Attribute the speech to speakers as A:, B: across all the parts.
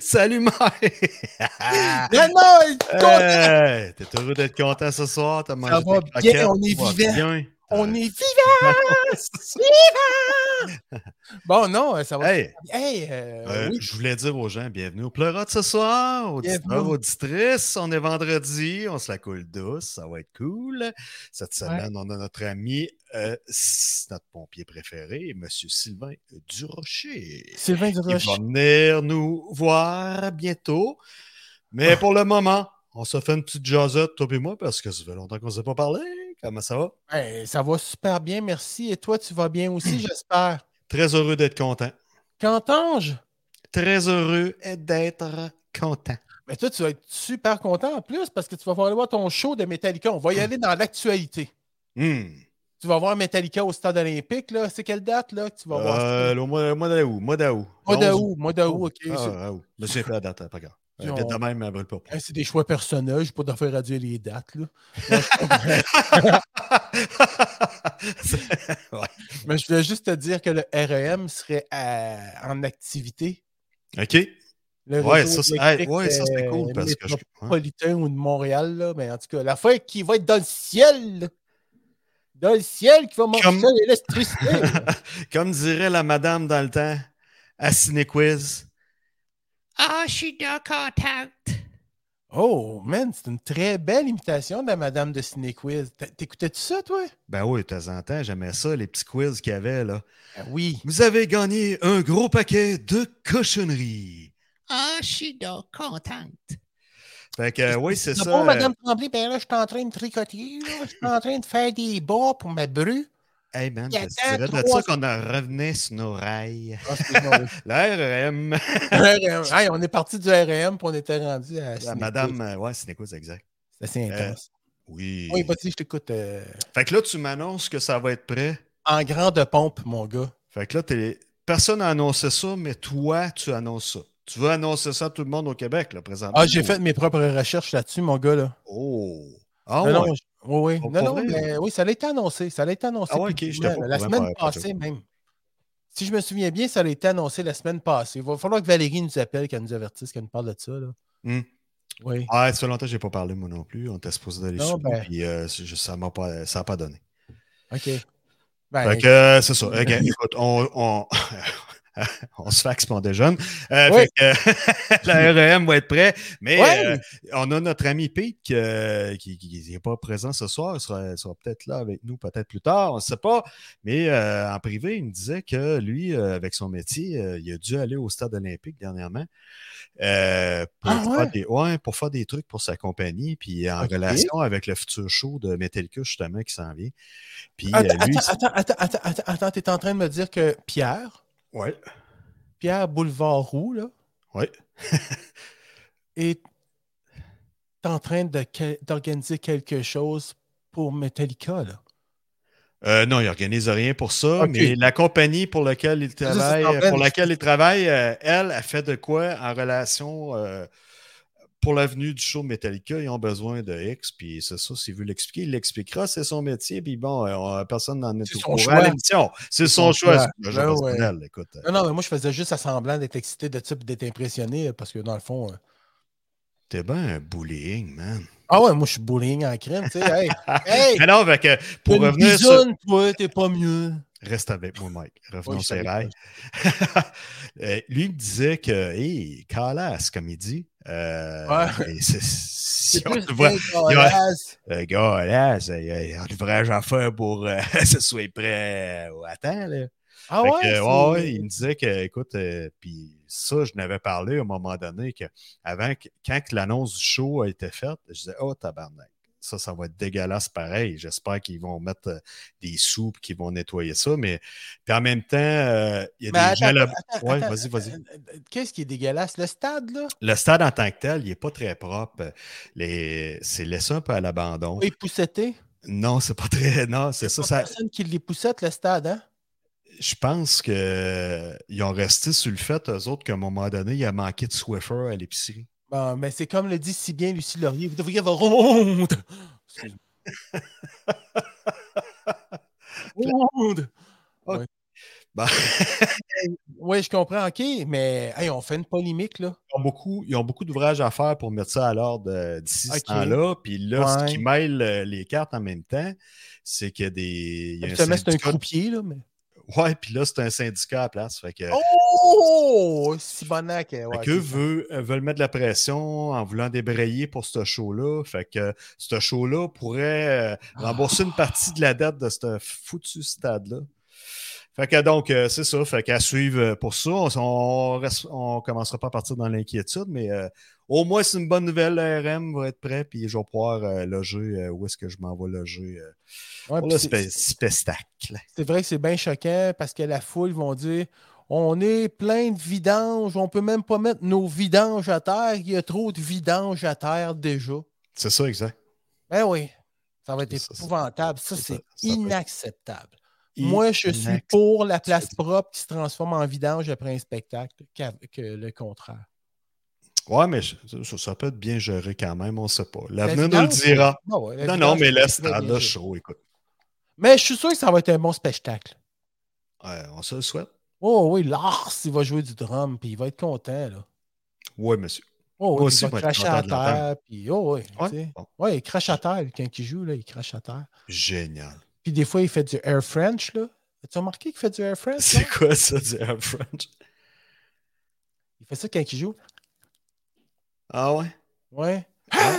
A: Salut Mike!
B: Hey, T'es heureux d'être content ce soir? T'as mangé
A: Ça va
B: tes
A: bien,
B: croquettes,
A: on est
B: tout va
A: vivant.
B: bien.
A: On est vivants! Vivants! Bon, non, euh, ça va.
B: Hey,
A: Hey, euh,
B: euh,
A: oui,
B: je voulais dire aux gens, bienvenue au Pleurote ce soir, auditeurs,
A: Bienvenue.
B: auditrices. On est vendredi, on se la coule douce, ça va être cool. Cette semaine, on a notre ami, euh, s- notre pompier préféré, M. Sylvain Durocher.
A: Sylvain
B: qui va
A: Durocher.
B: venir nous voir bientôt. Mais
A: Ah.
B: pour le moment, on se fait une petite jasette, toi et moi, parce que ça fait longtemps qu'on ne s'est pas parlé. Comment ça va?
A: Hey, ça va super bien, merci. Et toi, tu vas bien aussi, j'espère.
B: Très heureux d'être content.
A: Qu'entends-je?
B: Très heureux d'être content.
A: Mais toi, tu vas être super content en plus parce que tu vas aller voir ton show de Metallica. On va y aller dans l'actualité.
B: Hmm.
A: Tu vas voir Metallica au stade olympique, là. C'est quelle date, là, que tu vas voir ça?
B: Euh, le mois, le mois d'août. Mois d'août.
A: Mois
B: Le
A: d'août, mois d'août, OK.
B: 11. Ah,
A: c'est-
B: ah, août. Je me souviens plus la date, hein, pas grave.
A: Puis
B: Euh, vite
A: on-
B: de même, elle brûle pas.
A: Hey, C'est des choix personnels. Je peux pas faire adieu les dates, là.
B: C'est- ouais.
A: Mais je voulais juste te dire que le REM serait à- en activité.
B: OK.
A: Le
B: Ouais,
A: réseau
B: ça, c'est-
A: électrique,
B: hey, ouais, ça, c'était
A: euh,
B: cool parce que je-
A: métropolitain ou de Montréal, là, mais en tout cas, la feuille qui va être dans le ciel, là. dans le ciel qui va manger
B: Comme-
A: l'électricité.
B: hein. Comme dirait la madame dans le temps à Cinequiz. Ah, je suis de contact.
A: oh, man, c'est une très belle imitation de la madame de Cinequiz. T- T'écoutais-tu ça, toi?
B: Ben oui, de temps en temps, j'aimais ça, les petits quiz qu'il y avait, là.
A: Ah oui.
B: Vous avez gagné un gros paquet de cochonneries. Ah, je suis de contact. Fait que, euh, oui, c'est
A: Ah
B: ça.
A: bon,
B: euh,
A: madame Tremblay, ben là, je suis en train de tricoter, là. je suis en train de faire des bas pour ma bru.
B: euh, Hey man,
A: Il y a
B: c'est vrai
A: deux,
B: de
A: trois-
B: ça qu'on en revenait sur nos rails. E
A: Ah, excuse-moi, oui.
B: L'RM.
A: REM. Hey, on est parti du REM, puis on était rendu à Cinequiz.
B: Madame, euh, ouais, Cinequiz, exact.
A: C'est assez intense.
B: Oui.
A: oui, vas-y, je t'écoute. euh,
B: Fait que là, tu m'annonces que ça va être prêt.
A: en grande pompe, mon gars.
B: Fait que là, t'es- personne n'a annoncé ça, mais toi, tu annonces ça. Tu veux annoncer ça à tout le monde au Québec, là, présentement.
A: Ah, j'ai fait mes propres recherches là-dessus, mon gars, là.
B: Oh.
A: non,
B: Ah, ouais.
A: non, je- oui, oui.
B: Pour-
A: Non,
B: pour
A: non,
B: vrai,
A: mais oui, ça a été annoncé. Ça a été annoncé.
B: Ah ouais, ok,
A: publiquement,
B: j'étais pas au
A: la
B: courant,
A: semaine
B: ouais, pas
A: passée, même. Si je me souviens bien, ça a été annoncé la semaine passée. Il va falloir que Valérie nous appelle, qu'elle nous avertisse, qu'elle nous parle de ça, là.
B: Hmm.
A: Oui.
B: Ah, ça fait longtemps que j'ai pas parlé, moi non plus. On était supposé d'aller
A: Non,
B: sur
A: ben-
B: puis euh, c'est juste- ça m'a pas, ça a pas donné.
A: OK. Ben,
B: Fait que euh, c'est ça. Ok, écoute, on, on, on se faxe pour on déjeune. Euh,
A: Oui.
B: fait que, la REM va être prêt. Mais
A: Ouais.
B: euh, on a notre ami Pete qui n'est pas présent ce soir. Il sera, il sera peut-être là avec nous, peut-être plus tard, on ne sait pas. Mais euh, en privé, il me disait que lui, euh, avec son métier, euh, il a dû aller au stade olympique dernièrement euh, pour,
A: Ah, ouais?
B: faire des, ouais, pour faire des trucs pour sa compagnie, puis en
A: Ok.
B: relation avec le futur show de Metallica, justement, qui s'en vient. Puis euh,
A: Attends,
B: lui,
A: attends, attends, attends, attends, attends, attends, t'es en train de me dire que Pierre,
B: ouais.
A: Pierre Boulevard Roux, là,
B: Ouais.
A: est en train de que- d'organiser quelque chose pour Metallica, là.
B: Euh, non, il n'organise rien pour ça,
A: Ok.
B: mais la compagnie pour laquelle il
A: ça, c'est
B: travaille,
A: en fait-
B: pour laquelle il travaille, euh, elle a fait de quoi en relation euh, pour l'avenue du show Metallica, ils ont besoin de X, puis c'est ça, s'il veut l'expliquer, il l'expliquera, c'est son métier, puis bon, euh, on- personne n'en est
A: C'est
B: au
A: son
B: courant
A: choix.
B: à l'émission. C'est
A: son
B: son, choix,
A: choix.
B: c'est le jeu
A: Ben
B: personnel, écoute. euh,
A: Non, non, mais moi, je faisais juste à semblant d'être excité de ça et d'être impressionné euh, parce que dans le fond. euh,
B: T'es bien un bullying, man.
A: Ah ouais, moi, je suis bullying en crème, tu sais. Hey, hey,
B: Alors, fait que pour
A: une
B: revenir sur...
A: bisoune, toi, t'es pas mieux.
B: Reste avec moi, Mike. Revenons
A: Oui, je
B: sur les
A: savais
B: rails. Euh, Lui il me disait que, hé, calasse, comme il dit. Euh,
A: Ouais.
B: et c'est- si
A: C'est
B: on
A: plus
B: le voit,
A: dégueulasse.
B: le gars, là, c'est euh, un ouvrage à faire pour euh, que ce soit prêt au à temps, là.
A: Ah
B: Fait
A: ouais?
B: que,
A: c'est-
B: ouais, ouais, il me disait que, écoute, euh, puis ça, je n'avais parlé à un moment donné que avant, que- quand que l'annonce du show a été faite, je disais, oh tabarnak, ça, ça va être dégueulasse pareil. J'espère qu'ils vont mettre euh, des sous et qu'ils vont nettoyer ça. Mais puis en même temps, euh, il y a
A: Mais
B: des
A: attends,
B: gens là.
A: attends,
B: Ouais,
A: attends,
B: vas-y, vas-y.
A: euh, Qu'est-ce qui est dégueulasse? Le stade, là?
B: Le stade en tant que tel, il n'est pas très propre. Les... C'est laissé un peu à l'abandon.
A: Oui, pousseté.
B: Non, c'est pas très. Non, c'est ça. ça...
A: personne qui les poussette, le stade, hein?
B: je pense qu'ils ont resté sur le fait, eux autres, qu'à un moment donné, il a manqué de Swiffer à l'épicerie.
A: Bon, mais c'est comme le dit si bien Lucie Laurier, vous devriez avoir honte. Excuse-moi. honte.
B: Ok.
A: Ouais.
B: Bon.
A: Ouais, je comprends, OK, mais hey, on fait une polémique, là.
B: Ils ont beaucoup, ils ont beaucoup d'ouvrages à faire pour mettre ça à l'ordre euh, d'ici
A: Ok.
B: ce temps-là. Puis là,
A: Ouais.
B: ce qui mêle euh, les cartes en même temps, c'est qu'il y a des. il y a un
A: Habituellement, c'est un
B: syndicat-
A: croupier, là, mais...
B: Ouais, puis là, c'est un syndicat à la place. Fait que.
A: Oh! Si bonac, ouais.
B: Fait qu'eux Euh. veut- euh, veulent mettre de la pression en voulant débrayer pour ce show-là. Fait que euh, ce show-là pourrait euh, rembourser une partie de la dette de ce foutu stade-là. Fait que donc, euh, c'est ça. Fait qu'à suivre euh, pour ça, on, on, reste- on commencera pas à partir dans l'inquiétude, mais euh, au moins, c'est une bonne nouvelle. l'ARM va être prêt, puis je vais pouvoir euh, loger euh, où est-ce que je m'en vais loger euh,
A: Ouais,
B: pour
A: puis
B: le
A: c'est-
B: spé- spectacle.
A: C'est vrai que c'est bien choquant parce que la foule vont dire on est plein de vidanges, on peut même pas mettre nos vidanges à terre, il y a trop de vidanges à terre déjà.
B: C'est ça, exact.
A: Ben oui, ça va être
B: Ça, ça-
A: épouvantable. Ça,
B: ça-
A: c'est
B: ça peut être
A: inacceptable. Moi, je suis pour la place propre qui se transforme en vidange après un spectacle qu'à- que le contraire.
B: Ouais, mais je- ça, ça peut être bien géré quand même, on ne sait pas.
A: La
B: L'avenir nous le
A: vidange,
B: dira.
A: Ah ouais, la
B: Non, non,
A: vidange,
B: mais
A: c'est
B: là,
A: très
B: c'est
A: bien
B: là
A: géré.
B: chaud, écoute.
A: Mais je suis sûr que ça va être un bon spectacle.
B: Ouais, on se le souhaite.
A: Oh oui, Lars, il va jouer du drum, puis il va être content, là.
B: Oui, monsieur.
A: Oh, oui,
B: Moi aussi,
A: il
B: moi,
A: va
B: je suis
A: cracher à
B: content de l'entendre.
A: terre. Puis, oh, oui,
B: Ouais.
A: tu sais.
B: Bon.
A: Ouais, il crache à terre lui, quand il joue, là, il crache à terre.
B: Génial.
A: Puis des fois, il fait du air French, là. As-tu remarqué qu'il fait du air French? là?
B: C'est quoi ça, du Air French?
A: Il fait ça quand il joue.
B: Ah ouais?
A: Ouais.
B: Ah,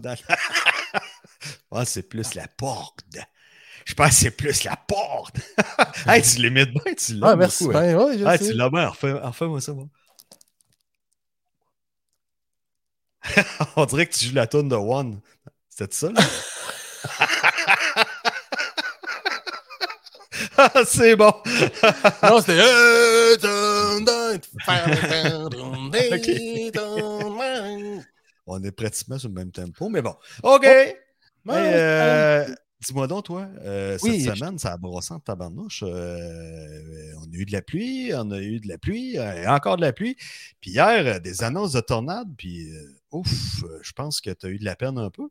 B: dans la- Ah, c'est plus la porte. Je pense que c'est plus la porte. hey, tu l'imites bien, tu l'as.
A: Ah, merci. Ben, ouais, je
B: Ah,
A: sais.
B: tu l'as bien, refais- refais-moi ça, moi. On dirait que tu joues la tune de One. C'était ça, là? ah, c'est bon!
A: Non, c'était. euh, Ok.
B: On est pratiquement sur le même tempo, mais bon. OK! Mais, euh, Dis-moi donc, toi, euh,
A: Oui,
B: cette
A: je-
B: semaine, ça a brossé en tabarnouche. Euh, euh, on a eu de la pluie, on a eu de la pluie, euh, et encore de la pluie. Puis hier, euh, des annonces de tornades, puis euh, ouf, euh, je pense que tu as eu de la peine un peu.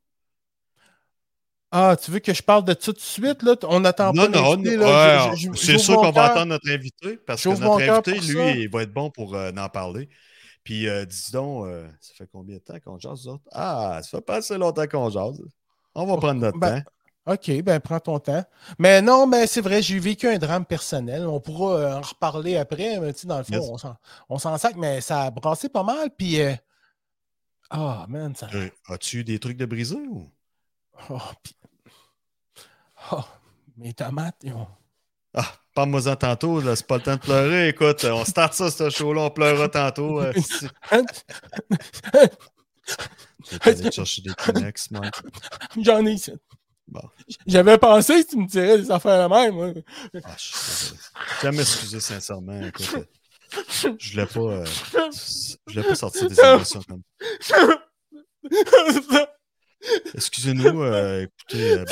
A: Ah, tu veux que je parle de ça tout de suite, là? On n'attend pas. l'invité, là. Je-
B: ouais,
A: je- je-
B: c'est
A: j'ouvre
B: sûr
A: mon
B: qu'on va
A: cœur.
B: attendre notre invité, parce que
A: J'ouvre mon
B: notre
A: cœur
B: invité,
A: pour
B: lui,
A: ça.
B: il va être bon pour euh, en parler. Puis euh, dis donc, euh, ça fait combien de temps qu'on jase, nous autres? Ah, ça fait pas assez longtemps qu'on jase. On va prendre notre
A: ben,
B: temps.
A: OK, ben prends ton temps. Mais non, mais c'est vrai, j'ai vécu un drame personnel. On pourra euh, en reparler après, mais tu sais, dans le fond,
B: Yes.
A: on s'en- on s'en sac, mais ça a brassé pas mal. Puis, euh, ah, man, ça.
B: Euh, As-tu eu des trucs de brisé ou?
A: Oh, puis- Ah, mes tomates, ils ont-
B: Ah, parle-moi-en tantôt, là, c'est pas le temps de pleurer. Écoute, on start ça, ce show-là, on pleurera tantôt. euh, si-
A: hein?
B: Je vais aller chercher des Kleenex, Mike.
A: J'en ai ici.
B: Bon.
A: J'avais pensé que tu me dirais des affaires la même. hein.
B: Ah, je suis désolé. Je vais m'excuser sincèrement. Écoute, euh, je voulais pas, euh, je voulais pas sortir des émotions comme Excusez-nous, euh, écoutez, euh,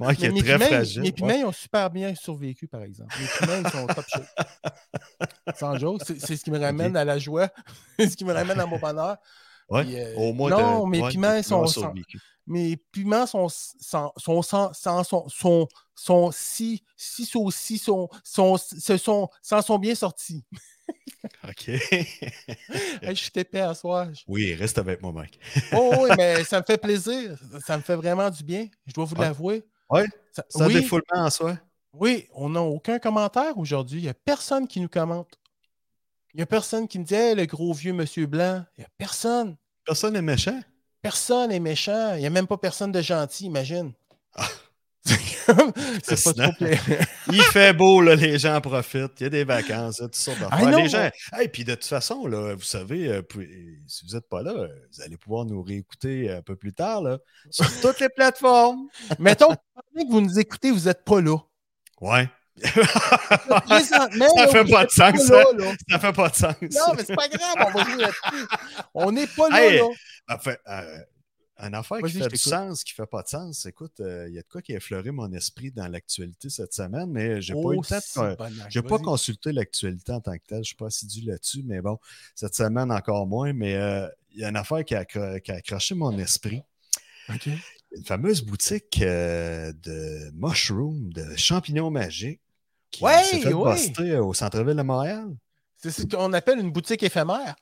B: Mike
A: Mais
B: est fragile. Mike est
A: mes
B: très
A: piments,
B: fragile.
A: mes
B: Ouais.
A: piments, ils ont super bien survécu, par exemple. Mes piments, ils sont au top shape. Sans joke, c'est c'est ce qui me ramène à la joie, c'est ce qui me ramène à mon bonheur.
B: Ouais,
A: Puis, euh,
B: au moins
A: non,
B: de-
A: mes
B: ouais,
A: piments
B: de-
A: sont-
B: sur
A: sont-
B: le barbecue.
A: mes piments sont, sans- sont, sans- sans- sont, sont, sont si, si saucis, sont, sont, se sont, s'en sont bien sortis.
B: OK.
A: Hey, je suis épais à soir. Je-
B: oui, reste avec moi, Mike.
A: Oh oui, mais ça me fait plaisir. Ça me fait vraiment du bien. Je dois vous
B: Ouais.
A: l'avouer.
B: Ah. Ouais.
A: Ça-
B: Sans
A: oui,
B: défoulement en soi.
A: oui, on n'a aucun commentaire aujourd'hui. Il n'y a personne qui nous commente. Il n'y a personne qui me dit Hey, le gros vieux monsieur blanc. Il n'y a personne.
B: Personne n'est méchant.
A: Personne est méchant. Il n'y a même pas personne de gentil, imagine. C'est comme- c'est pas trop
B: Ah. Fascinant.
A: pla-
B: Il fait beau, là, les gens en profitent. Il y a des vacances, là, toutes sortes d'affaires.
A: Ah, non,
B: les gens. Hey, puis de toute façon, là, vous savez, euh, puis- si vous n'êtes pas là, euh, vous allez pouvoir nous réécouter un peu plus tard là, sur toutes les plateformes.
A: Mettons pendant que vous nous écoutez, vous n'êtes pas là.
B: Ouais.
A: Présentement,
B: Ça
A: là,
B: fait
A: Oh, vous
B: pas
A: êtes
B: de sens, ça.
A: là, là.
B: Ça fait pas de sens.
A: Non, mais c'est pas grave, on va jouer là-dessus. On n'est pas là,
B: Hey,
A: là.
B: Enfin, euh, une affaire
A: Vas-y,
B: qui
A: je
B: fait du
A: t'écoute.
B: sens, qui fait pas de sens. Écoute, euh, il y a de quoi qui a effleuré mon esprit dans l'actualité cette semaine, mais j'ai
A: Oh,
B: pas eu le temps de
A: si
B: faire-
A: bonnac,
B: J'ai pas
A: vas-y.
B: consulté l'actualité en tant que telle, je suis pas assidu là-dessus, mais bon, cette semaine encore moins, mais euh, il y a une affaire qui a, accro- qui a accroché mon esprit.
A: OK.
B: Une fameuse boutique euh, de mushrooms, de champignons magiques, qui
A: Ouais,
B: s'est fait
A: ouais.
B: buster au centre-ville de Montréal.
A: C'est ce qu'on appelle une boutique éphémère.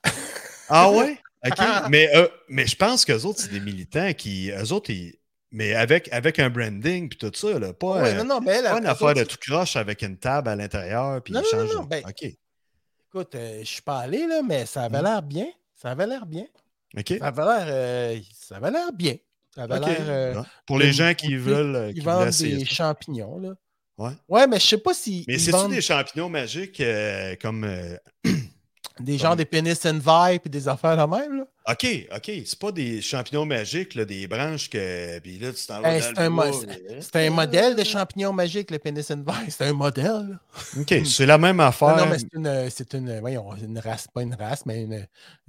B: Ah ouais? OK. mais, euh, mais je pense qu'eux autres, c'est des militants qui, eux autres, ils- mais avec, avec un branding puis tout ça, là, pas,
A: Ah Ouais,
B: euh,
A: non, non, mais elle,
B: pas une
A: elle-
B: affaire
A: elle-
B: de tout croche avec une table à l'intérieur puis
A: Non,
B: ils
A: non, non,
B: changent.
A: non, ben-
B: OK.
A: Écoute, euh, je suis pas allé, là, mais ça avait
B: Mhm.
A: l'air bien. Ça avait l'air bien.
B: OK.
A: Ça avait l'air euh, ça avait l'air bien. Ça avait
B: OK.
A: l'air. euh,
B: Bon. Pour les
A: une
B: gens qui
A: boutique
B: veulent. euh,
A: ils
B: qui
A: vendent
B: veulent
A: des
B: essayer ça.
A: champignons, là.
B: Ouais.
A: Ouais, mais je sais pas si.
B: Mais
A: ils
B: c'est-tu
A: vendent
B: des champignons magiques euh, comme. euh,
A: des genres des pénis and vibe et des affaires là même, là?
B: OK, OK. C'est pas des champignons magiques, là, des branches que. Puis là, tu t'en vas.
A: Hey,
B: dans
A: Eh, c'est
B: le
A: un
B: bois,
A: mo-
B: là.
A: C'est un modèle de champignon magique, le pénis and vibe. C'est un modèle, là.
B: OK, c'est la même affaire.
A: Non, non, mais c'est une, euh, c'est une, euh, voyons, une race, pas une race, mais une,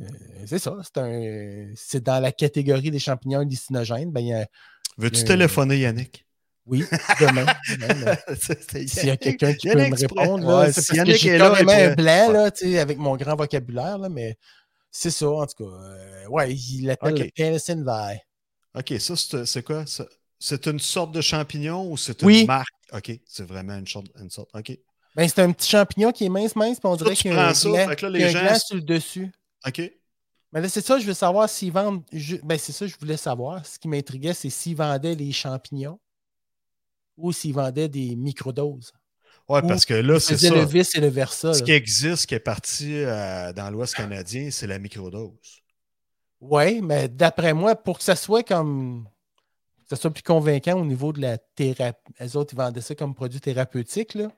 A: euh, c'est ça, c'est un, euh, c'est dans la catégorie des champignons hallucinogènes. Ben, il y a-
B: Veux-tu
A: Euh,
B: téléphoner, Yannick?
A: oui, demain, demain, euh,
B: C'était
A: s'il y a
B: Yannick.
A: quelqu'un qui peut
B: Yannick,
A: me
B: tu pourrais-
A: répondre, là,
B: Ouais,
A: c'est parce
B: si
A: que
B: Yannick
A: j'ai
B: est là,
A: quand même
B: il
A: un
B: pourrait-
A: blanc, là, tu sais, avec mon grand vocabulaire, là, mais c'est ça, en tout cas, euh, ouais, il l'appelle
B: Ok.
A: le pénis and vibe.
B: OK, ça, c'est c'est quoi? ça? C'est une sorte de champignon ou c'est une
A: Oui.
B: marque? OK, c'est vraiment une sorte. Une sorte. OK.
A: Ben, c'est un petit champignon qui est mince, mince, puis on
B: Ça,
A: dirait
B: tu
A: qu'il y a un
B: prends ça,
A: gland,
B: fait que là,
A: qu'il y a
B: les
A: un
B: gens-
A: gland sur le dessus.
B: OK.
A: Mais là, c'est ça, je veux savoir s'ils vendent. ju- Ben, c'est ça, je voulais savoir. Ce qui m'intriguait, c'est s'ils vendaient les champignons ou s'ils vendaient des microdoses.
B: Ouais,
A: Ou
B: parce que là,
A: C'est
B: c'est ça.
A: le vice et le versa.
B: Ce
A: là.
B: qui existe, qui est parti euh, dans l'Ouest canadien, c'est la microdose.
A: Oui, mais d'après moi, pour que ça soit comme. que ça soit plus convaincant au niveau de la thérapie. Les autres, ils vendaient ça comme produit thérapeutique. Là.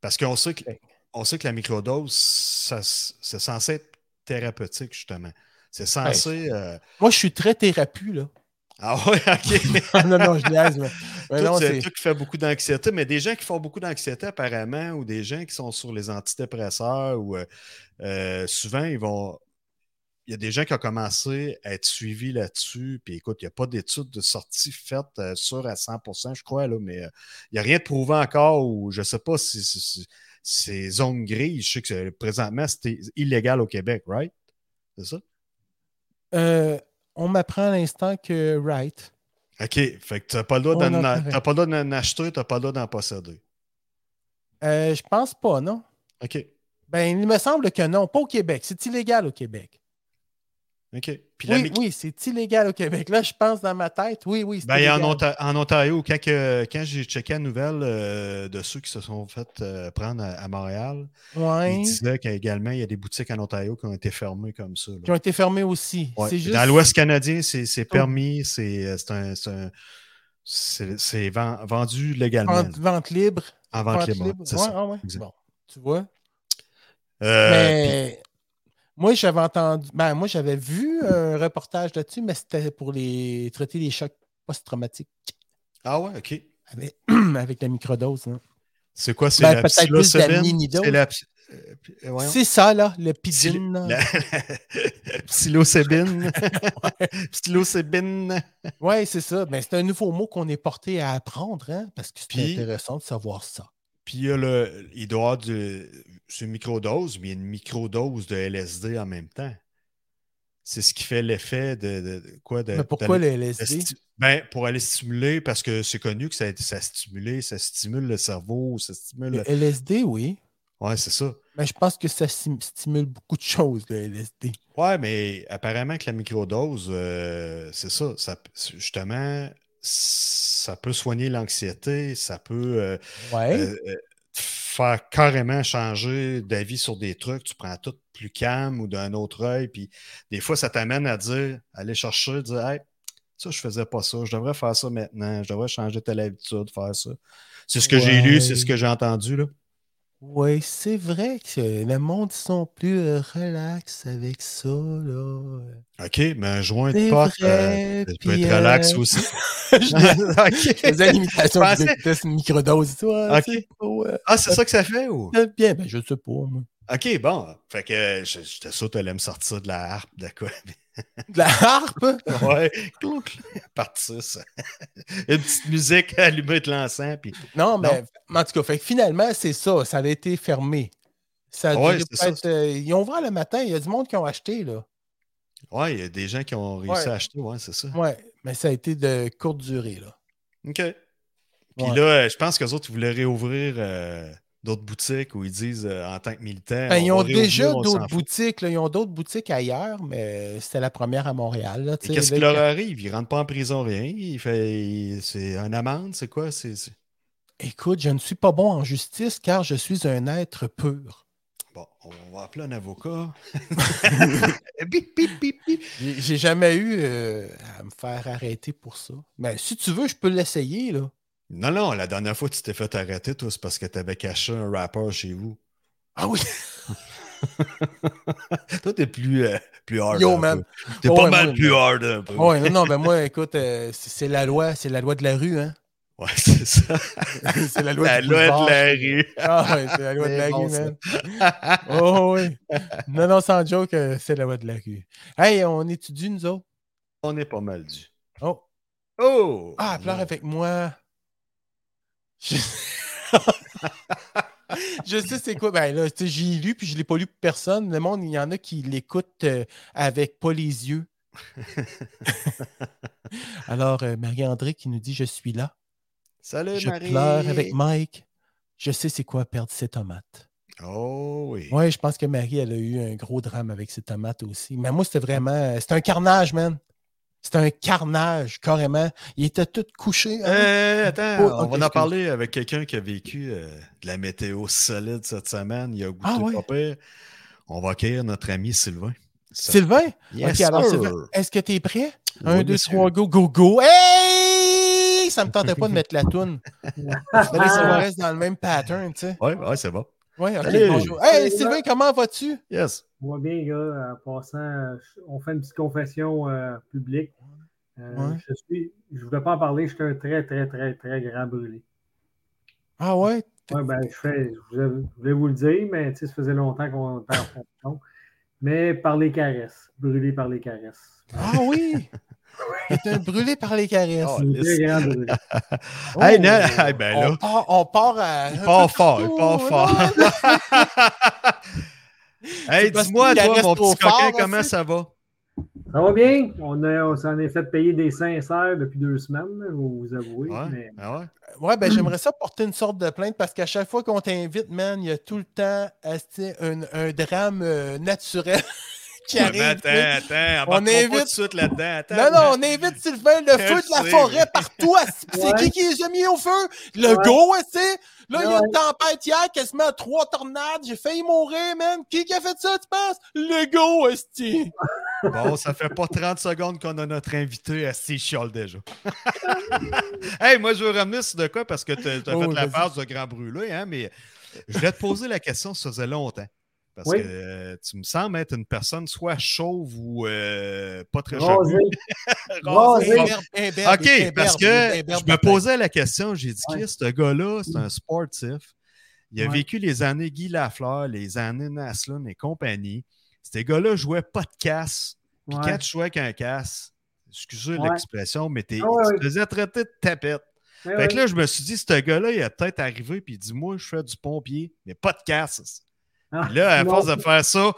B: Parce qu'on sait que,
A: Ouais.
B: on sait que la microdose, ça s- c'est censé être thérapeutique, justement. C'est censé. euh,
A: Moi, je suis très thérapeute. Là.
B: Ah ouais, OK.
A: Ah non, non, je laisse. Mais, mais
B: tout,
A: Ben non,
B: ce-
A: c'est-
B: tout qui fait beaucoup d'anxiété, mais des gens qui font beaucoup d'anxiété apparemment, ou des gens qui sont sur les antidépresseurs, ou euh, euh, souvent ils vont. Il y a des gens qui ont commencé à être suivis là-dessus. Puis écoute, il n'y a pas d'études de sortie faites euh, sur à 100 je crois, là, mais euh, il n'y a rien de prouvé encore, ou je ne sais pas si, si- si- ces zones grises, je sais que euh, présentement c'était illégal au Québec, right? C'est ça?
A: Euh, on m'apprend à l'instant que Wright.
B: OK. Fait que tu n'as pas le droit
A: On
B: d'en-
A: en
B: t'as pas le droit d'en acheter, tu n'as pas le droit d'en posséder.
A: euh, je pense pas, non?
B: OK.
A: Ben, il me semble que non, pas au Québec. C'est illégal au Québec.
B: OK. Puis la
A: oui,
B: mic-
A: oui, c'est illégal au Québec. Là, je pense dans ma tête, oui, oui, c'est
B: Ben, et en,
A: illégal.
B: Onta- en Ontario, quand, que- quand j'ai checké la nouvelle euh, de ceux qui se sont fait euh, prendre à, à Montréal,
A: Ouais,
B: ils disaient qu'également, il y a des boutiques en Ontario qui ont été fermées comme ça. là.
A: qui ont été fermés aussi.
B: Ouais.
A: C'est juste... Oh.
B: Dans l'Ouest canadien, c'est c'est permis, c'est euh, c'est un- c'est un- c'est- c'est ven- vendu légalement,
A: en
B: là,
A: vente libre.
B: en vente libre.
A: libre.
B: c'est
A: Ouais,
B: ça.
A: ah ouais.
B: Exact.
A: Bon, tu vois.
B: Euh, puis-
A: Mais moi, j'avais entendu... Ben, moi, j'avais vu un reportage là-dessus, mais c'était pour les traiter les chocs post-traumatiques
B: ah ouais, OK.
A: avec, avec la microdose. hein.
B: C'est quoi? C'est
A: Ben,
B: la
A: peut-être plus de la
B: psilocybine?
A: mini-dose.
B: C'est la psy- euh, puis- euh, voyons.
A: C'est ça, là, le
B: Psy-
A: pidine. là.
B: la- Psilocybine. Psilocybine.
A: Oui, c'est ça. Mais c'est un nouveau mot qu'on est porté à apprendre, hein, parce que c'est
B: Puis-
A: intéressant de savoir ça.
B: Puis il, y a le, il doit y avoir du, c'est une microdose, mais il y a une microdose de LSD en même temps. c'est ce qui fait l'effet de, de- de- quoi de.
A: Mais pourquoi
B: d'aller-
A: le LSD?
B: de sti- ben, pour aller stimuler, parce que c'est connu que ça, ça stimule, ça stimule le cerveau, ça
A: Le
B: stimule.
A: LSD, oui.
B: Ouais, c'est ça.
A: Mais je pense que ça sim- stimule beaucoup de choses, le LSD.
B: Ouais, mais apparemment que la microdose, euh, c'est ça, ça. Justement, ça peut soigner l'anxiété, ça peut. euh,
A: Ouais.
B: euh, euh, te faire carrément changer d'avis sur des trucs, tu prends tout plus calme ou d'un autre œil, puis des fois, ça t'amène à dire, à aller chercher, dire, hey, ça, je faisais pas ça, je devrais faire ça maintenant, je devrais changer telle habitude, faire ça. C'est ce que j'ai
A: Ouais.
B: lu, c'est ce que j'ai entendu, là.
A: Oui, c'est vrai que le monde ils sont plus euh, relax avec ça, là.
B: OK, mais un joint de
A: C'est
B: pote,
A: vrai,
B: euh, ça peut
A: puis,
B: être relax
A: euh,
B: aussi.
A: Je
B: OK.
A: faisais l'imitation
B: Je pensais-
A: du docteur, c'est une microdose, toi.
B: Ok.
A: c'est pas, euh,
B: Ah, c'est ça que ça fait, ou?
A: c'est bien, ben, je sais pas, moi.
B: OK, bon. Fait que euh, je- j'étais sûr que tu allais me sortir de la harpe, de quoi.
A: De la harpe?
B: Ouais, clou, clou, partir ça. Une petite musique, allumer de l'encens, puis
A: Non, mais en tout cas, fait que finalement, c'est ça. Ça a été fermé. Ça a
B: Ah ouais,
A: duré
B: c'est ça.
A: peut-être, euh, ils ont ouvert le matin, il y a du monde qui ont acheté, là.
B: ouais, il y a des gens qui ont réussi
A: Ouais.
B: à acheter, ouais, c'est ça.
A: Ouais, mais ça a été de courte durée, là.
B: OK. Puis
A: Ouais.
B: là, euh, je pense qu'eux autres, ils voulaient réouvrir euh, d'autres boutiques où ils disent euh, en tant que militaire.
A: Ben, ils
B: on
A: ont
B: va réouvrir,
A: déjà
B: on s'en
A: d'autres
B: fout.
A: boutiques, là. Ils ont d'autres boutiques ailleurs, mais c'était la première à Montréal, là. tu
B: Et
A: sais,
B: qu'est-ce
A: là,
B: qui leur arrive? Ils rentrent pas en prison, rien. Il fait, il- c'est un amende, c'est quoi? C'est, c'est-
A: Écoute, je ne suis pas bon en justice car je suis un être pur.
B: Bon, on va appeler un avocat. Bip, bip, bip, bip.
A: J'ai j'ai jamais eu euh, à me faire arrêter pour ça. Mais si tu veux, je peux l'essayer, là.
B: Non, non, la dernière fois que tu t'es fait arrêter, toi, c'est parce que tu avais caché un rappeur chez vous.
A: Ah oui!
B: Toi, t'es plus, euh, plus hard.
A: Yo,
B: un
A: man.
B: peu. T'es
A: Ouais,
B: pas mal
A: moi,
B: plus hard un peu.
A: Ouais, non, non, mais moi, écoute, euh, c'est c'est la loi, c'est la loi de la rue, hein.
B: Ouais, c'est ça.
A: c'est la loi
B: La
A: du
B: loi
A: boulevard.
B: de la rue.
A: Ah ouais, c'est la loi de
B: C'est
A: la
B: bon,
A: rue,
B: ça.
A: man. Oh oui. Non, non, sans joke, euh, c'est la loi de la rue. Hey, on étudie, nous autres.
B: On est pas mal dû.
A: Oh.
B: Oh!
A: Ah, elle pleure avec moi. Je, Je sais c'est quoi. Ben là, tu sais, j'ai lu puis je l'ai pas lu pour personne. Le monde, il y en a qui l'écoutent euh, avec pas les yeux. Alors, euh, Marie-André qui nous dit Je suis là.
B: Salut,
A: Je
B: Euh, Marie.
A: pleure avec Mike. Je sais c'est quoi perdre ses tomates.
B: Oh oui.
A: Ouais, je pense que Marie, elle a eu un gros drame avec ses tomates aussi. Mais moi, c'était vraiment. euh, C'était un carnage, man. C'était un carnage, carrément. Ils étaient tous couchés. hein.
B: Euh, attends,
A: Oh,
B: on
A: ok,
B: va en
A: excuse.
B: parler avec quelqu'un qui a vécu euh, de la météo solide cette semaine. Il a goûté
A: Ah, ouais.
B: pas pire. On va accueillir notre ami Sylvain. Ça-
A: Sylvain,
B: Yes,
A: ok, alors
B: sir.
A: Sylvain, est-ce que t'es prêt?
B: Oui,
A: 1, 2,
B: monsieur.
A: 3, go, go, go. Hey! Ça me tentait pas de mettre la toune. Fallait que ça reste dans le même pattern, tu sais.
B: Ouais, ouais, c'est bon.
A: Ouais, ok,
B: Salut.
A: bonjour. Hey,
C: Salut,
A: Sylvain, comment vas-tu?
B: Yes.
C: Moi bien, gars. En passant, euh, on fait une petite confession euh, publique. Euh,
A: Ouais.
C: Je suis, je voulais pas en parler, je suis un très, très, très, très grand brûlé.
A: Ah ouais?
C: Ouais, ben, je, fais, je voulais- je voulais vous le dire, mais tu sais, ça faisait longtemps qu'on était en fonction. Mais par les caresses, brûlé par les caresses.
A: Ah oui! T'es un brûlé par les caresses.
B: Oh,
C: Je suis
B: lisse.
C: un très grand brûlé.
A: Oh,
B: Hey, non, hey, ben là.
A: On part, on part à. Oh,
B: Il part fort, il part fort. hey,
A: C'est parce
B: dis-moi,
A: qu'il
B: toi,
A: reste
B: mon
A: trop
B: petit coquin,
A: fort,
B: comment
A: aussi.
B: ça va?
C: Ça va bien? On, a- on s'en est fait payer des sincères depuis deux semaines, je vais vous avouer.
B: Ouais,
C: mais-
B: ah ouais?
A: Ouais, ben j'aimerais ça porter une sorte de plainte parce qu'à chaque fois qu'on t'invite, man, il y a tout le temps asti, un, un drame euh, naturel qui
B: Ah, mais
A: arrive. tu sais.
B: attends, attends,
A: On
B: on est
A: invite-
B: tout de suite là-dedans. Attends,
A: Non, non, on invite Sylvain, le feu de la
B: sais.
A: forêt partout. asti. C'est
C: Ouais.
A: qui qui les a mis au feu? Le
C: Ouais.
A: go, c'est. Là, il y a
C: Ouais.
A: une tempête hier, quasiment trois tornades. J'ai failli mourir, man. Qui qui a fait ça, tu penses? Le go, esti.
B: Bon, ça fait pas 30 secondes qu'on a notre invité à Seychelles déjà. hey, moi, je veux ramener sur de quoi parce que tu as
A: Oh,
B: fait la
A: vas-y.
B: phase de grand brûlé, hein, mais je voulais te poser la question, ça faisait longtemps. Parce
C: Oui.
B: que euh, tu me sembles être une personne soit chauve ou euh, pas très chauve.
C: Rasé.
B: Rasée.
C: Rasé.
A: Imberbe, imberbe,
B: OK,
A: imberbe,
B: parce que
A: imberbe,
B: je me posais la question, j'ai dit,
C: Ouais.
B: Chris, ce gars-là, c'est un sportif. Il a
C: Ouais.
B: vécu les années Guy Lafleur, les années Naslund et compagnie. Ces gars-là jouaient pas de casse. Puis
C: Ouais.
B: quand tu jouais avec un casse, excusez
C: Ouais.
B: l'expression, mais t'es,
C: Ah ouais,
B: tu
C: ouais.
B: te faisais traiter de tapette.
C: Ouais,
B: Fait
C: ouais.
B: que là, je me suis dit, ce gars-là, il a peut-être arrivé, puis il dit, moi, je fais du pompier, mais pas de casse.
C: Ah,
B: Puis là, à
C: non.
B: force de faire ça,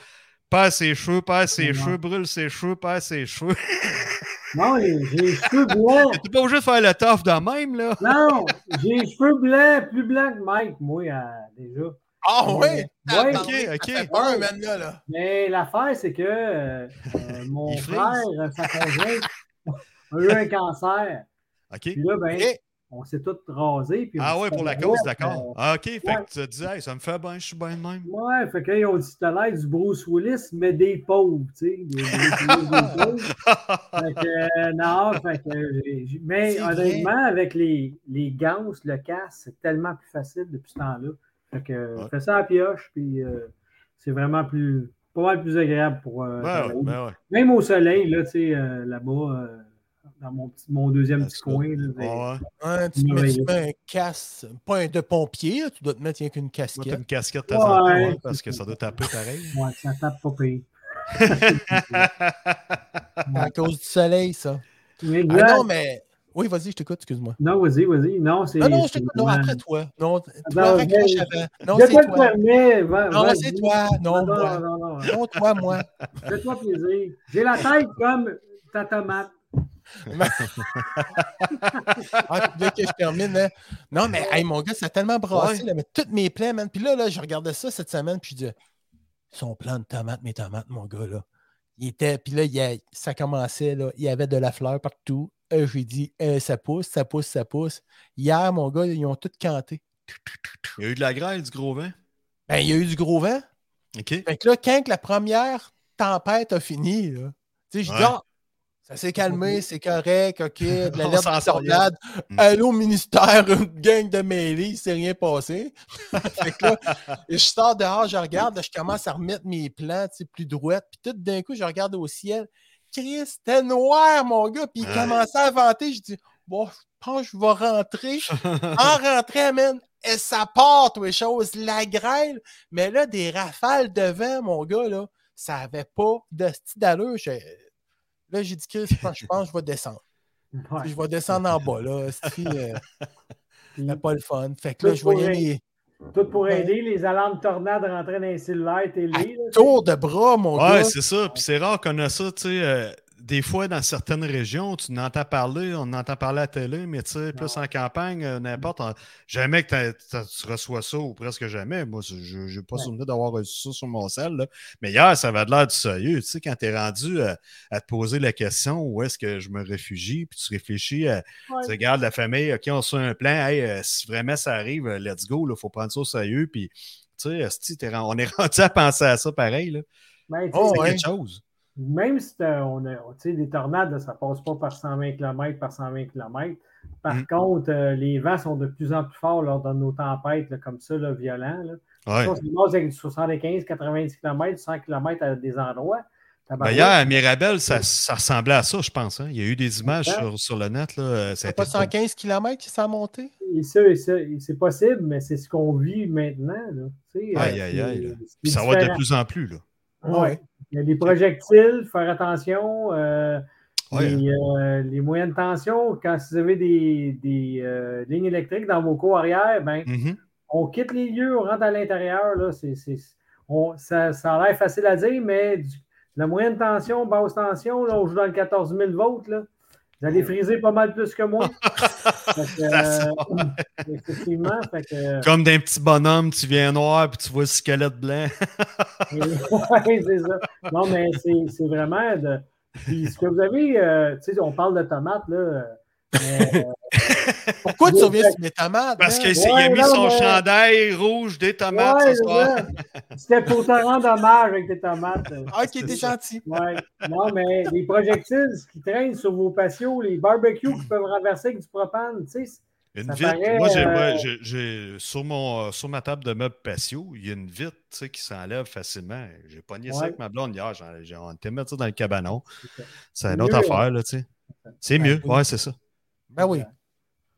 B: Perd ses cheveux, perd ses
C: Non.
B: cheveux, brûle ses cheveux, perd ses cheveux.
C: Non, j'ai les cheveux blancs.
B: T'es pas obligé de faire le taf de même, là.
C: Non, j'ai les cheveux blancs, plus blancs que Mike, moi, euh, déjà.
A: Ah ouais!
C: Ouais,
A: tabarnak,
B: ok,
A: ça
B: ok.
A: fait peur, man, là, là.
C: Mais l'affaire, c'est que euh, euh, mon
B: Il frise.
C: frère, euh, sa conjointe, a eu un cancer.
B: OK.
C: Puis là, ben,
A: Eh,
C: on s'est tous rasés. Puis on
B: Ah
C: s'est
B: ouais, pour la
C: fait euh,
B: cause,
C: mettre,
B: d'accord. Ah, OK, fait
C: ouais.
B: que tu te disais, Hey, ça me fait bien, je suis bien de même.
C: euh, ouais, fait qu'ils ont dit tout à l'heure du Bruce Willis, mais des pauvres, tu sais. Des, des- des- des pauvres. Fait que, euh, non, fait que, euh, j'ai- j'ai- mais
A: C'est
C: honnêtement, avec les, les gants, le casque, c'est tellement plus facile depuis ce temps-là. Fait que, euh,
B: Ouais.
C: fais ça à la pioche, puis euh, c'est vraiment plus, pas mal plus agréable pour. euh,
B: Ben
C: travailler.
B: ouais, ben ouais.
C: Même au soleil, là, tu sais, euh, là-bas, euh, dans mon, petit, mon deuxième
B: Parce
C: petit
B: que-
C: coin. là,
B: Ouais, ouais.
A: hein, tu, te mets, tu
C: Merveilleux.
A: mets un casque, pas un de pompier, là, tu dois te mettre rien qu'une
B: Moi, t'as
A: casquette.
B: une casquette de temps en temps,
C: Ouais.
B: ouais, parce que ça doit taper pareil.
C: Ouais, ça tape pas pire.
A: À cause du soleil, ça. Ah
C: Exact.
A: non, mais. Oui, vas-y, je t'écoute, excuse-moi.
C: non, vas-y, vas-y. Non, c'est.
A: Non, Ah non, je
C: c'est-
A: t'écoute. Non,
C: ouais.
A: après toi. Non, t-
C: Ah,
A: toi,
C: non,
A: raccroche
C: mais-
A: avant. Non,
C: Je
A: c'est
C: te le
A: toi.
C: permets. va-
A: Non,
C: vas-y.
A: c'est toi. Non,
C: non,
A: moi.
C: non, non, non.
A: Non, toi, moi.
C: Fais-toi plaisir. J'ai la tête comme ta tomate.
A: Ah, tu voulais que je termine, hein? Non, mais hey, mon gars, ça a tellement brassé, là, mais toutes mes plaies, man. Puis là, là, je regardais ça cette semaine, puis je disais, son plan de tomates, mes tomates, mon gars, là. Il était, puis là, il y a- ça commençait, là, il y avait de la fleur partout. Euh, J'ai dit, euh, ça pousse, ça pousse, ça pousse. Hier, mon gars, ils ont tout canté.
B: Il y a eu de la grêle, du gros vent.
A: Ben, il y a eu du gros vent.
B: OK.
A: Fait que là, quand que la première tempête a fini, là, tu sais, je dis,
B: Ouais.
A: Ah, ça s'est calmé, c'est correct, OK, de la
B: On
A: lettre
B: s'en
A: de
B: sort bien.
A: tornade.
B: Mm.
A: Allô, ministère, une gang de mêlée, il s'est rien passé. fait que là, je sors dehors, je regarde, là, je commence à remettre mes plans, tu sais, plus droite, puis tout d'un coup, je regarde au ciel. Christ, c'était noir, mon gars, puis il
B: Ouais.
A: commençait à vanter. Je dis, bon, je pense que je vais rentrer en rentrant, man, et ça part, toi, les choses, la grêle. Mais là, des rafales de vent, mon gars, là, ça n'avait pas de style d'allure. Je- Là, j'ai dit, Chris, je pense- je pense que je vais descendre.
C: Ouais.
A: Je vais descendre en bas, là. C'était euh,
C: Puis,
A: c'était pas le fun. Fait que là, je voyais mes
C: tout pour aider les alarmes tornades à rentrer dans les cellulaires
A: Ah,
C: télé. là.
A: tours de bras, mon
B: Ouais,
A: gars.
B: c'est ça. Puis c'est rare qu'on a ça, tu sais. euh, des fois, dans certaines régions, tu n'entends parler, on entend parler à la télé, mais tu sais, plus
C: Non.
B: en campagne, euh, n'importe. on- Jamais que t'as- t'as- tu reçois ça, ou presque jamais. Moi, c'est- je n'ai pas
C: Ouais.
B: souvenir d'avoir reçu ça sur mon sel. là. Mais hier, ça avait de l'air du sérieux. Tu sais, quand tu es rendu à, à te poser la question où est-ce que je me réfugie, puis tu réfléchis à,
C: Ouais.
B: tu regardes la famille, OK, on se fait un plan. Hey, euh, si vraiment ça arrive, euh, let's go, il faut prendre ça au sérieux. Puis, tu sais, esti, t'es ren- on est rendu à penser à ça pareil. Là.
C: Ben, tu sais,
A: Oh,
B: C'est
A: ouais.
B: quelque chose.
C: Même si t'as- on a, tu sais, des tornades, là, ça passe pas par 120 km, par 120 km. Par
B: Mm.
C: contre, euh, les vents sont de plus en plus forts lors de nos tempêtes, là, comme ça, là, violents. là.
B: Ouais.
C: Ça, On se ramasse avec du 75, 90 km, 100 km à des endroits.
B: Ben, hier, à Mirabel, ça, ça ressemblait à ça, je pense. hein. Il y a eu des images
C: Ouais.
B: sur, sur le net. Là. euh, ça a
A: C'est pas
B: été trop-
A: 115 km qui s'est monté?
C: Et ça, et ça, et c'est possible, mais c'est ce qu'on vit maintenant. Là, tu sais,
B: Aïe,
C: euh,
B: aïe, aïe,
C: c'est-
B: là.
C: c'est
B: Puis ça va être de
C: différent.
B: plus en plus. Là.
C: Ouais. Il y a des projectiles, faire attention. euh,
B: Ouais.
C: les, euh, les moyennes tensions, quand vous avez des, des, euh, lignes électriques dans vos cours arrière, ben,
B: Mhm.
C: on quitte les lieux, on rentre à l'intérieur. là, c'est- c'est- on- Ça, ça a l'air facile à dire, mais du- la moyenne tension, basse tension, là, on joue dans le 14 000 volts. Là. Vous allez friser pas mal plus que moi. Fait que, euh, effectivement, fait que, euh,
B: Comme d'un petit bonhomme, tu viens noir, puis tu vois le squelette blanc.
C: Ouais, c'est ça. Non, mais c'est c'est vraiment de. Puis ce que vous avez, euh, tu sais, on parle de tomates, là. euh, mais, euh,
A: Pourquoi tu
C: Ouais.
A: reviens sur mes tomates?
B: Parce
A: man?
B: qu'il s'est- il a
C: Ouais,
B: mis
C: non,
B: son
C: mais-
B: chandail rouge des tomates
C: ouais,
B: ce soir.
C: c'est ça. C'était pour te rendre hommage avec tes tomates. euh.
A: Ah, qui était gentil.
C: Ouais. Non, mais les projectiles qui traînent sur vos patios, les barbecues qui peuvent renverser avec du propane, tu sais.
B: Une
C: Ça
B: vitre.
C: paraît,
B: Moi, j'ai,
C: euh,
B: moi, j'ai- j'ai- sur, mon, euh, sur ma table de meubles patio, il y a une vitre tu sais, qui s'enlève facilement. J'ai pogné ça
C: Ouais.
B: avec ma blonde hier. j'en- j'ai- on était mettre ça dans le cabanon.
C: ça.
B: C'est
C: C'est
B: une autre
C: mieux,
B: affaire, là, tu sais. C'est
A: Ben
B: mieux.
A: oui.
B: Ouais, c'est ça.
A: Ben oui.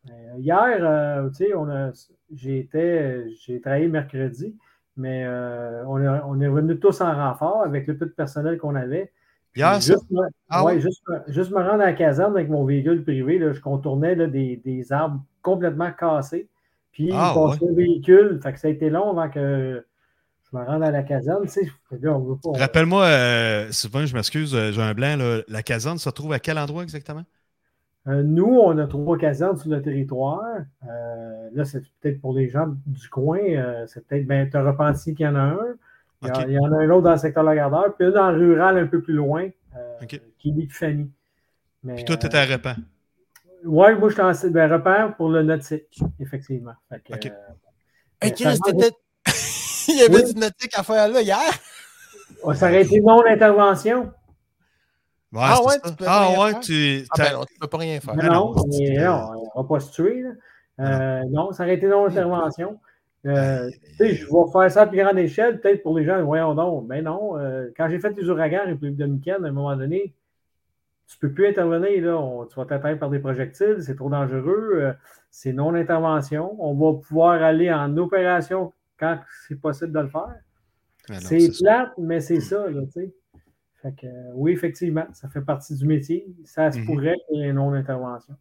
C: Euh, Hier, euh, tu sais, on a- j'ai été- j'ai travaillé mercredi, mais euh, on, a- on est revenus tous en renfort avec le peu de personnel qu'on avait.
B: Hier, ça.
C: juste, me,
B: Ah
C: ouais,
B: ouais?
C: juste, me- juste me rendre à la caserne avec mon véhicule privé, là, je contournais là, des, des arbres complètement cassés. Puis
B: Ah
C: je passais le véhicule. Fait que ça a été long avant que je me rends à la caserne. Tu sais, là, on veut pas. on-
B: Rappelle-moi, euh, Sylvain, je m'excuse, euh, j'ai un blanc. là. La caserne se trouve à quel endroit exactement?
C: Euh, nous, on a trois casernes sur le territoire. Euh, là, c'est peut-être pour les gens du coin. euh, c'est peut-être, ben, te repenti qu'il y en a un. Il y, en-
B: Ok.
C: il y en a un autre dans le secteur Lagardeur, puis un dans le rural un peu plus loin, euh,
B: Ok.
C: qui est l'Épiphanie. Mais,
B: Puis toi, t'étais à Repent.
C: euh, ouais, moi, je suis en site- ben, repère pour le nautique, effectivement. Fait que,
B: Ok.
C: euh,
B: Ben,
A: Hey,
C: Ça
A: Chris,
C: demande-
A: t'étais- Il y avait
C: Oui.
A: du nautique à faire là hier.
C: on s'arrête non l'intervention.
B: Ouais,
A: Ah
B: c'est
A: ouais,
B: ça.
A: tu peux
B: Ah
A: rien
B: ouais,
A: faire?
B: tu.
A: Ah
B: t'as-
A: ben non, tu peux pas rien faire.
B: Ben
C: Non,
B: non,
C: mais
B: c'est-
C: non, on va pas se tuer. là. Euh, non, ça aurait été non l'intervention. Euh, tu
B: Eh,
C: sais, je vais faire ça à plus grande échelle, peut-être pour les gens, voyons donc. Mais non, euh, quand j'ai fait les ouragans en République dominicaine, à un moment donné, tu ne peux plus intervenir. Là. On- tu vas t'atteindre par des projectiles, c'est trop dangereux. euh, c'est non l'intervention. On va pouvoir aller en opération quand c'est possible de le faire.
B: Ah non,
C: C'est
B: ça. Hmm.
C: plate, mais c'est ça, là, tu sais. Fait que, euh, oui, effectivement, ça fait partie du métier. Ça se
B: Mhm.
C: pourrait qu'il y ait une non-intervention.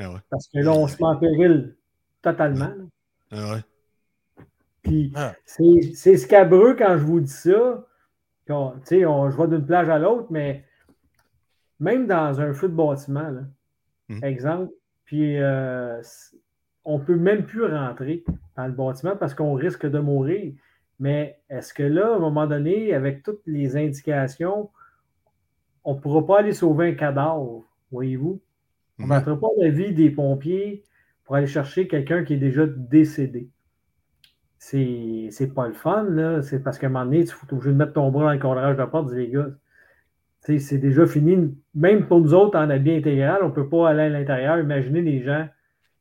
B: Ah ouais.
C: Parce que là, on se met en péril totalement. là.
B: Ah ouais.
C: Puis
A: Ah.
C: c'est c'est scabreux quand je vous dis ça. Puis on- Tu sais, on- je vais d'une plage à l'autre, mais même dans un feu de bâtiment, là,
B: Mhm.
C: exemple, puis euh, c- on peut même plus rentrer dans le bâtiment parce qu'on risque de mourir. Mais est-ce que là, à un moment donné, avec toutes les indications, on ne pourra pas aller sauver un cadavre, voyez-vous? On ne
B: Mhm.
C: mettra pas la vie des pompiers pour aller chercher quelqu'un qui est déjà décédé. C'est c'est pas le fun, là. C'est parce qu'à un moment donné, tu es obligé de mettre ton bras dans le cadrage de la porte, dis les gars. tu sais, C'est déjà fini. Même pour nous autres, en habit intégral, on ne peut pas aller à l'intérieur. Imaginez les gens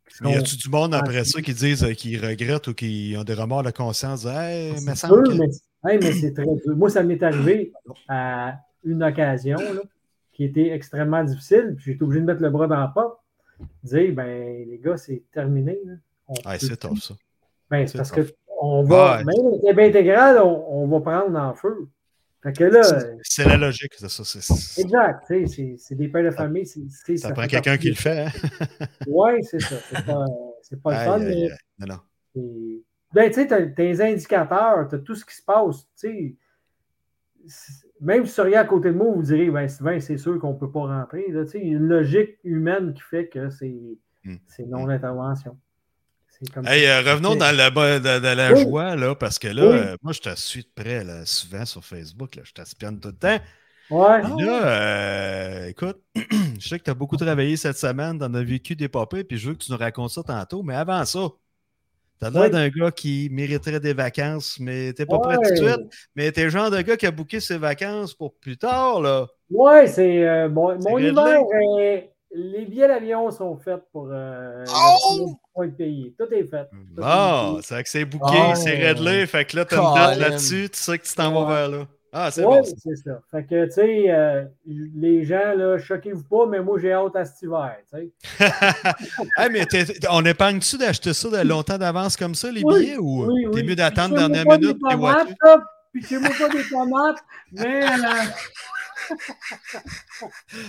C: qui sont.
B: Mais y a-tu du monde
C: Ah.
B: après ça qui disent euh, qu'ils regrettent ou qui ont des remords de conscience? Hey,
C: Ah, C'est
B: me
C: dur,
B: semble que-
C: mais, hey, mais c'est très dur. Moi, ça m'est arrivé à une occasion là, qui était extrêmement difficile. Puis j'ai été obligé de mettre le bras dans la porte. Dire, ben, les gars, c'est terminé. là. On
B: Ah,
C: peut
B: c'est top ça.
C: Ben, c'est
B: C'est
C: parce
B: ça.
C: que on va, ben,
B: Ouais.
C: même avec les bains intégrales, on, on va prendre en feu. Fait que là,
B: C'est- C'est la logique, c'est ça. c'est- c'est-
C: exact, tu sais, c'est c'est des pères de famille. c'est- c'est-
B: Ça
C: fait
B: prend quelqu'un
C: partie-
B: qui le fait. hein?
C: Ouais, c'est ça. C'est pas, c'est pas le
B: Aïe,
C: fun,
B: aïe,
C: mais
B: aïe. Non, non.
C: et- Ben, tu sais, t'as tes indicateurs, t'as tout ce qui se passe, tu sais. C'est- Même si vous seriez à côté de moi, vous direz, ben, Sylvain, c'est sûr qu'on ne peut pas rentrer. Là, tu sais, il y a une logique humaine qui fait que c'est
B: Hmm.
C: c'est non-intervention. C'est comme
B: Hey, euh, revenons
C: Ok.
B: dans la, bo- dans- dans la
C: Oui.
B: joie, là, parce que là,
C: Oui.
B: euh, moi, je te suis de près, là, souvent sur Facebook, là, je t'aspionne tout le temps.
C: Ouais,
B: Puis là, euh, écoute, je sais que tu as beaucoup travaillé cette semaine, tu en as vécu des papés, puis je veux que tu nous racontes ça tantôt, mais avant ça, tu as l'air
C: Oui.
B: d'un gars qui mériterait des vacances, mais t'es pas prêt tout
C: ouais.
B: de suite, mais t'es le genre de gars qui a booké ses vacances pour plus tard, là.
C: Ouais, c'est euh, mon,
B: C'est
C: mon
B: réglé.
C: hiver. euh, les billets d'avion sont faits pour
B: Ah!
C: euh,
A: Oh!
C: le point de payer. Tout est fait. Tout
B: Bon,
C: est
B: c'est vrai que c'est booké,
C: Ah,
A: Oh.
B: c'est réglé, fait que là, t'as une date
A: Colin.
B: là-dessus, tu sais que tu t'en vas vers là. Ah, c'est
C: payé.
B: bon.
C: Ouais,
B: ça.
C: c'est ça. Fait que, tu sais, euh, les gens, là, choquez-vous pas, mais moi, j'ai hâte à cet hiver. tu sais.
B: Ah, mais t'es- t'es- on épargne-tu d'acheter ça de longtemps d'avance comme ça, les
C: Oui,
B: billets, ou
C: Oui, oui.
B: hein. t'es mieux d'attendre
C: Pitchez-moi
B: dernière
C: pas des
B: minute puis
C: tomates,
B: watcher?
C: là, Pitchez-moi pas des tomates, mais euh,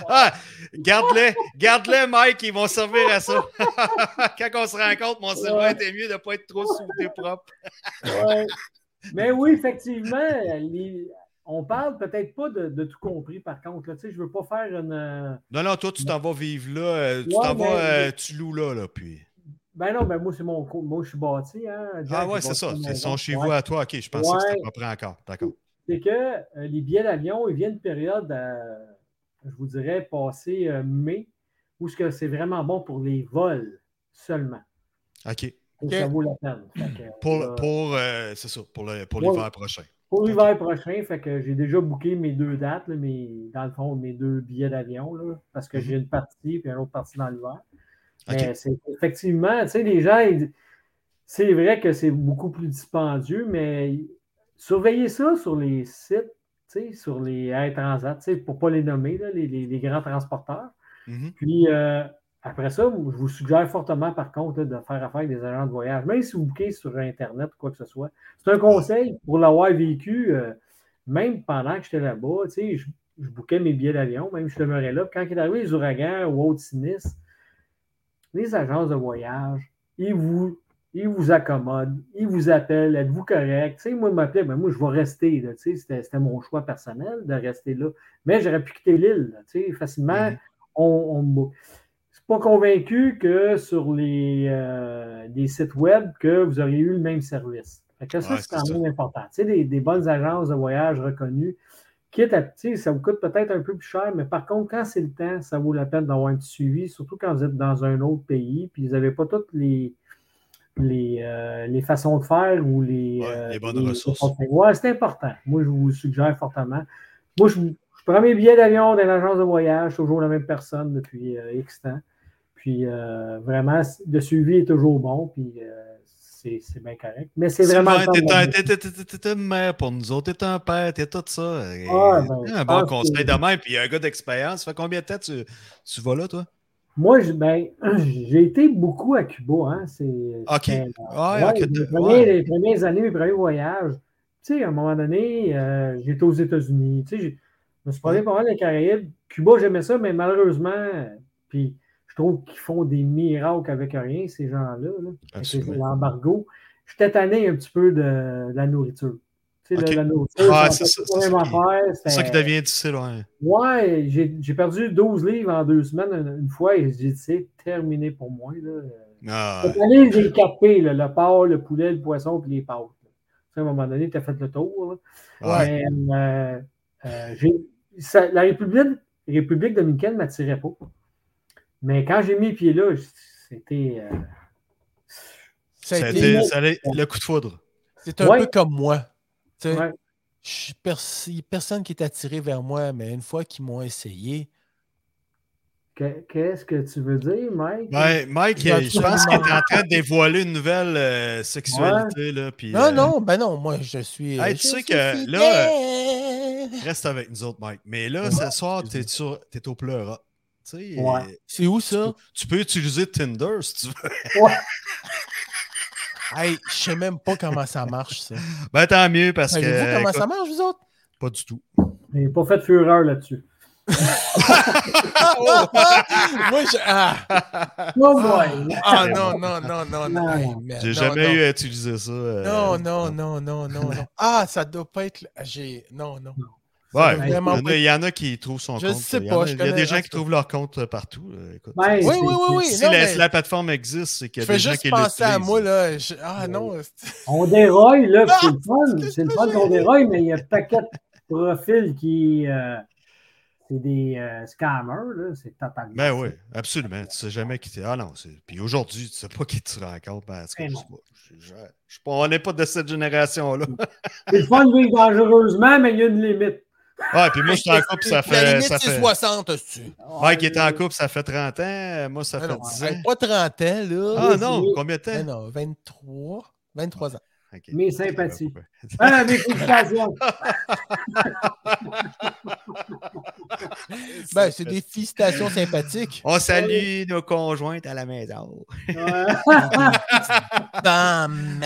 B: Ah, garde-les, garde-les, Mike, ils vont servir à ça. Quand on se rencontre, mon Sylvain, t'es mieux de ne pas être trop sous tes propres.
C: euh, ouais. mais oui, effectivement, les- on parle peut-être pas de, de tout compris, par contre. là. Tu sais, je veux pas faire une. euh,
B: Non, non, toi, tu t'en vas vivre là, euh, tu
C: Ouais,
B: t'en vas,
C: mais-
B: euh, tu loues là, là, puis.
C: Ben non, ben moi, c'est mon. co- Moi, je suis bâti. Hein,
B: Ah
C: Jack,
B: ouais,
C: j'ai
B: c'est
C: bâti
B: ça,
C: une
B: c'est
C: maison.
B: son chez
C: Ouais.
B: vous à toi. Ok, je pensais que
C: Ouais.
B: c'était pas prêt encore. D'accord.
C: c'est que euh, les billets d'avion, ils viennent de période, euh, je vous dirais, passé euh, mai, où ce que c'est vraiment bon pour les vols seulement.
B: Ok.
C: Et
A: Ok.
C: Ça vaut la peine. Fait que,
B: Pour,
C: euh,
B: pour euh, c'est ça, pour le- pour
C: Ouais.
B: l'hiver prochain.
C: pour l'hiver prochain, fait que j'ai déjà booké mes deux dates, là, mes, dans le fond, mes deux billets d'avion, là, parce que
B: Mhm.
C: j'ai une partie puis une autre partie dans l'hiver.
B: Ok.
C: Mais c'est effectivement, tu sais, les gens, ils- c'est vrai que c'est beaucoup plus dispendieux, mais surveillez ça sur les sites, tu sais, sur les Air Transat, tu sais, pour ne pas les nommer, là, les, les- les grands transporteurs.
B: Mhm.
C: Puis euh, après ça, vous- je vous suggère fortement, par contre, là, de faire affaire avec des agents de voyage, même si vous bouquez sur Internet ou quoi que ce soit. C'est un conseil pour l'avoir vécu, euh, même pendant que j'étais là-bas, tu sais, je, je bouquais mes billets d'avion, même je demeurais là. Puis Quand il est arrivé les ouragans ou autres sinistres, les agences de voyage, ils vous il vous accommode, il vous appelle, êtes-vous correct? Tu sais, moi, il m'appelait, ben moi, je vais rester. Là, tu sais, c'était, c'était mon choix personnel de rester là. Mais j'aurais pu quitter l'île. Là, tu sais, facilement,
B: Mhm.
C: on, on- Je suis pas convaincu que sur les, euh, les sites web, que vous auriez eu le même service. Fait que ça,
B: Ouais,
C: c'est quand
B: c'est
C: même important. Tu sais, des, des bonnes agences de voyage reconnues, quitte à petit, ça vous coûte peut-être un peu plus cher, mais par contre, quand c'est le temps, ça vaut la peine d'avoir un petit suivi, surtout quand vous êtes dans un autre pays, puis vous n'avez pas toutes les, les, euh, les façons de faire ou les,
B: Ouais,
C: euh,
B: les bonnes ressources.
C: Ouais, c'est important. Moi, je vous le suggère fortement. Moi, je, je prends mes billets d'avion dans l'agence de voyage, toujours la même personne depuis euh, X temps. Puis euh, vraiment, c- le suivi est toujours bon, puis euh, c'est c'est bien correct. Mais c'est
B: Sylvain,
C: vraiment. le temps de
B: T'es un-
C: l'amener.
B: t'es- t'es- t'es- t'es- t'es une mère pour nous autres, t'es un père, t'es tout ça. Et-
C: Ah, ben,
B: t'es
C: je
B: un bon
C: pense
B: conseil
C: que-
B: de mère, puis un gars d'expérience. Ça fait combien de temps tu, tu vas là, toi?
C: Moi, je- ben, j'ai été beaucoup à Cuba. Hein. C'est-
B: OK.
C: c'est-
B: Ouais,
C: Ah, Ouais,
B: ok,
C: les,
B: t'es-
C: premiers-
B: ouais.
C: les premières années, mes premiers voyages, tu sais, à un moment donné, euh, j'étais aux États-Unis, tu sais, j'ai- je me suis promené pas mal les Caraïbes. Cuba, j'aimais ça, mais malheureusement, euh, puis je trouve qu'ils font des miracles avec rien, ces gens-là, là, avec les-
B: Absolument.
C: l'embargo. J'étais tanné un petit peu de, de la nourriture. Tu sais, la-
B: Ok.
C: la nourriture,
B: Ah,
C: j'en
B: c'est
C: fais
B: ça,
C: pas
B: c'est ça
C: vraiment
B: qui-
C: faire,
B: C'est ça qui
C: c'était-
A: ben,
B: devient difficile, ouais.
C: Ouais, j'ai j'ai perdu 12 livres en deux semaines une, une fois et j'ai dit, c'est terminé pour moi, là.
B: Ah,
C: Faut aller les capés, là, le porc, le poulet, le poisson, puis les pâtes. là. Ça, À un moment donné, tu as fait le tour.
B: ouais.
C: là. Mais, euh, euh, j'ai- ça- la République, République dominicaine ne m'attirait pas. Mais quand j'ai mis les pieds là, j- c'était. euh,
A: Ça a
B: Ça a
A: été-
B: été- ça a été le coup de foudre.
A: C'est un
C: Ouais.
A: peu comme moi. Tu sais,
C: Ouais.
A: je suis pers- y a personne qui est attiré vers moi, mais une fois qu'ils m'ont essayé,
C: que- Qu'est-ce que tu veux dire, Mike?
B: Ouais, Mike, euh,
A: Il a
B: je pense qu'il
A: absolument-
B: est en train de dévoiler une nouvelle euh, sexualité. Là, puis,
A: non,
B: euh,
A: non, ben non, moi je suis. euh,
B: Hey,
A: je
B: tu sais
A: suis
B: que là,
A: fidèle.
B: Reste avec nous autres, Mike. Mais là,
A: Ouais.
B: ce soir, t'es sur- t'es au pleura. Tu sais,
C: Ouais.
B: euh,
A: C'est où
B: tu,
A: ça?
B: peux- tu peux utiliser Tinder si tu veux.
A: Hey, je sais même pas comment ça marche, ça.
B: Ben, tant mieux parce que.
A: Savez-vous comment
B: écoute,
A: ça marche, vous autres?
B: Pas du tout.
C: J'ai pas fait de fureur là-dessus.
A: Moi, je. Ah,
C: Oh boy!
A: ah, non, non, non, non, non.
C: Non.
A: Hey, man,
B: J'ai
A: Euh, non,
B: jamais
A: non.
B: eu à utiliser ça. euh,
A: Non, non, non, non, non, non. Ah, ça doit pas être. J'ai. Non, non.
B: Ouais,
A: Ça doit
C: mais-
B: il y,
A: vraiment
B: en
A: pas
B: a,
A: être-
B: il y en a qui trouvent son
A: Je
B: compte.
A: sais
B: là. Il y
A: pas,
B: en a-
A: je
B: Il y a
A: connais-
B: des gens
A: en
B: qui
A: tout cas.
B: trouvent leur compte euh, partout. euh, écoute,
C: Ben,
B: c'est-
A: Oui, oui, oui, oui.
B: si
A: non,
B: la,
A: mais
B: la plateforme existe, c'est qu'il
A: je
B: y a des
A: fais
B: gens
A: juste
B: qui
A: penser à
B: l'utilisent.
A: moi, là. je- Ah,
C: Ouais.
A: non.
C: On déroille, là, puis
A: Ah,
C: c'est le
A: que
C: fun. C'est le
A: je
C: fun
A: peux
C: qu'on
A: gérer.
C: déroille, mais il y a un paquet de profils qui. euh, c'est des euh, scammers, là. C'est totalement.
B: Ben oui, absolument. Tu sais jamais qui t'es. Ah non, c'est- puis aujourd'hui, tu sais pas qui tu rencontres. Ben, en tout cas,
C: Ben
B: je
C: non.
B: sais pas. Je- je- je- on n'est pas de cette génération-là.
C: C'est le fun de vivre dangereusement, mais il y a une limite.
B: Ouais, puis moi, je suis en couple, ça
A: La
B: fait.
A: limite,
B: Ça
A: c'est
B: fait...
A: 60, tu
B: Mike était en couple, ça fait 30 ans. Moi, ça
A: Ah,
B: fait
A: non,
B: 10
A: hey,
B: ans.
A: pas 30 ans, là.
B: Ah non, combien de
A: Ah,
B: temps?
A: non, 23. 23 ans.
B: Ok. Ben,
C: Mes sympathies.
B: Ouais.
C: Ah, mes félicitations.
A: Ben, c'est des félicitations sympathiques.
B: On salue nos conjointes à la maison.
C: Ouais.
A: Bam!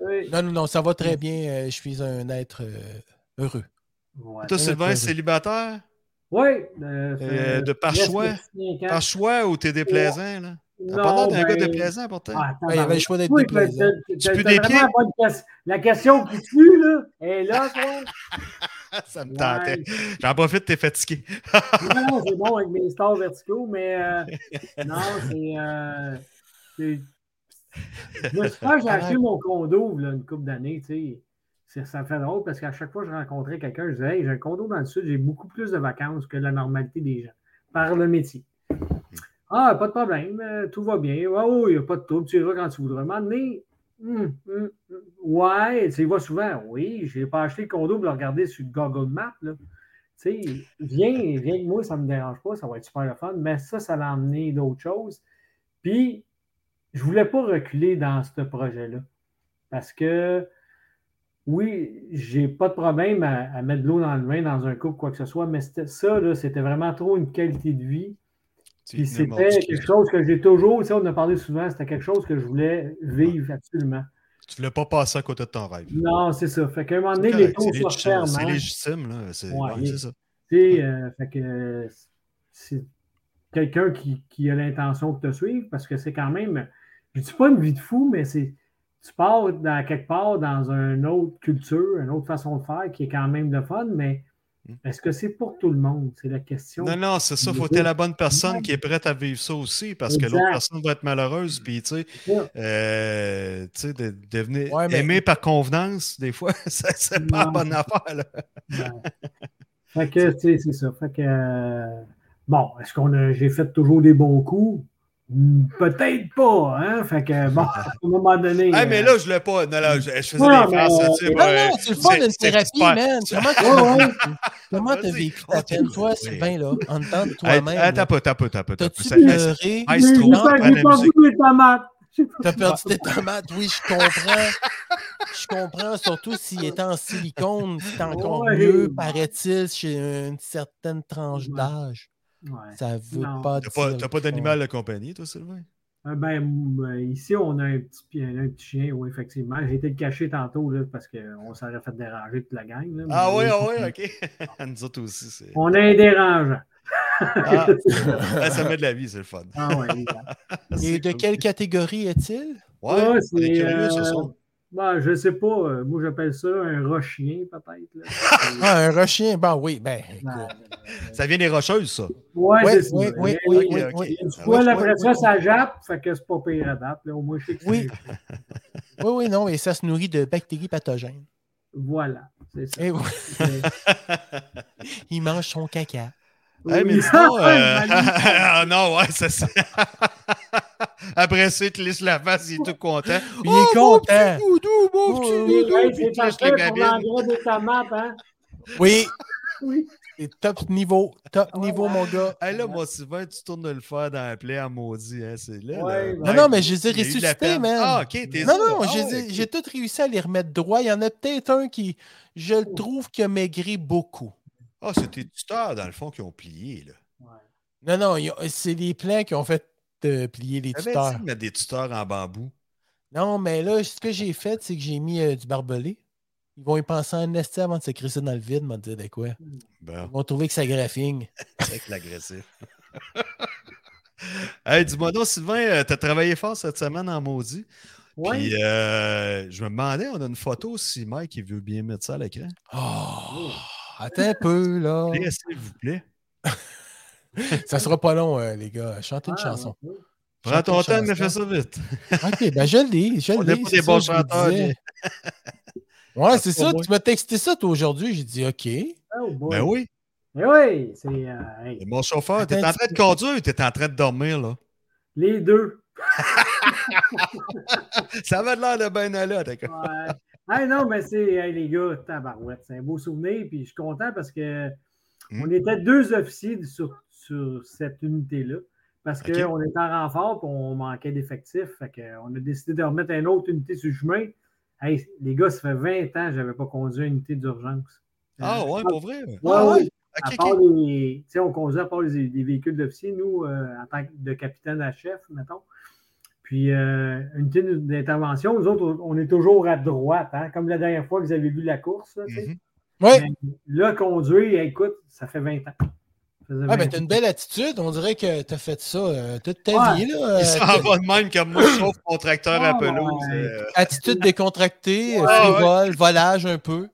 C: Oui.
A: Non, non, non, ça va très bien. euh, Je suis un être euh, heureux.
C: Ouais.
B: Toi, Sylvain,
A: oui.
B: célibataire?
C: Oui. euh, ça
B: Euh, de par
C: reste
B: choix.
C: cinq ans.
B: Par choix ou t'es déplaisant, là? T'as pas
C: Non,
B: l'air d'un gars
C: ben,
B: déplaisant, pourtant.
C: ah,
A: Ben, il y avait le choix d'être
C: oui,
A: déplaisant.
C: t'as- t'as-
B: Tu peux
C: t'as
B: des
C: vraiment
B: pieds?
C: la bonne question. La question qui tue, là, est là, toi.
B: ça me
C: Ouais.
B: tentait. J'en profite, t'es fatigué.
C: Non, non, c'est bon avec mes stars verticaux, mais euh, non, c'est. euh, c'est- je me souviens, j'ai acheté mon condo là, une couple d'années, tu sais. C'est- Ça me fait drôle parce qu'à chaque fois que je rencontrais quelqu'un, je disais Hey, j'ai un condo dans le sud, j'ai beaucoup plus de vacances que la normalité des gens par le métier. Ah, pas de problème, euh, tout va bien. Ouais, oh, il n'y a pas de trouble, tu iras quand tu voudras. Mais, hum, ouais, tu y vas souvent. Oui, je n'ai pas acheté le condo pour le regarder sur Google Maps. Là. Tu sais, viens, viens avec moi, ça ne me dérange pas, ça va être super le fun. Mais ça, ça l'a amené d'autres choses. Puis, je ne voulais pas reculer dans ce projet-là. Parce que, oui, j'ai pas de problème à, à mettre de l'eau dans le vin, dans un couple, quoi que ce soit, mais c'était- ça, là, c'était vraiment trop une qualité de vie. Puis c'était quelque chose que j'ai toujours, tu sais, on en a parlé souvent, c'était quelque chose que je voulais vivre absolument.
B: Tu voulais pas passer à côté de ton rêve.
C: Non, c'est ça. Fait qu'à un moment donné,
B: C'est
C: les
B: correct,
C: taux se
B: C'est légitime,
C: referment.
B: c'est
C: hein.
B: légitime, là. C'est
C: Ouais,
B: ouais,
C: les-
B: c'est ça.
C: Tu sais, euh, fait que euh, c'est quelqu'un qui, qui a l'intention de te suivre parce que c'est quand même dis pas une vie de fou, mais c'est tu pars dans, quelque part dans une autre culture, une autre façon de faire qui est quand même le fun, mais est-ce que c'est pour tout le monde? C'est la question.
B: Mm. Non, non, c'est ça. Il faut être la bonne personne qui est prête à vivre ça aussi parce exact. que l'autre personne va être malheureuse. Puis, tu sais, euh, tu sais de, devenir ouais, mais... aimé par convenance, des fois, c'est pas la bonne affaire. Là.
C: Non. Fait que, tu sais, c'est ça. Fait que, euh, bon, est-ce qu'on a, j'ai fait toujours des bons coups? Peut-être pas, hein? Fait que, bon, à un moment donné.
B: Ah, hey, mais là, je l'ai pas. Non, là, je, je faisais non, des phrases,
A: tu sais. Non, euh, non, c'est le fun d'une thérapie, man. Comment ouais, ouais. Comment t'as vécu ta peine, toi, Sylvain, là, en temps de toi-même?
B: Hey, t'as pas, t'as pas, t'as pas.
A: T'as-tu pleuré?
C: Ah, c'est trop. J'ai perdu mes tomates.
A: T'as perdu tes tomates, oui, je comprends. Je comprends, surtout s'il était en silicone, c'est encore ouais. mieux, paraît-il, chez une certaine tranche d'âge. Ouais. Ça veut non. pas
B: T'as pas, pas d'animal de compagnie, toi, Sylvain?
C: Euh, ben, ici, on a un petit, un, un petit chien, oui, effectivement. J'ai été le cacher tantôt là, parce qu'on s'aurait fait déranger toute la gang. Là,
B: ah oui, oui, oui, OK. Nous autres aussi. Est...
C: On a un dérangeant.
B: Ah. ça met de la vie, c'est le fun.
C: Ah, ouais,
A: Et de cool. quelle catégorie est-il?
B: Ouais, ouais c'est curieux, ce
C: soir. Ah, Ben, je sais pas. Euh, moi, j'appelle ça un rochien, peut-être.
A: ah, un rochien, ben oui. Ben, ben
B: euh, ça vient des rocheuses, ça.
C: Ouais, oui, oui, oui, oui, oui, okay, oui, okay. Du coup, ah, après ça, ça jappe, fait que c'est pas pire à date. Là. Au moins, je sais que
A: oui. oui, oui, non, et ça se nourrit de bactéries pathogènes.
C: Voilà, c'est ça.
A: Et Eh Il mange son caca.
B: Hey, mais sinon, euh... ah, non, ouais, ça c'est. Après ça, il te lisse la face, il est tout content.
A: Il oh, est content.
B: Mon petit doudou, mon petit doudou. Oh,
C: oui, c'est parfait pour de ta map, hein?
A: Oui. oui. C'est top niveau, top oh, niveau, ouais. mon gars.
B: Hey, là, moi, Sylvain, tu tournes de le faire dans la plaie à maudit. Hein, c'est là,
A: ouais, là, Non, non, mais je les ai ressuscités, man.
B: Ah, ok, t'es
A: Non, non, j'ai okay. tout réussi à les remettre droit. Il y en a peut-être un qui, je
B: Oh.
A: le trouve, qui a maigri beaucoup.
B: Ah, oh, c'est tes tuteurs, dans le fond, qui ont plié, là.
A: Ouais. Non, non, c'est les plans qui ont fait de plier les tuteurs.
B: mettre des tuteurs en bambou.
A: Non, mais là, ce que j'ai fait, c'est que j'ai mis euh, du barbelé. Ils vont y penser en esti avant de se crisser dans le vide, m'en dire de quoi.
B: Ben,
A: Bon. Ils vont trouver que ça graphing.
B: c'est l'agressif. hey, dis-moi donc, Sylvain, euh, t'as travaillé fort cette semaine en maudit. Ouais.
C: Ah,
B: Puis, euh, je me demandais, on a une photo si Mike il veut bien mettre ça à l'écran.
A: Oh, oh, attends un peu, là.
B: S'il vous plaît.
A: ça sera pas long, euh, les gars. Chantez une ah, chanson. Ouais.
B: Prends ton temps, mais fais ça vite.
A: OK, ben je l'ai. Je
B: On
A: l'ai.
B: pas des bons chanteurs. Mais...
A: ouais, c'est ça. Tu m'as texté ça, toi, aujourd'hui. J'ai dit OK.
B: Oh, ben oui.
C: Mais oui, c'est. Euh, hey.
B: Mon chauffeur, t'es en train de conduire t'es en train de dormir, là?
C: Les deux.
B: ça avait l'air de ben aller, d'accord.
C: Ouais. Hey, non, mais c'est. Hey, les gars, tabarouette. C'est un beau souvenir, puis je suis content parce que.
B: Hmm.
C: Mm. On était deux officiers sur, sur cette unité-là. Parce okay. qu'on était en renfort et on manquait d'effectifs. Fait on a décidé de remettre une autre unité sur le chemin. Hey, les gars, ça fait 20 ans que je n'avais pas conduit une unité d'urgence.
B: Ah ouais, pour vrai? Oui,
C: ah, oui. Okay, okay. Les, on conduisait à part les, les véhicules d'officier, nous, euh, en tant que de capitaine à chef, mettons. Puis, euh, unité d'intervention, nous autres, on est toujours à droite, hein, comme la dernière fois que vous avez vu la course. Là,
A: Mhm.
B: Mhm.
A: oui.
C: Là, conduire, écoute, ça fait 20 ans.
A: Ça 20 ah, ben, t'as une belle attitude. On dirait que t'as fait ça euh, toute ta ouais. vie. Là,
B: Il s'en va de même comme moi, je chauffe mon tracteur oh, à pelouse.
A: Euh... Attitude décontractée, ouais, frivole, ouais. volage un peu.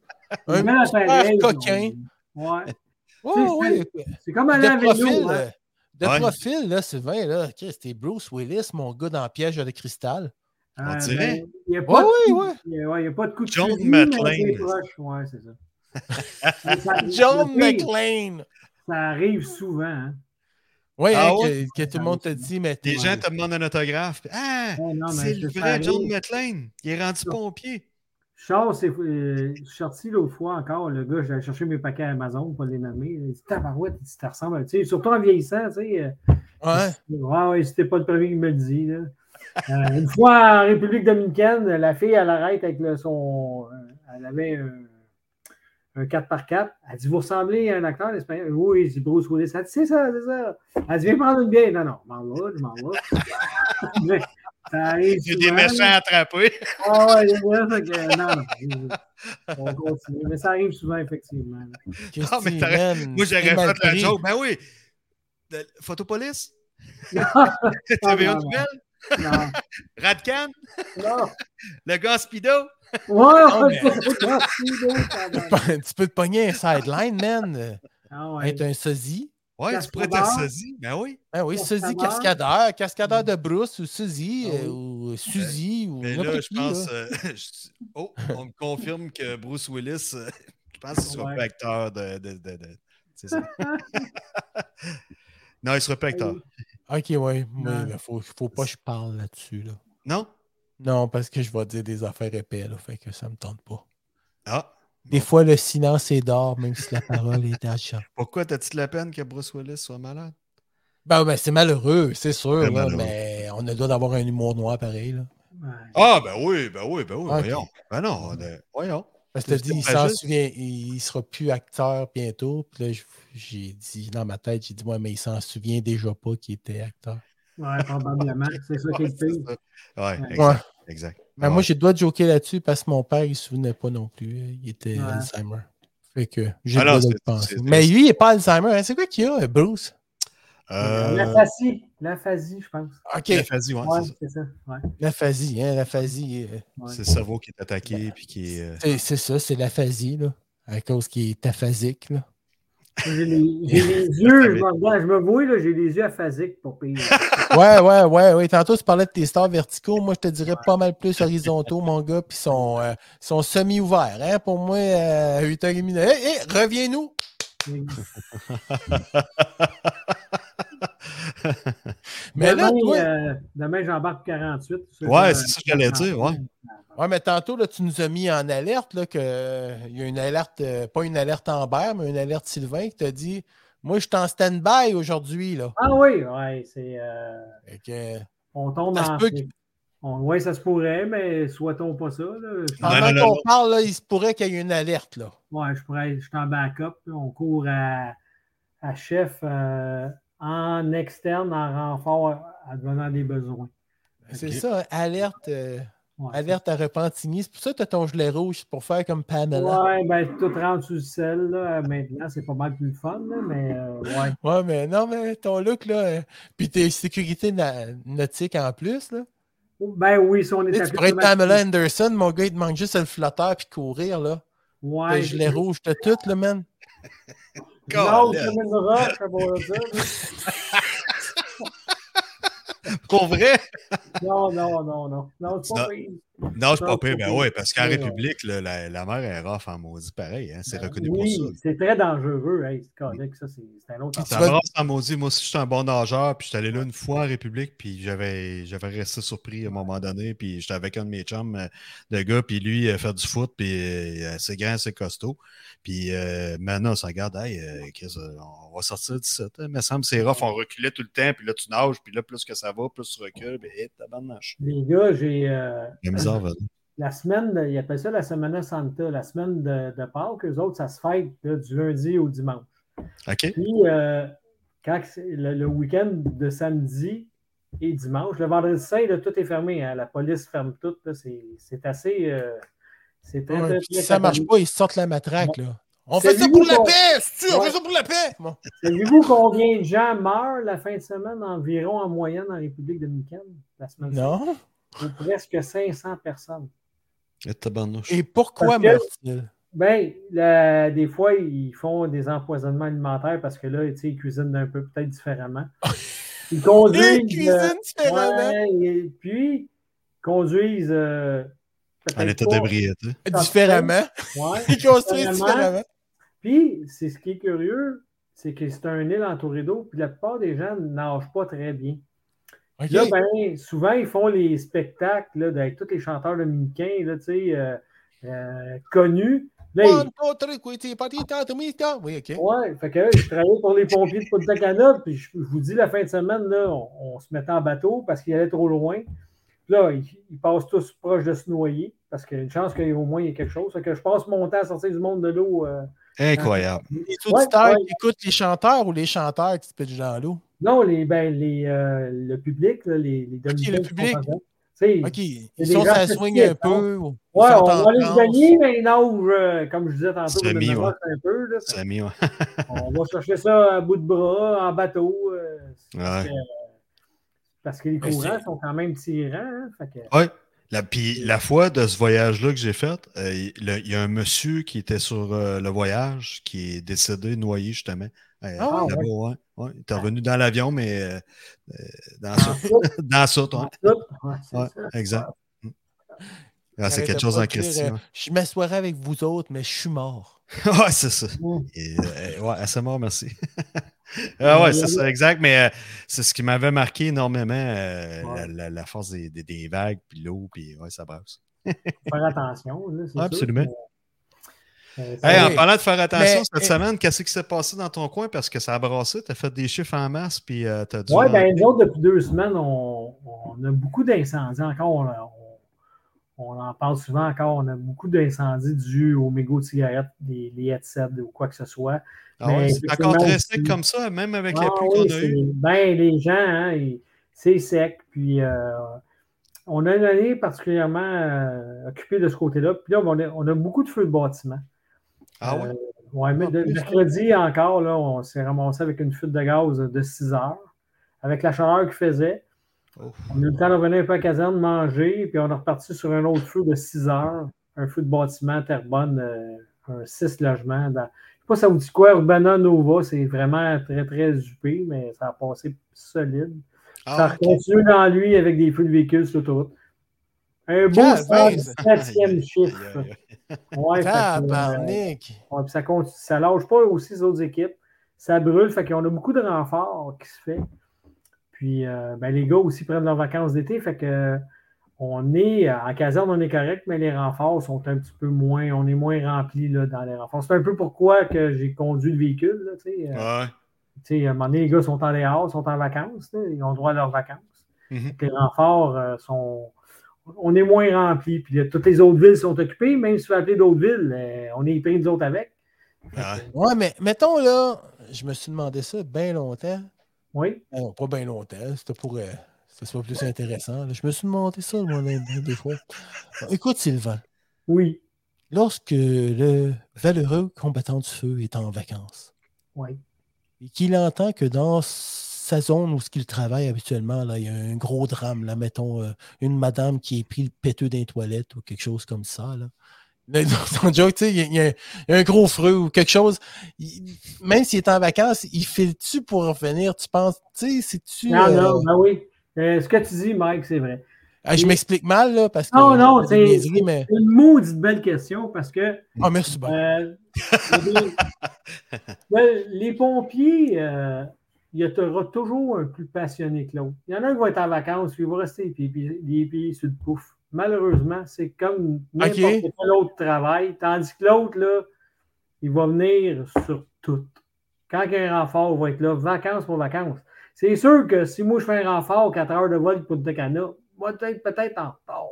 A: Un petit coquin.
C: Ouais.
A: Oh, oui,
C: C'est comme aller avec
A: profil, euh,
C: nous. Hein.
A: De profil, là, Sylvain, là, c'était Bruce Willis, mon gars dans le piège de cristal.
B: On dirait.
C: Euh, ben, Il n'y a, pas
A: de coup
C: de
B: John fusil, McLean.
C: Ouais, c'est ça.
A: ça, John McLean.
C: Ça arrive souvent. Hein?
A: Oui, ah, hein, que, que, tout le monde te dit, mais
B: Les gens te demandent un autographe. Ah, ouais, c'est le vrai John McLean. Il est rendu pompier.
C: Charles, c'est euh, sorti l'autre fois encore. Le gars, j'allais chercher mes paquets à Amazon pour les nommer. Il dit Tabarouette, il dit, ça ressemble. Tu sais, surtout en vieillissant, tu sais.
A: Ouais.
C: Ah, ouais, c'était pas le premier qui me le dit. Là. euh, une fois en République dominicaine, la fille, elle arrête avec le, son. Elle avait euh, un 4x4. Elle dit, vous ressemblez à un acteur espagnol. Oui, je dis Bruce Willis. Elle dit, c'est ça, c'est ça. Elle dit, viens prendre une bière. Non, non, je m'en vais, je m'en vais.
B: ça arrive. Il y a des méchants attrapés.
C: Ah ouais, il que... Non, non. On continue. Mais ça arrive souvent, effectivement.
B: Non, mais Moi, j'aurais fait
C: Ah,
B: la joke. Ben oui. Photopolis? TV1 Nouvelle?
C: Non.
B: Radcan,
C: Non.
B: le gars Speedo.
C: Ouais,
B: Oh,
A: Non, mais-
C: mais...
A: Un petit peu de poignet, un sideline, man. Euh,
C: Ah
A: Être un sosie.
B: Ouais, tu pourrais être un
C: Cascadeur.
B: sosie. Ben oui.
A: Ah oui, sosie
C: Cascadeur.
A: cascadeur, cascadeur de brousse ou sosie,
C: Ah oui.
A: euh, ou Suzy, ou
B: Mais
A: n'importe
B: ben là, je
A: qui,
B: pense.
A: là.
B: euh, je- oh, on me confirme que Bruce Willis, euh, je pense qu'il sera
C: Ouais.
B: pas acteur de. de, de, de- c'est ça. non, il sera pas acteur.
A: Ok, ouais, mais
C: Non.
A: il faut, faut pas que je parle là-dessus. Là.
B: Non?
A: Non, parce que je vais dire des affaires épais, là, fait que ça me tente pas.
B: Ah.
A: Des fois, le silence est d'or, même si la parole est d'achat.
B: Pourquoi t'as-tu de la peine que Bruce Willis soit malade?
A: Ben, ben, c'est malheureux, c'est sûr,
B: Très
A: là,
B: malheureux.
A: mais on a le droit d'avoir un humour noir pareil. Là.
B: Ah, ben oui, ben oui, ben oui,
A: Ok.
B: voyons. Ben non, on est- voyons.
A: Parce que je te
B: C'est
A: dis, il
B: pas
A: s'en
B: juste.
A: souvient, il il sera plus acteur bientôt. Puis là, je- j'ai dit dans ma tête, j'ai dit, moi, mais il s'en souvient déjà pas qu'il était acteur.
C: Ouais, probablement. C'est ça qui est
B: Ouais,
C: le pire.
B: c'est ça. Ouais,
C: Ouais.
B: exact. exact.
A: Mais
B: Ah Ouais.
A: Ben, moi, j'ai le droit de joker là-dessus parce que mon père, il se souvenait pas non plus. hein. Il était
C: Ouais.
A: Alzheimer. Fait que j'ai
B: Ah
A: le droit
B: non,
A: de
B: c'est-
A: le penser.
B: c'est-
A: Mais lui, il n'est pas Alzheimer. hein. C'est quoi qu'il a, Bruce?
B: Euh,
C: L'aphasie. L'aphasie, je pense.
A: OK.
B: l'aphasie, ouais,
C: Ouais,
B: c'est ça.
C: c'est ça. Ouais.
A: L'aphasie, hein, l'aphasie. euh,
C: ouais.
B: C'est le cerveau qui est attaqué puis qui est. euh,
A: c'est- C'est ça, c'est l'aphasie, là. À cause qu'il est aphasique, là.
C: J'ai les, j'ai les yeux, je me regarde, je me vois, là, j'ai les yeux aphasiques pour payer.
A: Ouais, ouais, ouais, ouais. Tantôt, tu parlais de tes stars verticaux. Moi, je te dirais pas mal plus horizontaux, mon gars, puis sont, euh, sont semi-ouverts. Hein? Pour moi, euh, 8h30. Hé, hé, reviens-nous! Mais là,
C: demain,
A: toi.
C: euh, demain, j'embarque 48.
B: Ouais, c'est ça que j'allais dire, ouais.
A: Ouais, mais tantôt, là, tu nous as mis en alerte, là, que euh, il y a une alerte, euh, pas une alerte Amber, mais une alerte Sylvain qui t'a dit Moi, je suis en stand-by aujourd'hui, là.
C: Ah oui, ouais, c'est. euh,
A: Fait que,
C: on tombe
A: Ça se
C: en.
A: peut que-
C: on- ouais, ça se pourrait, mais souhaitons pas ça. là. Je,
B: Non,
A: pendant
B: non,
A: qu'on
B: non.
A: parle, là, il se pourrait qu'il y ait une alerte, là.
C: ouais, je, pourrais, je suis en backup. là. On court à, à chef euh, en externe, en renfort, en devenant des besoins.
A: C'est
B: Ok.
A: ça, hein, alerte, euh,
C: Ouais.
A: alerte à Repentigny. C'est pour ça que tu as ton gilet rouge, c'est pour faire comme Pamela.
C: Ouais, ben tout rentre sous le sel, là, maintenant, c'est pas mal plus le fun, là, mais euh, ouais.
A: Ouais. mais non, mais ton look, là, euh, puis tes sécurités na- nautiques en plus, là.
C: Oh, Ben oui, si on
A: Tu
C: est
A: sais, tu pourrais être Pamela Anderson, mon gars, il te manque juste le flotteur puis courir, là. T'as
C: Ouais.
A: le gilet rouge, t'as tout, là, man.
C: Non,
B: Colin.
C: comme une roche, ça va dire.
B: Pour vrai?
C: Non, non, non, non. Non, c'est
B: Non.
C: pas pire.
B: Non, c'est pas
C: Non,
B: pire. Ben
C: c'est-
B: ouais, parce qu'en
C: Ouais,
B: République, là, la, la mer est rough en maudit pareil. hein, c'est reconnu
C: Ben Oui,
B: pour ça.
C: c'est très dangereux, hey, c'est correct, ça, c'est c'est un autre
A: Puis tu
B: Ça
A: vas-
B: brasse en maudit. Moi aussi, je suis un bon nageur. Puis, je suis allé là une fois en République. Puis, j'avais j'avais resté surpris à un moment donné. Puis, j'étais avec un de mes chums euh, de gars. Puis, lui, il fait du foot. Puis, euh, c'est grand, c'est costaud. Puis, euh, maintenant, on se regarde. Hey, euh, Chris, euh, on va sortir d'ici. Hein. Il me semble que c'est rough. On reculait tout le temps. Puis là, tu nages. Puis là, plus que ça va, plus tu recules. Puis, hé, tabarnache.
C: Les gars, j'ai. euh,
B: La misère va
C: la semaine, de- ils appellent ça la Semana Santa, la semaine de, de Pâques, eux autres, ça se fête là, du lundi au dimanche.
B: OK?
C: Puis, euh, quand c'est le, le week-end de samedi et dimanche, le vendredi saint, là, tout est fermé. hein, la police ferme tout. là, c'est, c'est assez. euh, c'est très,
A: Ouais,
C: très,
A: puis
C: très
A: si ça marche
C: catholique.
A: pas, ils sortent la matraque, là. On
C: C'est
A: fait ça
C: lui
A: pour la
C: qu'on-
A: paix, c'est-tu? On
C: Ouais.
A: fait ça pour la paix! Bon.
C: Savez-vous combien de gens meurent la fin de semaine environ en moyenne en République dominicaine la semaine
A: Non.
C: sainte? Ou presque 500 personnes.
B: Eh, tabarnouche.
A: Et pourquoi
C: Parce que-
A: meurt-il?
C: Ben, la- des fois, ils font des empoisonnements alimentaires parce que là, tu sais, ils cuisinent un peu peut-être différemment. Ils conduisent.
A: Les
C: euh,
A: cuisines différemment!
C: Ouais, et puis, conduisent. euh, peut-être
B: En état
C: pas-
B: d'ébriété.
A: Différemment.
C: Ouais.
A: Ils construisent
C: Différemment.
A: différemment.
C: Puis, c'est ce qui est curieux, c'est que c'est un île entourée d'eau, puis la plupart des gens ne nagent pas très bien.
A: OK.
C: Là, ben, souvent, ils font les spectacles là, avec tous les chanteurs dominicains, là, tu sais, euh, euh, connus. Là, ils-
A: One, two, three, oui, t'es parti, t'as tout mis, t'as- Oui, OK.
C: Ouais, fait que euh, je travaillais pour les pompiers de Punta Cana, puis je, je vous dis, la fin de semaine, là, on, on se mettait en bateau parce qu'il allait trop loin. Puis là, ils, ils passent tous proches de se noyer parce qu'il y a une chance qu'au moins il y ait quelque chose. Fait que je passe mon temps à sortir du monde de l'eau. euh.
B: Incroyable.
A: Les auditeurs
C: ouais.
A: qui écoutent les chanteurs ou les chanteurs qui se pitchent dans l'eau.
C: Non, les, ben, les, euh, le public, là, les, les dominicains
A: le
C: qui sont
A: public.
C: en dedans, tu sais,
A: OK. Ils
C: des
A: sont
C: gens
A: à
C: petits,
A: swing un
C: hein.
A: peu. ou ils
C: Ouais,
A: sont
C: on
A: en
C: va aller se
A: danse.
C: baigner, mais non, euh, comme je disais tantôt,
B: Semi,
C: le
B: ouais.
C: matin, c'est un peu, là,
B: C'est ami, ouais.
C: on va chercher ça à bout de bras, en bateau. euh,
B: Ouais.
C: Parce que les courants sont quand même tirants. Hein, fait que...
B: Oui. La, puis la fois de ce voyage-là que j'ai fait, euh, il y a un monsieur qui était sur euh, le voyage qui est décédé noyé justement. Euh, ah, ouais. Ah. Ouais, ouais. Il est revenu dans l'avion, mais euh,
A: Ah,
B: dans ça. dans ça, toi. exact. Ah, c'est quelque chose en question. Hein.
A: Je m'assoirai avec vous autres, mais je suis mort.
B: ouais, c'est ça. Et, euh, ouais, assez mort, merci. ah ouais, c'est ça, exact. Mais euh, c'est ce qui m'avait marqué énormément, euh, ouais. la, la, la, force des, des, des vagues, puis l'eau, puis ouais, ça brasse.
C: faire attention. Là,
B: ah, absolument. Sûr, mais, euh, hey, en parlant de faire attention mais, eh, cette semaine, qu'est-ce qui s'est passé dans ton coin? Parce que ça a brassé, tu as fait des chiffres en masse, puis tu as dû. euh,
C: Oui, en... ben, nous autres, depuis deux semaines, on, on a beaucoup d'incendies. Encore, on, on, on, en parle souvent encore, on a beaucoup d'incendies dus aux mégots de cigarettes, les, les headsets ou quoi que ce soit.
B: Ah ouais, c'est encore très sec comme ça, même avec ah la pluie oui, qu'on a eue.
C: Ben, les gens, hein, c'est sec. Puis euh, on a une année particulièrement euh, occupée de ce côté-là. Puis là, ben, on a, on a, beaucoup de feux de bâtiment.
B: Ah euh, ouais?
C: ouais mais de, mercredi encore, là, on s'est ramassé avec une fuite de gaz de 6 heures, avec la chaleur qu'il faisait. Ouf. On a eu le temps de revenir un peu à la caserne, manger, puis on est reparti sur un autre feu de 6 heures, un feu de bâtiment Terrebonne, euh, un 6 logements dans, pas ça vous dit quoi, Urbana Nova, c'est vraiment très, très huppé, mais ça a passé solide. Ah, ça okay. continue dans lui avec des feux de véhicules sur l'autoroute. Un beau septième chiffre. Ouais, euh,
A: ça, ouais,
C: ça, continue, ça lâche pas aussi les autres équipes. Ça brûle, fait qu'on a beaucoup de renforts qui se fait. Puis euh, ben, les gars aussi prennent leurs vacances d'été, fait que on est en caserne, on est correct, mais les renforts sont un petit peu moins, on est moins rempli dans les renforts. C'est un peu pourquoi que j'ai conduit le véhicule. Là, t'sais,
B: ouais.
C: t'sais, à un moment donné, les gars sont en dehors, sont en vacances, ils ont droit à leurs vacances. Mm -hmm. Les renforts euh, sont. On est moins rempli. Puis là, toutes les autres villes sont occupées, même si vous appelez d'autres villes, euh, on est pris nous autres avec.
A: Ouais. ouais, mais mettons là, je me suis demandé ça bien longtemps.
C: Oui.
A: Non, pas bien longtemps, c'était pour. Euh ce soit plus intéressant. Je me suis demandé ça, moi, des fois. Écoute, Sylvain.
C: Oui.
A: Lorsque le valeureux combattant du feu est en vacances,
C: oui.
A: et qu'il entend que dans sa zone où ce qu'il travaille habituellement, là, il y a un gros drame, là, mettons, euh, une madame qui est pris le péteux d'un toilette ou quelque chose comme ça, là. Dans son joke, tu sais, il y, a, il y, a un gros freux ou quelque chose. Il, même s'il est en vacances, il file-tu pour revenir? Tu penses, tu sais, c'est-tu.
C: Non, non, euh, ben oui. Euh, ce que tu dis, Mike, c'est vrai.
A: Ah, je Et... m'explique mal, là, parce que.
C: Non, non, c'est mais... une maudite belle question parce que.
A: Ah, oh, merci, bon. euh,
C: les... ben, les pompiers, euh, il y aura toujours un plus passionné que l'autre. Il y en a un qui va être en vacances, puis il va rester puis, puis, les pieds sur le pouf. Malheureusement, c'est comme n'importe okay. quel autre travail, tandis que l'autre, là, il va venir sur tout. Quand il y a un renfort, il va être là, vacances pour vacances. C'est sûr que si moi je fais un renfort 4 heures de vol pour de Cana, moi peut-être peut-être en retard.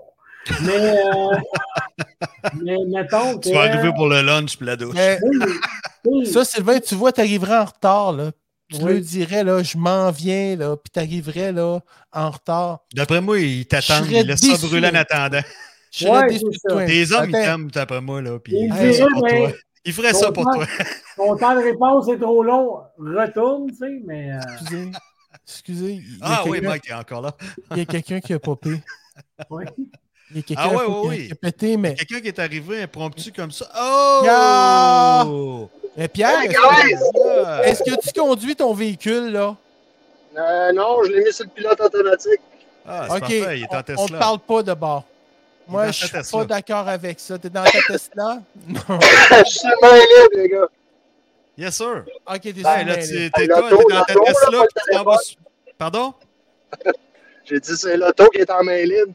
C: Mais, euh, mais mettons que,
B: Tu vas arriver pour le lunch puis la douche.
C: Euh,
A: Mais, oui. Ça, Sylvain, tu vois, tu arriverais en retard, là. Tu oui. le dirais, là, je m'en viens, là, puis tu arriverais, là, en retard.
B: D'après moi, ils t'attendent, ils laissent ça brûler en attendant.
A: Je serais ouais, déçu de toi.
B: Des hommes, Attends. ils t'aiment, d'après moi, là, puis ils, feraient ça pour toi. Ils feraient ça pour toi.
C: Ton temps de réponse est trop long, retourne, tu sais, mais...
A: Euh... Excusez.
B: Ah oui, Mike est encore là.
A: il y a quelqu'un qui a popé.
C: Oui.
A: Il y a quelqu'un ah, ouais, ouais, qui, a pété, mais.
B: Quelqu'un qui est arrivé impromptu comme ça. Oh! Yeah!
A: Mais Pierre, hey, est-ce que, est que, tu conduis ton véhicule, là?
D: Euh, non, je l'ai mis sur le pilote automatique.
B: Ah, c'est okay. parfait, il est en Tesla.
A: On ne parle pas de bord. Moi, je ne suis pas d'accord avec ça. T'es dans ta Tesla?
D: Non. je suis libre, les gars.
B: Yes, sir.
A: Ok, désolé.
B: Ben, là, tu, t'es dans ta Tesla, tu t'en vas. Pardon?
D: J'ai dit, c'est l'auto qui est en main libre.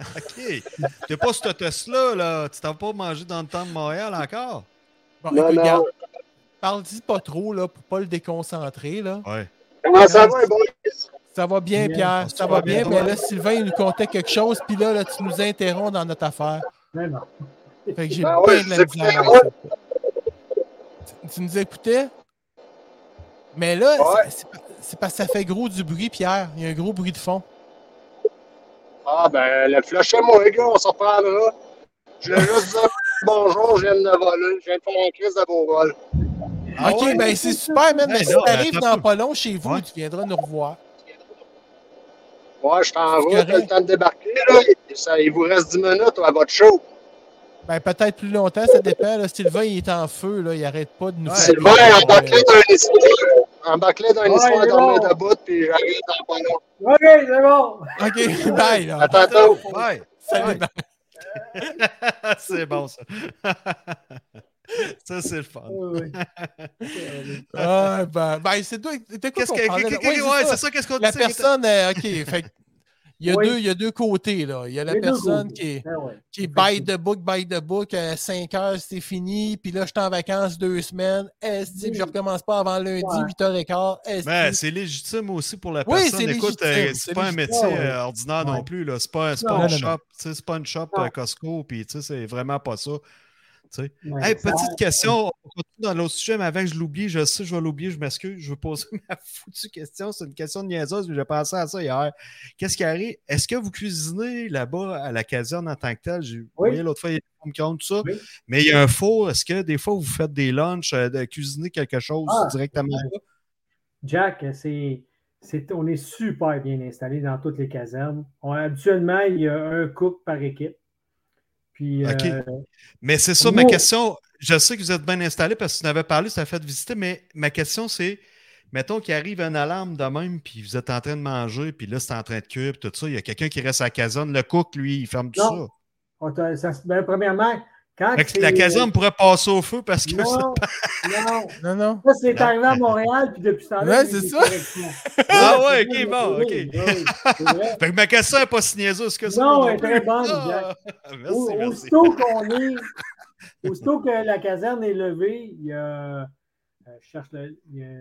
B: ok. T'es pas sur Tesla, là. Tu t'en pas mangé dans le temps de Montréal encore?
A: Bon, non, écoute, non. Regarde, parle-y pas trop, là, pour pas le déconcentrer, là.
B: Ouais.
D: Comment ça va, Ah, bon?
A: Ça va bien, bien. Pierre. Ça, ça va bien, bien mais là, Sylvain, il nous contait quelque chose, puis là, là, tu nous interromps dans notre affaire.
C: Mais non.
A: Fait que j'ai
D: Ah
A: ben ouais, de la misère tu nous écoutais? Mais là, ouais. c'est parce que ça fait gros du bruit, Pierre. Il y a un gros bruit de fond.
D: Ah ben, le flochez moi, les gars, on s'en reparlera. Je vais juste dire bonjour, je viens de voler. Je viens de faire un crise de beau vol.
B: Ah
A: ben,
B: Ben
A: Ah, ok, ouais, ben c'est super, man. Mais si t'arrives dans pas long chez vous, ouais. tu viendras nous revoir.
D: Ouais, je suis en route,
A: correct.
D: t'as le temps de débarquer, là. Et ça- il vous reste 10 minutes à votre show.
A: Ben, peut-être plus longtemps, ça dépend. Là. Sylvain, il est en feu, là. il arrête pas de nous
B: Ouais,
D: Sylvain,
A: Euh,
D: embarque-les dans une histoire. Embarque-les dans une
C: Ouais,
D: histoire,
C: il est
D: dormir
C: bon.
D: debout, puis j'arrive dans pas long.
C: OK, c'est bon.
A: euh, OK, bye.
D: À
A: Là.
D: tantôt.
B: Ouais.
A: Salut,
B: Ouais. c'est bon, ça. ça, c'est le fun.
C: Oui, oui.
A: Ah, ben, ben, c'est toi. C'était quoi
B: Qu'est-ce
A: qu'on
B: que.
A: parlait, là?
B: qu'est-
A: Ouais,
B: qu'est- Ouais, c'est ça, qu'est-ce qu'on
A: La
B: disait, qu'est-ce-
A: personne, euh, OK, fait que il y, a
C: Oui.
A: deux, il y a deux côtés. Là. Il y a la
C: Les deux
A: personne
C: groupes.
A: qui est,
C: Ben ouais.
A: qui est buy the book, buy the book, à 5 heures, c'est fini. Puis là, je suis en vacances deux semaines. Est-ce que je
C: Oui.
A: recommence pas avant lundi,
C: Ouais.
A: 8h15? Est-ce
B: Ben,
A: que-
B: c'est légitime aussi pour la
A: Oui,
B: personne.
A: c'est
B: Écoute,
A: légitime,
B: euh,
A: c'est
B: c'est pas un métier
C: légitime.
B: euh, ordinaire
A: Ouais.
B: non plus. là. C'est pas, c'est
C: Non,
B: pas
A: non,
B: une
A: non.
B: shop, tu sais, c'est pas une shop
C: Non.
B: euh, Costco, puis tu sais, c'est vraiment pas ça.
C: Ouais,
B: Hey,
C: ça-
B: petite question, on continue dans l'autre sujet, mais avant que je l'oublie, je sais, je vais l'oublier, je m'excuse, je veux poser ma foutue question. C'est une question de niaiseuse, mais j'ai pensé à ça hier. Qu'est-ce qui arrive? Est-ce que vous cuisinez là-bas à la caserne en tant que telle? J'ai voyé l'autre fois, il y a des micro-ondes, tout ça.
C: Oui.
B: Mais il y a un four. Est-ce que des fois, vous faites des lunchs, euh, de cuisiner quelque chose
C: Ah,
B: directement?
C: Jack, c'est, c'est- on est super bien installé dans toutes les casernes. On- habituellement, il y a un cook par équipe. Puis,
B: OK.
C: euh,
B: Mais c'est ça, ma
C: Moi-
B: question. Je sais que vous êtes bien installé parce que tu en avais parlé, ça a fait visiter, mais ma question, c'est mettons qu'il arrive une alarme de même, puis vous êtes en train de manger, puis là, c'est en train de cuire, puis tout ça. Il y a quelqu'un qui reste à la caserne. Le cook, lui, il ferme tout
C: Non. on t'a- ça se- ben, premièrement, quand
B: ça. Fait que
C: c'est- euh,
B: la caserne pourrait passer au feu parce que.
C: Non, non.
A: Non, non.
C: Ça, c'est arrivé à Montréal, puis depuis ce temps-là.
A: Ouais, c'est
C: il est
A: ça.
C: correctement.
B: Ah ouais,
C: c'est
B: ok,
C: vrai,
B: bon, ok.
C: oui, oui, c'est vrai.
B: Fait que ma question n'est pas si niaiseuse que ça.
C: Non,
B: moi
C: elle est très
B: plus.
C: bonne,
B: Ah, merci,
C: Au-
B: merci.
C: Aussitôt qu'on est. Aussitôt que la caserne est levée, il y a. euh, je cherche le- il, y a,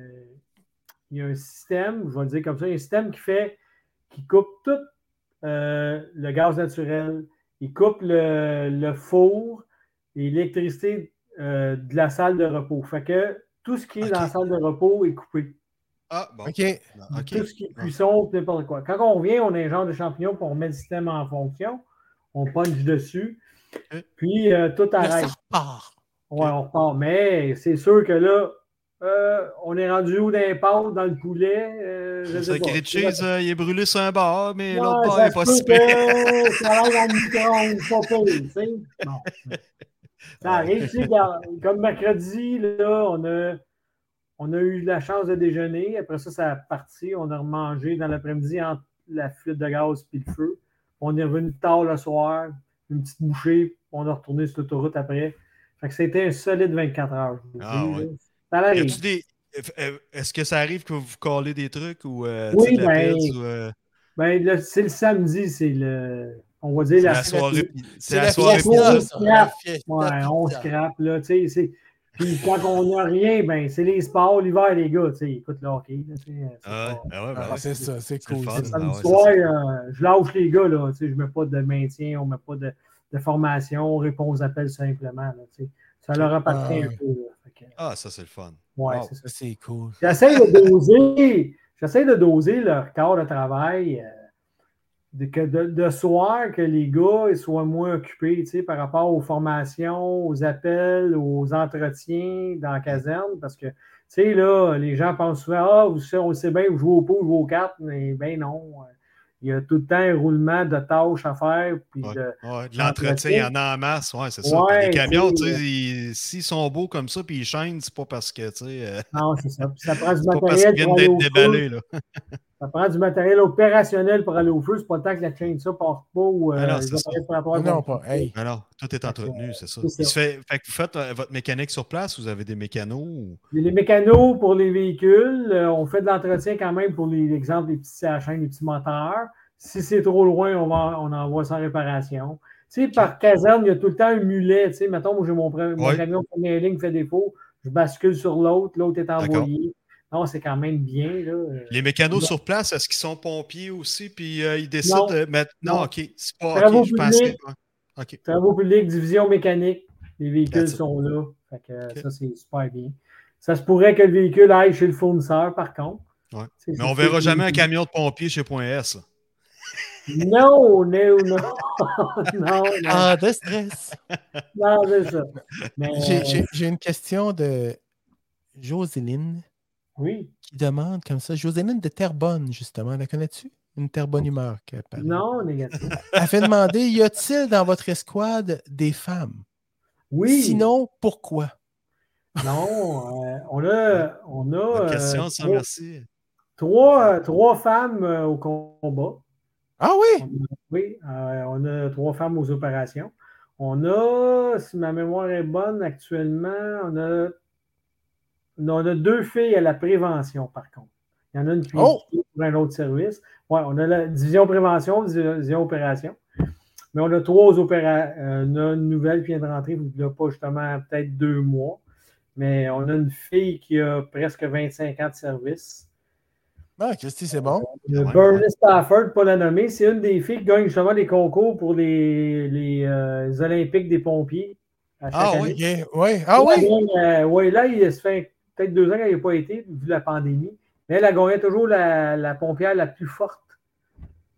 C: il y a un système, je vais le dire comme ça, il y a un système qui fait. qui coupe tout euh, le gaz naturel, il coupe le, le four et l'électricité euh, de la salle de repos. Fait que tout ce qui est dans la
B: Ok.
C: salle de repos est coupé.
B: Ah, bon.
A: OK.
B: OK.
C: Tout ce qui est cuisson, n'importe quoi. Quand on revient, on a un genre de champignons, puis on met le système en fonction, on punch dessus,
B: Ok.
C: puis euh,
A: Là,
C: tout
A: ça
C: arrête.
A: repart.
C: Ouais, on repart. Mais c'est sûr que là, euh, on est rendu où d'impasse dans le poulet? euh, je
B: Le
C: sais pas.
B: grilled cheese, euh, il est brûlé sur un bar, mais
C: Ouais,
B: l'autre bar
C: ça
B: n'est pas
C: se
B: si
C: peut
B: pire.
C: que Ça arrive dans le micro, pas pire, tu sais. Non. Ça arrive, tu sais, regarde, comme mercredi, là, on a, on a eu la chance de déjeuner. Après ça, ça a parti. On a remangé dans l'après-midi entre la fuite de gaz et le feu. On est revenu tard le soir, une petite bouchée, on a retourné sur l'autoroute après. Fait que c'était un solide 24 heures. je vous
B: Ah,
C: dis,
B: ouais.
C: là. Ça
B: Y
C: arrive.
B: a-tu des- euh, Est-ce que ça arrive que vous vous collez des trucs ou euh,
C: Oui,
B: tu sais, de la
C: ben,
B: pizza ou, euh,
C: Ben, le- c'est le samedi, c'est le. On va dire
B: c'est
C: la,
B: la soirée pi- c'est la
C: soirée
B: soirée
A: fiesta,
B: pizza.
C: pizza.
A: ça, la fiesta
C: Ouais, on
A: pizza.
C: scrape, là, tu sais. c'est- Puis quand on n'a rien, ben, c'est les sports l'hiver, les gars, tu sais. Écoute le hockey, là, tu sais. c'est
B: Ah ouais,
C: pas-
B: ah ouais, ben
A: Ah,
B: ouais.
A: c'est ça, c'est
B: C'est le
A: cool.
B: fun.
A: c'est ça.
C: Samedi
B: ouais, c'est
C: soir, euh, je lâche les gars, là, tu sais. Je mets pas de maintien, on met pas de, de formation, on répond aux appels simplement, là, tu sais. Ça leur appartient
A: Ah,
C: un peu, là. Fait que,
B: Ah, ça c'est le fun.
C: ouais,
B: Wow.
C: c'est ça.
A: Ça, c'est cool.
C: J'essaie de doser, j'essaie de doser leur corps de travail. euh, de, que de, de soir, que les gars ils soient moins occupés tu sais, par rapport aux formations, aux appels, aux entretiens dans la caserne. Parce que, tu sais, là, les gens pensent souvent Ah, vous, savez, on le sait bien, vous jouez au pot, vous jouez aux cartes. Mais ben non. Il y a tout le temps un roulement de tâches à faire. Puis
B: Ouais.
C: de-
B: Ouais, de l'entretien, il y en a en masse, ouais, c'est ça.
C: Ouais,
B: Puis les camions,
C: tu sais,
B: tu sais, ils- s'ils sont beaux comme ça, puis ils chaînent, c'est pas parce que, tu sais, euh,
C: Non, c'est ça. Puis ça prend du
B: c'est pas parce
C: matériel.
B: qu'ils
C: pour
B: viennent d'être
C: aller au feu.
B: déballés, là.
C: Ça prend du matériel opérationnel pour aller au feu. C'est pas le temps que la chaîne ça part pas ou euh,
B: Ah non,
C: les
B: c'est ça.
C: appareils préparatoires
A: Non,
C: vont-
A: pas. Hey.
B: Alors, tout est entretenu, c'est ça.
C: c'est ça.
B: Il se fait, fait que vous faites euh, votre mécanique sur place, vous avez des mécanos. ou-
C: Les, les mécanos pour les véhicules, euh, on fait de l'entretien quand même pour les, exemple, les petits à chaîne, les petits moteurs. Si c'est trop loin, on, va, on envoie sans réparation. Tu sais, par caserne, il y a tout le temps un mulet. Tu sais, mettons, moi, j'ai mon, pre- mon
B: Ouais.
C: camion première ligne fait défaut, je bascule sur l'autre, l'autre est envoyé. Non, c'est quand même bien, là. Euh,
B: Les mécanos
C: Non.
B: sur place, est-ce qu'ils sont pompiers aussi, puis euh, ils décident
C: Non.
B: de mettre. Non,
C: Non.
B: ok, c'est pas.
C: Travaux
B: ok, je pensais.
C: publics.
B: ouais. Ok.
C: Travaux publics, division mécanique, les véhicules
B: That's it.
C: sont là. Fait que, euh,
B: Ok.
C: Ça, c'est super bien. Ça se pourrait que le véhicule aille chez le fournisseur, par contre.
B: Ouais.
C: Tu sais,
B: Mais
C: c'est-
B: on verra
C: c'est-
B: jamais un camion de pompiers chez Point S. là.
C: Non, non, non. non, non.
A: Ah, de stress.
C: Non, c'est ça. Mais,
A: J'ai- J'ai j'ai une question de Joséline.
C: Oui.
A: qui demande comme ça. Joséline de Terrebonne, justement, la connais-tu? Une Terrebonne humeur. qu'elle parle.
C: Non, négatif.
A: Elle fait demander Y a-t-il dans votre escouade des femmes?
C: Oui.
A: Sinon, pourquoi?
C: Non, euh, on a, on a
B: Bonne
C: euh,
B: question, sans
C: trois,
B: merci.
C: trois, euh, trois femmes euh, au combat.
A: Ah oui!
C: Oui, euh, on a trois femmes aux opérations. On a, si ma mémoire est bonne, actuellement, on a, non, on a deux filles à la prévention, par contre. Il y en a une qui
A: Oh!
C: qui est pour un autre service. Ouais, on a la division prévention, division opération. Mais on a trois opérations. on a une nouvelle qui vient de rentrer, il n'y a pas justement peut-être deux mois. Mais on a une fille qui a presque 25 ans de service.
A: Ah, Christy, c'est bon.
C: Le
B: Ouais.
C: Bernie Euh, Stafford, pas la nommer, c'est une des filles qui gagne justement des concours pour les, les, euh, les Olympiques des pompiers. à chaque
B: Ah oui,
C: année.
A: Yeah, ouais. Ah oui!
C: Elle gagne, euh, ouais, là, il se fait peut-être deux ans qu'elle n'a pas été, vu la pandémie. Mais elle a gagné toujours la, la pompière la plus forte.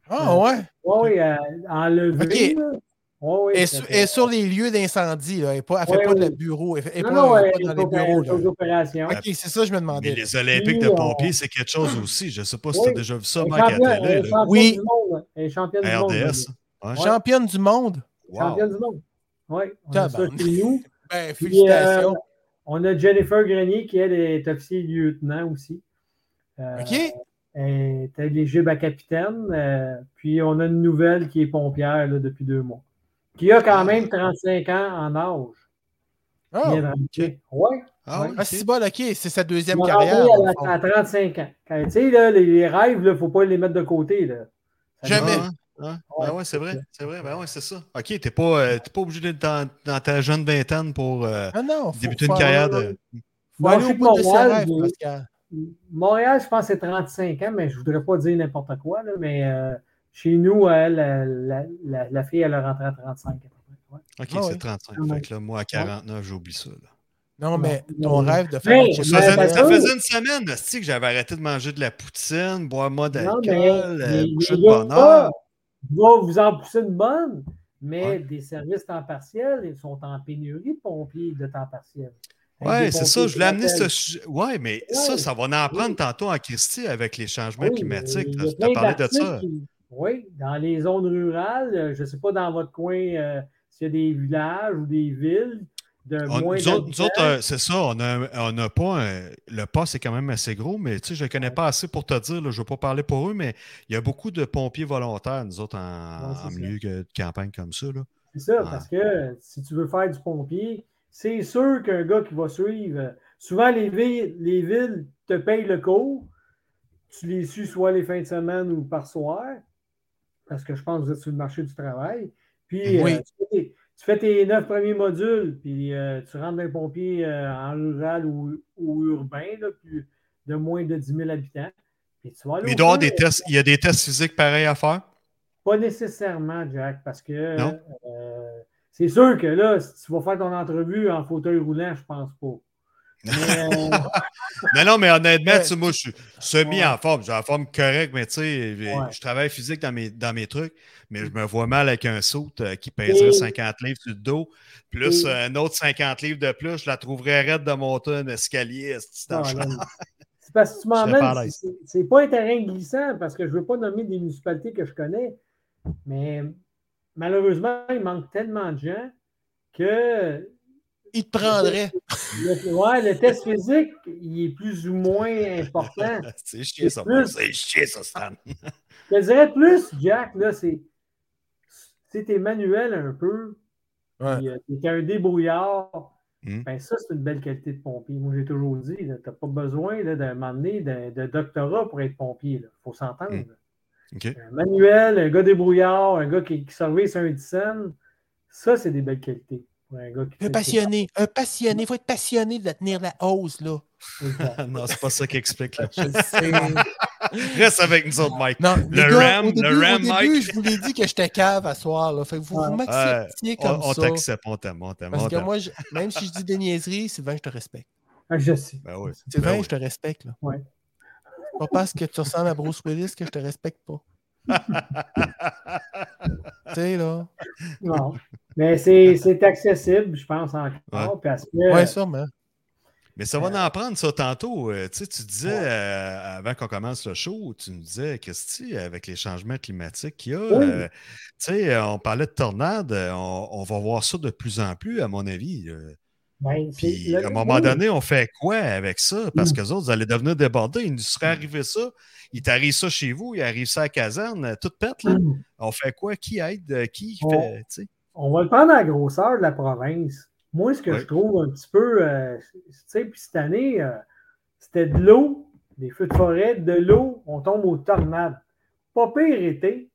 A: Ah ouais!
C: Oui, oui, euh, enlevée.
A: Ok.
C: là. Ouais, ouais,
A: Elle est
C: ça
A: sur-
C: fait-
A: elle est sur les lieux d'incendie. là. Elle ne fait
C: Ouais,
A: pas de
C: ouais.
A: la bureau. Elle n'est
C: Non,
A: pas,
C: non,
A: elle
C: elle
A: est pas
C: est
A: dans les
C: aux
A: bureaux. là.
C: aux opérations.
A: OK, c'est ça que je me demandais.
B: Mais les Olympiques de
C: Oui, on-
B: pompiers, c'est quelque chose aussi. Je ne sais pas si
C: Oui.
B: tu as déjà vu ça,
C: Elle est
B: Mike, à
C: championne-
B: la
C: elle
B: télé.
C: est
B: là.
C: championne
A: Oui.
C: du monde. Elle est championne du monde. là.
B: RDS. Ouais.
A: Championne du monde.
B: Wow.
C: Championne du monde. Oui, on a ça
A: Tabarnak.
C: chez nous.
A: Ben,
C: Puis,
A: félicitations.
C: euh, on a Jennifer Grenier, qui elle est officier lieutenant aussi. Euh,
A: OK?
C: Elle est éligible à capitaine. euh, puis on a une nouvelle qui est pompière là, depuis deux mois. Qui a quand même 35 ans en âge.
A: Ah,
C: ben, Oui.
B: Ah oui,
A: ah,
B: ok.
A: c'est bon, OK. C'est sa deuxième
C: Elle
A: carrière.
C: à,
A: au
C: la-
A: fond.
C: à 35 ans. Quand- tu sais, là, les, les rêves, il ne faut pas les mettre de côté. Là. Ça
A: Jamais.
B: Ah, ah, ah, ben ouais, c'est vrai, c'est vrai, ben ouais, c'est ça. Ok, t'es pas, euh, t'es pas obligé d'être dans, dans ta jeune vingtaine pour euh,
A: Ah non, faut,
B: débuter
A: faut
B: une carrière
A: aller-
B: de.
A: faut
C: Non,
A: aller
C: je
A: au
C: sais que
A: bout de ses
C: Montréal,
A: rêves,
C: j'ai-
A: Pascal.
C: Montréal, je pense que c'est 35 ans, mais je ne voudrais pas dire n'importe quoi, là, mais euh, chez nous, elle, la, la- la- la fille, elle a rentré à 35 à peu près, ouais.
B: Ok,
A: Ah
B: c'est
A: ouais.
B: 35.
C: Ah
B: Fait que là, moi, à 49, j'oublie ça. là.
A: Non, mais
C: Non,
A: ton
C: non.
A: rêve de faire
C: Mais-
A: un
B: Ça,
C: mais-
A: check-up,
B: faisait,
C: ben,
B: ça
C: oui.
B: faisait une semaine, hostie, que j'avais arrêté de manger de la poutine, boire moi
C: Non,
B: d'alcool,
C: mais
B: euh,
C: les-
B: boucher de
C: les gars,
B: bonheur.
C: Je vais vous en pousser une bonne, mais
B: Ouais.
C: des services temps partiel, ils sont en pénurie de pompiers de temps partiel. Avec
B: Ouais,
C: des
B: c'est
C: pompiers
B: ça, je voulais
C: qui
B: amener ce
C: appellent.
B: sujet. Ouais, mais
C: Ouais.
B: ça, ça va en apprendre
C: Oui.
B: tantôt en Christie avec les changements
C: Oui,
B: climatiques.
C: il y a
B: là. Tu
C: plein
B: as parlé de
C: d'articles
B: ça.
C: qui- Oui, dans les zones rurales, euh, je ne sais pas dans votre coin euh, s'il y a des villages ou des villes de
B: On-
C: moins
B: nous autres, nous
C: d'habitants.
B: autres, euh, c'est ça, on a- on n'a pas un- Le poste est quand même assez gros, mais tu sais, je ne connais pas assez pour te dire, là, je ne veux pas parler pour eux, mais il y a beaucoup de pompiers volontaires, nous autres, en,
C: Ouais, c'est
B: en
C: ça.
B: milieu que- de campagne comme ça. là.
C: C'est ça,
B: Ouais.
C: parce que si tu veux faire du pompier, c'est sûr qu'un gars qui va suivre. euh, Souvent, les villes, les villes te payent le cours. Tu les suis soit les fins de semaine ou par soir, parce que je pense que vous êtes sur le marché du travail. Puis, euh,
A: Oui.
C: tu, fais tes, tu fais tes neuf premiers modules, puis euh, tu rentres d'un pompier euh, en rural ou, ou urbain, là, puis de moins de 10 000 habitants. Puis tu vas aller
B: Mais il
C: au
B: doit y avoir
C: feu.
B: des tests, il y a des tests physiques pareils à faire.
C: Pas nécessairement, Jack, parce que
B: Non.
C: euh, c'est sûr que là, si tu vas faire ton entrevue en fauteuil roulant, je pense pas. Mais, euh,
B: Non, non, mais honnêtement,
A: Ouais.
B: tu sais, moi, je suis semi
C: Ouais.
B: en forme. J'ai la forme correcte, mais tu sais, j'ai-
C: Ouais.
B: je travaille physique dans mes, dans mes trucs, mais je me vois mal avec un saut euh, qui pèserait
C: Et-
B: 50 livres sur le dos, plus
C: Et-
B: euh, un autre 50 livres de plus, je la trouverais raide de monter un escalier. esti, dans
C: non,
B: le champ.
C: non, non. c'est parce que tu
B: serais pas à
C: m'emmènes,
B: l'aise.
C: c'est- c'est- c'est pas un terrain glissant, parce que je veux pas nommer des municipalités que je connais, mais malheureusement, il manque tellement de gens que
A: il te prendrait.
C: le, ouais, le test physique, il est plus ou moins important.
B: C'est chier, ça. moi. C'est chier, ça, Stan.
C: Je te dirais plus, Jack, là, c'est c'est tes manuels un peu,
A: Ouais.
C: Puis, euh, t'es un débrouillard.
B: Mm.
C: Ben, ça, c'est une belle qualité de pompier. Moi, j'ai toujours dit, tu n'as pas besoin là, d'un moment donné d'un- de doctorat pour être pompier. Il faut s'entendre.
B: Mm.
C: là.
B: OK.
C: Un manuel, un gars débrouillard, un gars qui, qui surveille sur un dixaine, ça, c'est des belles qualités. Pour un gars qui
A: Un passionné. Un passionné. Il faut être passionné de tenir la hausse, là.
C: Exact.
B: non, c'est pas ça qui explique. là.
A: Je le sais.
B: Reste avec nous autres, Mike.
A: Non, les
B: Le
A: gars,
B: Ram,
A: au
B: le
A: début,
B: Ram,
A: au début
B: Mike.
A: je vous l'ai dit que j'étais cave à soir. Là. Fait que vous,
C: Ouais.
A: vous m'acceptiez comme
B: on on
A: ça.
B: t'accepte, on t'aime, on t'aime. on
A: Parce que
B: t'aime.
A: moi, je- même si je dis des niaiseries, Sylvain, je te respecte.
C: Ah, je sais.
B: Ben oui.
A: Sylvain,
B: Ben oui.
A: je te respecte. Là.
C: Ouais.
A: C'est Pas parce que tu ressembles à Bruce Willis que je te respecte pas. tu sais, là.
C: Non. Mais c'est c'est accessible, je pense, encore. Parce que,
A: Ouais, sûrement.
B: Mais ça va en prendre ça tantôt. Euh, tu sais, tu disais, euh, avant qu'on commence le show, tu nous disais, Christy, avec les changements climatiques qu'il y a,
A: Oh!
B: euh, tu sais, on parlait de tornades, on, on va voir ça de plus en plus, à mon avis. euh.
C: Ben, c'est-
B: Puis,
C: le-
B: à un
A: oh!
B: moment donné, on fait quoi avec ça? Parce
A: Mmh.
B: que les autres, vous allez devenir débordés. Il nous serait arrivé ça. Il t'arrive ça chez vous, il arrive ça à la caserne, tout pète,
A: Mmh.
B: là.
C: Mm.
B: On fait quoi? Qui aide? euh, Qui
C: On-
B: fait? tu sais?
C: On va le prendre à la grosseur de la province. Moi, ce que
B: Oui.
C: je trouve un petit peu, euh, tu sais, puis cette année, euh, c'était de l'eau, des feux de forêt, de l'eau, on tombe aux tornades. Pas pire été,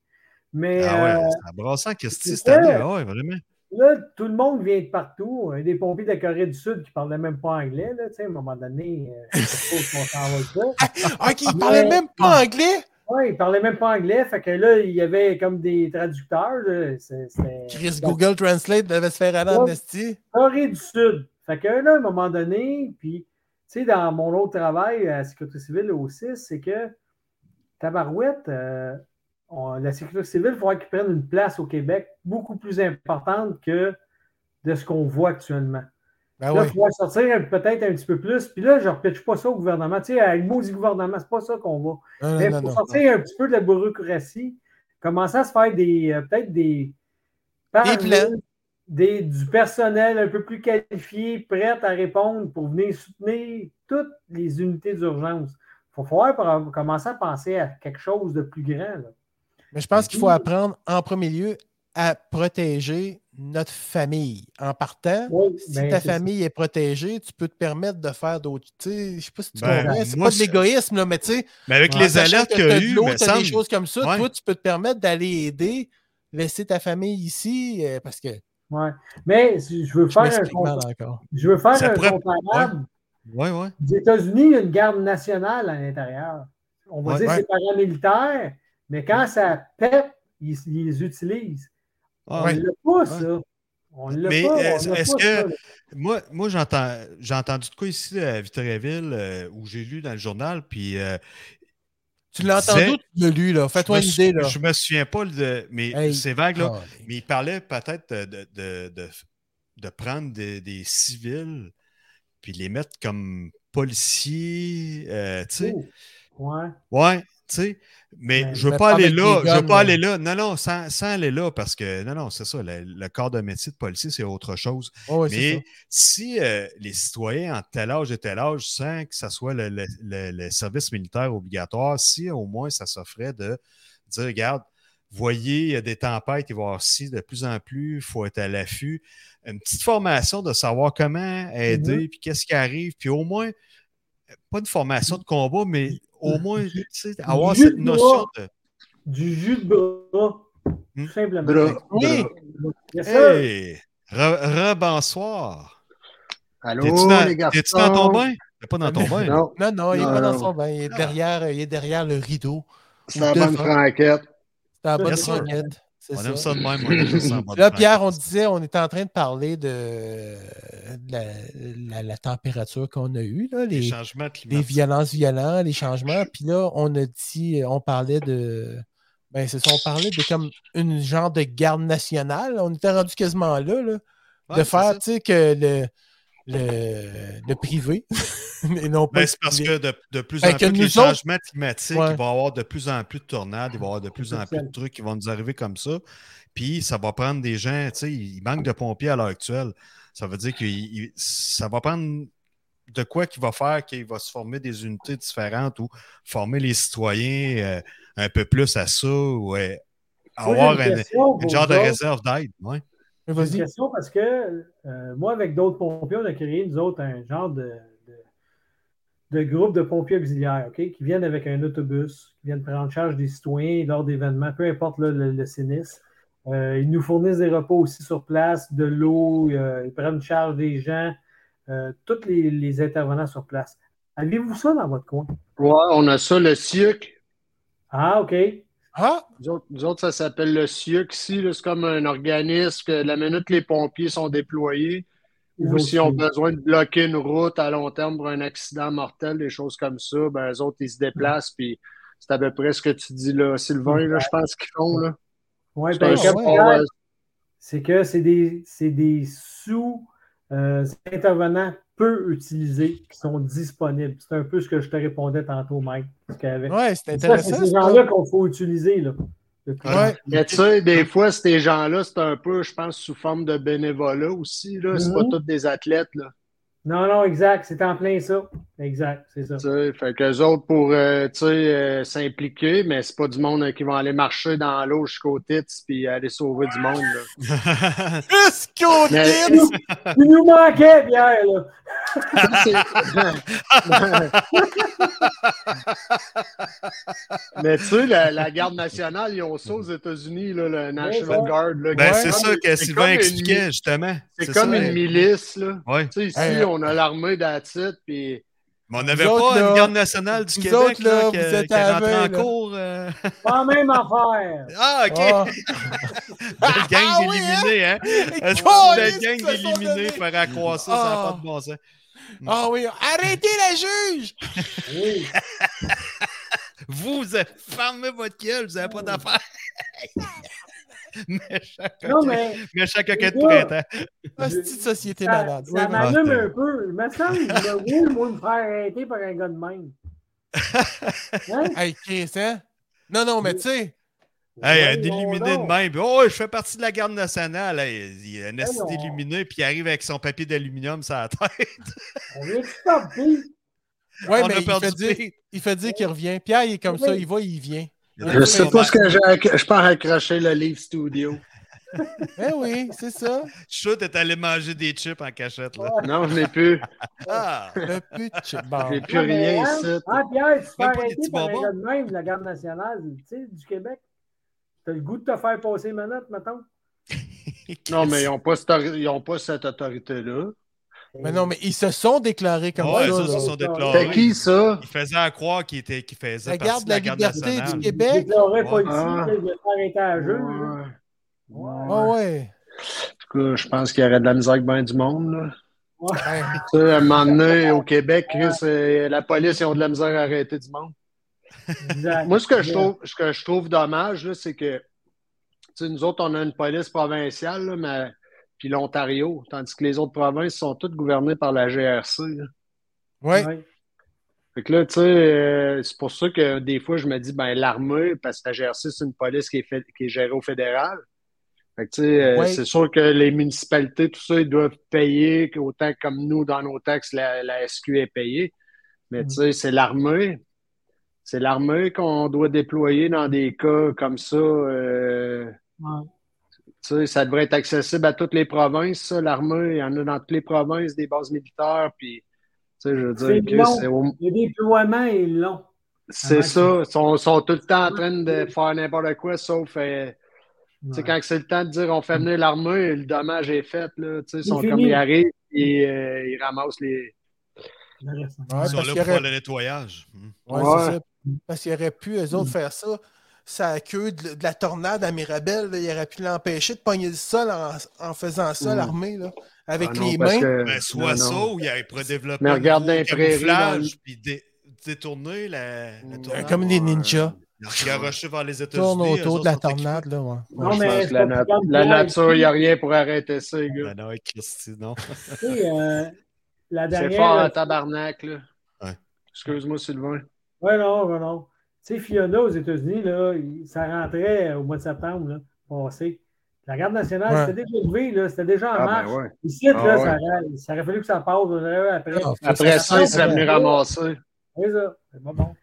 C: mais
B: Ah ouais,
C: euh,
B: c'est embrassant, Christy,
C: c'est
B: cette année.
C: vrai.
B: Ah ouais, vraiment.
C: là, tout le monde vient de partout. Un des pompiers de la Corée du Sud qui ne parlaient même pas anglais, là, tu sais, à un moment donné, euh, je suppose qu'on s'en va avec ça.
A: Ah, qui parlait
C: Ouais.
A: même pas anglais?
C: Oui, il parlait même pas anglais. Fait que là, il y avait comme des traducteurs. là, c'est- c'était-
A: Chris
C: Donc,
A: Google Translate devait se faire aller en
C: Ouais.
A: esti.
C: Corée du Sud. Fait que là, à un moment donné, puis, tu sais, dans mon autre travail à la Sécurité civile au 6, c'est que Tabarouette, euh, on- la Sécurité civile, il faudra qu'ils prennent une place au Québec beaucoup plus importante que de ce qu'on voit actuellement.
A: Ben
C: là,
A: oui.
C: il faudra sortir un- peut-être un petit peu plus. Puis là, je ne repêche pas ça au gouvernement. Tu sais, avec le maudit gouvernement, c'est pas ça qu'on va.
A: Non,
C: Mais
A: non, non,
C: pour
A: non.
C: sortir un petit peu de la bureaucratie, commencer à se faire des euh, peut-être des,
A: Des plans.
C: des- du personnel un peu plus qualifié, prêt à répondre pour venir soutenir toutes les unités d'urgence. Il faut falloir pro- commencer à penser à quelque chose de plus grand. là.
A: Mais je pense qu'il faut
C: Mmh.
A: apprendre en premier lieu à protéger notre famille. En partant,
C: Oui,
A: si
C: ben,
A: ta
C: c'est ça.
A: famille est protégée, tu peux te permettre de faire d'autres. Tu sais, je sais pas si tu
B: Ben,
A: comprends. C'est
B: moi,
A: pas de
B: c'est-
A: l'égoïsme, là, mais tu sais,
B: Mais avec
A: en
B: les
A: sachant
B: alertes
A: que
B: qu'il y
A: t'as
B: a
A: de
B: eu,
A: l'eau,
B: mais
A: t'as
B: ça
A: des choses comme ça,
B: Ouais.
A: toi, tu peux te permettre d'aller aider, laisser ta famille ici, euh, parce que
C: Ouais. Mais si je veux
A: je
C: faire un,
A: m'explique mal
C: compa-
A: encore.
C: je veux faire
B: Ça
C: un
B: pourrait-
C: comparable.
B: Ouais, ouais.
C: Les États-Unis, il y a une garde nationale à l'intérieur. On va
B: Ouais,
C: dire que
A: ouais.
C: c'est paramilitaire, mais quand ça pète, ils, ils les utilisent.
B: Ah,
C: On
A: Ouais.
C: ne l'a pas, ça. On ne l'a
B: Mais,
C: pas. on
B: est-ce-
C: l'a
B: est-ce
C: pas,
B: que-
C: ça, là.
B: Moi, moi j'entends, j'ai entendu de quoi ici à Victoriaville, euh, où j'ai lu dans le journal, puis euh,
A: Tu l'as entendu
B: disais-
A: ou tu l'as lu, là? Fais-toi
B: je
A: une
B: me
A: idée,
B: sou-
A: là.
B: Je me souviens pas de. Mais
A: Hey.
B: c'est vague, là.
A: Ah, mais-
B: Mais il parlait peut-être de, de, de- de- de prendre des, des civils puis les mettre comme policiers, euh, tu sais.
C: Ouais.
B: Ouais, tu sais. Mais
C: Ouais,
B: je veux
A: mais
B: pas
A: Oh. pas
B: aller
A: avec
B: là,
A: des
B: je veux
A: guns,
B: pas
A: là.
B: aller là. Non, non, sans, sans aller là parce que, non, non, c'est ça, le, le corps de métier de policier, c'est autre chose.
A: Ouais, ouais, c'est ça.
B: Mais si euh, les citoyens en tel âge et tel âge, sans que ça soit le, le- le- le service militaire obligatoire, si au moins ça s'offrait de dire, regarde, voyez, il y a des tempêtes, il va y avoir ci de plus en plus, il faut être à l'affût. Une petite formation de savoir comment
A: Mm-hmm.
B: aider, puis qu'est-ce qui arrive, puis au moins, euh, pas une formation de combat, mais au
A: Mm-hmm.
B: moins, tu sais, avoir
C: Juste
B: cette notion
C: moi.
B: de...
C: Du jus de bras.
B: Hmm.
C: Tout simplement.
D: Bras.
A: Oui.
C: Yes, sir.
B: Hey! Re- Rebonsoir!
D: Allô,
A: Oh,
B: T'es-tu dans,
D: les garçons?
B: t'es-tu dans ton bain? T'es pas dans ton bain. là.
D: Non,
A: Non, non, il n'est
D: Non,
A: pas
D: non,
A: dans son bain. Il est,
B: Ah.
A: derrière, il est derrière le rideau.
D: c'est la
A: Deux
D: bonne
A: fois.
D: franquette.
A: C'est en bas
B: Yes,
A: de
B: sir.
A: banquette. C'est
B: On
A: ça.
B: aime ça de même. On aime ça sans bonne
A: Là,
B: franquette.
A: Pierre, on disait, on était en train de parler de la, la- la température qu'on a eue, là,
B: les
A: les,
B: changements
A: les
B: climatiques.
A: violences violentes, les changements. Puis là, on a dit, euh, on parlait de. Ben, c'est ça, on parlait de comme une genre de garde nationale. On était rendu quasiment là, là,
B: Ouais,
A: de
B: c'est ça.
A: faire, tu sais, que le, le, le privé, et non pas
B: Ben,
A: le
B: c'est parce
A: public.
B: que de, de plus
A: Fait
B: en
A: Ben, que
B: plus,
A: nous
B: les
A: autres-
B: changements climatiques,
A: Ouais.
B: il va y avoir de plus en plus de tornades, il va y avoir de plus en
C: C'est
B: plus de
C: ça.
B: trucs qui vont nous arriver comme ça. Puis ça va prendre des gens, tu sais, il manque de pompiers à l'heure actuelle. Ça veut dire que ça va prendre de quoi qu'il va faire, qu'il va se former des unités différentes ou former les citoyens euh, un peu plus à ça ou euh,
C: Moi, j'ai
B: avoir
C: une
B: un,
C: question pour
B: un genre de
C: vous autres.
B: réserve d'aide. Ouais.
A: Mais
C: J'ai
A: Vas-y.
C: une question parce que euh, moi, avec d'autres pompiers, on a créé, nous autres, un genre de, de- de groupe de pompiers auxiliaires, OK, qui viennent avec un autobus, qui viennent prendre charge des citoyens lors d'événements, peu importe là, le, le sinistre. Euh, ils nous fournissent des repas aussi sur place, de l'eau, euh, ils prennent charge des gens, euh, tous les, les intervenants sur place. Avez-vous ça dans votre coin?
D: Ouais, on a ça, le SIUC.
C: Ah, OK.
A: Ah,
D: Nous autres, nous autres, ça s'appelle le SIUC. Ici, là, c'est comme un organisme que la minute les pompiers sont déployés
C: Ils
D: ou
C: ont
D: s'ils ont
C: suivi.
D: besoin de bloquer une route à long terme pour un accident mortel, des choses comme ça, ben, eux autres, ils se déplacent. Puis c'est à peu près ce que tu dis, là, Sylvain, là, je pense qu'ils font. Là.
C: Ouais,
D: C'est
C: ben,
D: un
A: ouais.
C: Cap-Pierre,
D: sport, euh,
C: c'est que c'est des, c'est des sous, euh, intervenants peu utilisés qui sont disponibles. C'est un peu ce que je te répondais tantôt, Mike.
A: Oui, c'est
C: Ça, c'est
A: intéressant.
C: ces
A: ça.
C: gens-là qu'on faut utiliser. Là, Le plus-
A: Ouais.
D: Mais tu sais, des fois, ces gens-là, c'est un peu, je pense, sous forme de bénévolat aussi. là. C'est pas
C: Mhm.
D: tous des athlètes. Là.
C: Non, non, exact. C'est en plein ça. Exact, c'est ça.
D: Tu sais, Fait qu'eux autres, pour euh, tu sais, euh, s'impliquer, mais c'est pas du monde euh, qui va aller marcher dans l'eau jusqu'au tits puis aller sauver du monde. là.
A: Jusqu'au
D: Mais-
A: titre!
C: Il nous manquait, Pierre. Là.
D: Mais tu sais, la, la garde nationale, ils ont ça aux États-Unis, là, le National
C: Ouais.
D: Guard. là,
B: Ben,
D: qui-
B: c'est ça que
D: c'est
B: Sylvain
D: comme une-
B: expliquait, justement.
D: C'est comme
B: ça.
D: une milice. Là.
B: Ouais.
D: Tu sais, ici,
A: Hey,
D: on a l'armée d'Atit, puis
B: Mais on n'avait
A: Vous
B: pas
A: autres, là,
B: une garde nationale du
A: vous
B: Québec
A: autres,
B: là,
A: là,
B: qui,
A: vous êtes
B: qui est rentrée
A: aveugles,
B: en
A: là.
B: cours. euh.
C: Pas même affaire.
B: Ah, OK.
A: Ah.
B: Belle gang
A: Ah oui,
B: d'éliminés, hein?
A: Et
B: Est-ce
A: câlisse,
B: que Belle
A: ils
B: gang
A: se sont
B: d'éliminés
A: donnés.
B: par accroître ça, ça n'a
A: Ah.
B: pas de bon sens.
A: Ah oui, arrêtez la juge!
C: Oui.
B: Vous, vous avez- fermez votre gueule, vous n'avez pas d'affaires. mais chaque
C: Non, mais
B: mais chaque coquette
C: Les gars,
B: prête. hein?
A: Ah, c'est une société
C: ça,
A: malade.
C: ça
A: Oui, oui.
C: m'allume
B: Ah,
C: un peu. Il me semble que je veux, moi, me faire arrêter par un gars de même. Hein?
A: Hey, Chris, hein? Non, non, mais tu sais,
B: Hey, un
C: Oui, mon
B: éliminé de
C: nom.
B: même. Oh, je fais partie de la garde nationale. Hey, il y a un assis
C: non.
B: d'illuminé, puis il arrive avec son papier d'aluminium sur la tête.
C: On vient de stopper.
A: ouais,
B: On
A: mais
B: a
A: il
B: perdu
A: fait, dire,
B: pied.
A: il fait dire qu'il revient. Pierre, il est comme
C: Oui.
A: ça, il va, il vient.
D: je sais pas ce que j'ai. acc- Je pars accrocher le Leaf Studio.
A: Eh oui, c'est ça.
B: Je suis sûr que t'es allé manger des chips en cachette, là.
D: Non, je n'ai plus.
B: Ah!
A: Le petit. Bon.
D: J'ai plus
C: Non, mais,
D: rien
C: hein,
D: ici.
C: hein, Pierre, tu te fais
B: Même pas des
C: arrêter
B: petits
C: par un
B: bonbons.
C: gars de même de la garde nationale tu sais, du Québec. T'as le goût de te faire passer manette, mettons.
D: Non, mais ils n'ont pas, cette or- ils ont pas cette autorité-là.
A: Mais non, mais ils se sont déclarés comme
B: Ouais,
A: ça.
B: ça,
A: là.
B: ça, sont
C: Ah
D: C'est
B: déclarés.
D: qui ça?
B: Il faisait à croire qu'il était, qu'il faisait
A: La
B: partie
A: garde de la,
B: garde
A: liberté du
B: nationale.
A: Québec.
C: Je l'aurais pas
B: Ouais.
C: dit,
D: Ah.
C: je vais te faire arrêter à la juge. là.
D: Ouais.
C: Ouais.
A: Ah ouais.
D: En tout cas, je pense qu'il y aurait de la misère avec bien du monde. Là.
A: Hey,
D: Tu sais, à un moment donné, au Québec, Chris, euh, la police, ils ont de la misère à arrêter du monde.
C: Exact.
D: Moi, ce que je
C: Ouais.
D: trouve, ce que je trouve dommage, là, c'est que tu sais, nous autres, on a une police provinciale, là, mais, puis l'Ontario, tandis que les autres provinces sont toutes gouvernées par la GRC. là.
A: Ouais.
C: Ouais.
D: Fait que là, tu sais, euh, c'est pour ça que des fois, je me dis, ben, l'armée, parce que la GRC, c'est une police qui est, fait- qui est gérée au fédéral. Fait que, tu sais, euh,
A: Ouais.
D: c'est sûr que les municipalités, tout ça, ils doivent payer autant comme nous, dans nos taxes, la, la SQ est payée. Mais,
C: Mm.
A: Mhm.
D: tu sais, c'est l'armée. C'est l'armée qu'on doit déployer dans des cas comme ça. euh,
C: Ouais.
D: tu sais, ça devrait être accessible à toutes les provinces, ça, l'armée. Il y en a dans toutes les provinces, des bases militaires, puis, tu sais, je veux
C: C'est
D: dire, que
C: long.
D: c'est au,
C: Le déploiement est long.
D: c'est
C: Ah,
D: ça. Ils sont, sont tout le temps en train de faire n'importe quoi, sauf euh, tu sais,
C: Ouais.
D: quand c'est le temps de dire on fait venir l'armée, le dommage est fait. Là, Tu sais, ils sont
C: Il est
D: comme
C: fini.
D: ils arrivent et euh, ils ramassent les.
C: Intéressant.
A: Ouais,
B: Ils
A: parce
B: sont là
A: qu'il
B: pour
A: y
B: faire
A: aurait
B: le nettoyage. Hmm.
A: Ouais,
D: Ouais.
A: c'est ça. Parce qu'il aurait pu, eux autres, faire ça. Sa queue de, de la tornade à Mirabel, là, il aurait pu l'empêcher de pogner le sol en, en faisant ça,
D: Mm.
A: l'armée, là, avec
D: Ah non,
A: les
D: parce
A: mains.
D: que-
B: Ben, soit
D: non,
B: ça,
D: non.
B: ou il aurait pour développer
D: Mais
B: un
D: regarde
B: nouveau
D: dans les prairies, dans
B: camouflage, puis dé- détourner la, la
D: Mm.
B: tornade.
A: Comme des ninjas.
B: Il a rushé vers les États-Unis.
A: Tourne
B: eux
A: autour
B: autres
A: de la
B: sont équipés.
A: tornade, là, ouais.
C: Non,
D: Je
C: mais
D: pense que
C: c'est
D: la,
C: pas
D: nat-
C: comme
D: la
C: Pierre
D: nature,
C: ici.
D: il n'y a rien pour arrêter ça, les gars.
B: Ben non, Christy, non.
C: Tu sais, euh, la
D: C'est
C: dernière.
D: fort en tabarnak, là.
B: Ouais.
D: euh, Excuse-moi, Sylvain.
C: Ouais, non, ouais, non. Tu sais, Fiona aux États-Unis, là, il- ça rentrait au mois de septembre, là, passé. La garde nationale,
A: Ouais.
C: c'était déjà ouvert, là, c'était
D: Ah,
C: déjà en marche.
D: ben ouais.
C: Ici, là,
D: Ah,
C: ça, aurait- ça aurait fallu que ça passe on aurait eu après.
A: Ah, faut-
D: Après ça, ils seraient
C: ouais.
D: venus ramasser.
C: Oui, ça, c'est pas bon.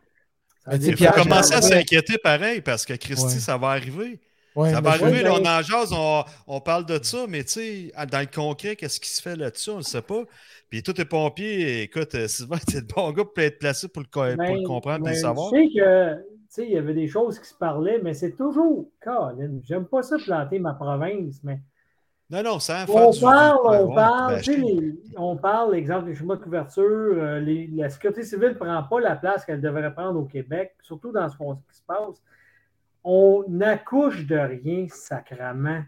C: Ça
A: Mais tu sais,
C: dépend,
B: Il faut
A: Pierre,
C: ça
B: commencer à
C: dépend.
B: s'inquiéter pareil, parce que Christy,
A: Ouais.
B: ça va arriver.
A: Ouais,
B: ça
A: mais
B: va
A: je-
B: arriver,
C: ouais,
B: là,
C: mais-
B: on en jase, on, on parle de ça, mais tu sais, dans le concret, qu'est-ce qui se fait là-dessus, on ne sait pas. Puis tous les pompiers, écoute, euh, Sylvain, t'es le bon gars pour être placé pour le, co- pour le
C: Mais-
B: comprendre et
C: mais
B: le savoir.
C: Je sais que, tu sais, il y avait des choses qui se parlaient, mais c'est toujours, Colin, j'aime pas ça planter ma province, mais
B: Non, non, sans faire
C: on
B: du-
C: parle,
B: Ouais,
C: on
B: ouais,
C: parle,
B: ben,
C: tu sais, les- on parle, exemple, des schémas de couverture, euh, les- la sécurité civile ne prend pas la place qu'elle devrait prendre au Québec, surtout dans ce qu'on- ce qui se passe. On accouche de rien, sacrament.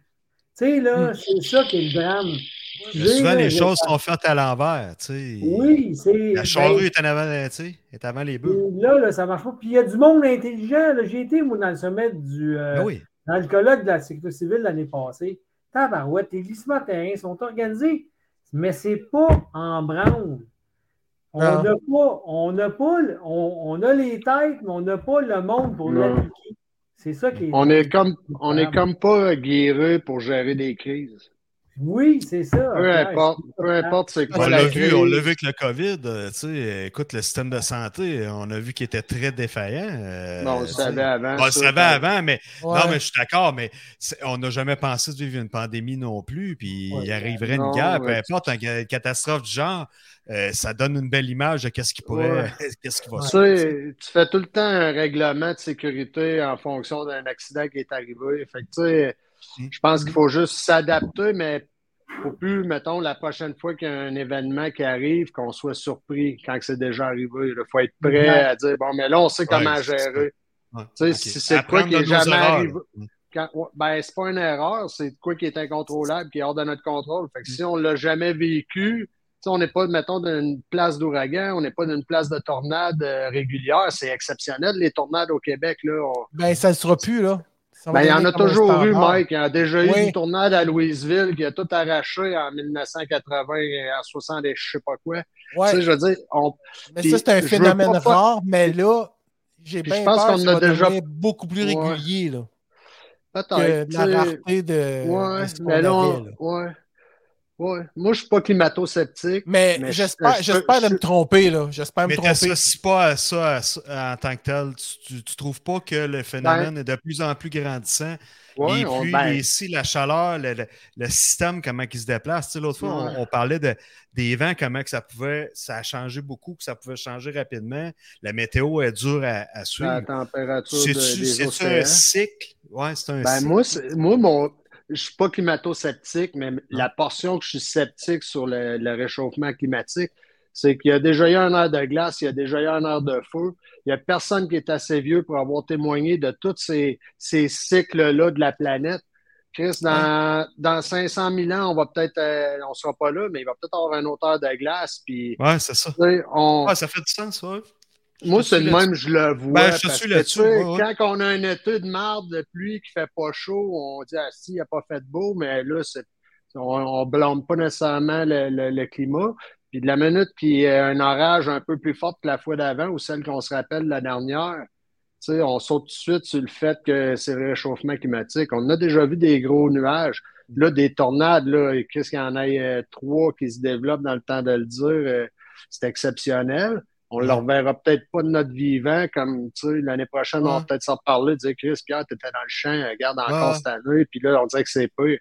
C: Tu sais, là, c'est ça qui est le drame.
B: Mais souvent,
C: J'ai-
B: les
C: j'ai-
B: choses sont faites à l'envers, tu sais.
C: Oui, ben, c'est.
B: La charrue est en avant, tu sais, est avant les bœufs.
C: ben, là, là, ça marche pas. Puis il y a du monde intelligent. là. J'ai été, moi, dans le sommet du. euh,
B: Ben oui.
C: dans le colloque de la sécurité civile l'année passée, tabarouette, les glissements de terrain sont organisés. mais c'est pas en branle. On n'a pas, on a pas, on, on, a les têtes, mais on n'a pas le monde pour
D: Non.
C: l'appliquer. C'est ça qui est.
D: On est comme, on est
C: Ah.
D: comme pas guéri pour gérer des crises.
C: Oui, c'est ça.
D: Peu importe, peu importe c'est
A: Ah,
B: On
D: quoi
A: c'est
D: la
B: l'a
A: la
B: vu,
D: crise.
B: on l'a vu avec le COVID. euh, tu sais, écoute, le système de santé, on a vu qu'il était très défaillant. euh,
D: Bon, on le
B: tu sais.
D: savait avant.
B: On le
D: ça, ben.
B: savait
D: quand-
B: avant, mais non,
A: Ouais.
B: mais je suis d'accord, mais c'est- on n'a jamais pensé de vivre une pandémie non plus, puis
C: Ouais.
B: il arriverait une
D: Non,
B: guerre, peu
D: ouais.
B: importe, une catastrophe du genre, euh, ça donne une belle image de qu'est-ce qui pourrait, qu'est-ce qui va
D: Tu
B: se
D: sais, tu fais tout le temps un règlement de sécurité en fonction d'un accident qui est arrivé. Fait que, tu sais,
B: Mhm.
D: je pense qu'il faut juste s'adapter, mais faut plus, mettons, la prochaine fois qu'il y a un événement qui arrive, qu'on soit surpris quand que c'est déjà arrivé. Il faut être prêt
C: Ouais.
D: à dire, bon, mais là, on sait comment
B: Ouais, c'est ça.
D: gérer.
B: Ouais,
D: Tu sais,
B: ok.
D: si c'est
B: Apprendre
D: quoi qui est
B: de nos
D: jamais
B: erreurs,
D: arrivé.
B: là.
D: Quand, ouais, ben, c'est pas une erreur, c'est de quoi qui est incontrôlable, qui est hors de notre contrôle. Fait que si on l'a jamais vécu, tu sais, on n'est pas, mettons, d'une place d'ouragan, on n'est pas d'une place de tornade euh, régulière. C'est exceptionnel, les tornades au Québec. Là, on-
A: Ben, ça ne sera plus, là. Ça va
D: Ben, il y en
A: devenir
D: a
A: comme un
D: toujours eu,
A: standard.
D: Mike. Il y en a déjà eu
A: Oui.
D: une tornade à Louisville qui a tout arraché en 1980 et en 60 euh, et je sais pas quoi.
A: Ouais.
D: Tu sais, je veux dire, on-
A: Mais
D: Puis,
A: ça, c'est un
D: je veux
A: phénomène
D: pas faire-
A: rare, mais là, j'ai
D: Puis je
A: bien
D: pense
A: peur
D: qu'on
A: que ça
D: a
A: va
D: déjà-
A: devenir beaucoup plus
D: Ouais.
A: régulier là, que
D: peut-être.
A: de la
D: tu sais,
A: rareté de,
D: ouais,
A: de ce qu'on
D: mais là, on-
A: avait, là.
D: ouais, ouais. Moi, je suis pas climato-sceptique.
A: Mais,
D: mais je-
A: j'espère,
D: je-
A: j'espère
D: je-
A: de me tromper, là. J'espère me
B: Mais
A: tromper.
B: t'associes pas à ça, à ça en tant que tel. Tu, tu, tu trouves pas que
D: Ben,
B: le phénomène est de plus en plus grandissant?
D: Ouais,
B: et
D: on-
B: puis,
D: ben,
B: ici, la chaleur, le, le- le système, comment il se déplace. Tu sais, L'autre fois,
D: Ouais.
B: on, on parlait de, des vents, comment que ça pouvait, ça a changé beaucoup, que ça pouvait changer rapidement. La météo est dure à, à
D: la
B: suivre.
D: température de-
B: C'est-tu
D: des
B: c'est-tu
D: océans.
B: un cycle? Ouais, c'est un
D: Ben,
B: cycle.
D: moi, c'est- moi mon, je suis pas climato-sceptique, mais la portion que je suis sceptique sur le, le réchauffement climatique, c'est qu'il y a déjà eu un air de glace, il y a déjà eu un air de feu. Il n'y a personne qui est assez vieux pour avoir témoigné de tous ces, ces cycles-là de la planète. Chris, dans, dans 500 000 ans, on va peut-être, euh, on sera pas là, mais il va peut-être avoir un autre air de glace. Puis,
B: Ouais, c'est ça.
D: tu sais, on,
B: Ah, ça fait du sens, ouais.
D: moi,
B: te
D: c'est
B: suis
D: le
B: là-dessus.
D: même, je le vois.
B: Ben, je te
D: parce
B: suis
D: que,
B: là-dessus,
D: tu sais,
B: ouais, ouais.
D: Quand on a un été de marde de pluie qui fait pas chaud, on dit Ah, si, il n'a pas fait beau, mais là, c'est- on ne blâme pas nécessairement le, le- le climat. Puis de la minute qu'il y a un orage un peu plus fort que la fois d'avant ou celle qu'on se rappelle la dernière, tu sais, on saute tout de suite sur le fait que c'est le réchauffement climatique. On a déjà vu des gros nuages. Là, des tornades, là, et qu'est-ce qu'il y en a trois qui se développent dans le temps de le dire, euh, c'est exceptionnel. On ne le reverra peut-être pas de notre vivant, comme tu sais, l'année prochaine, on va
A: Ouais.
D: peut-être s'en parler, dire Chris, Pierre, t'étais dans le champ, regarde encore
B: Ouais.
D: cette année, puis là, on dirait que c'est peu.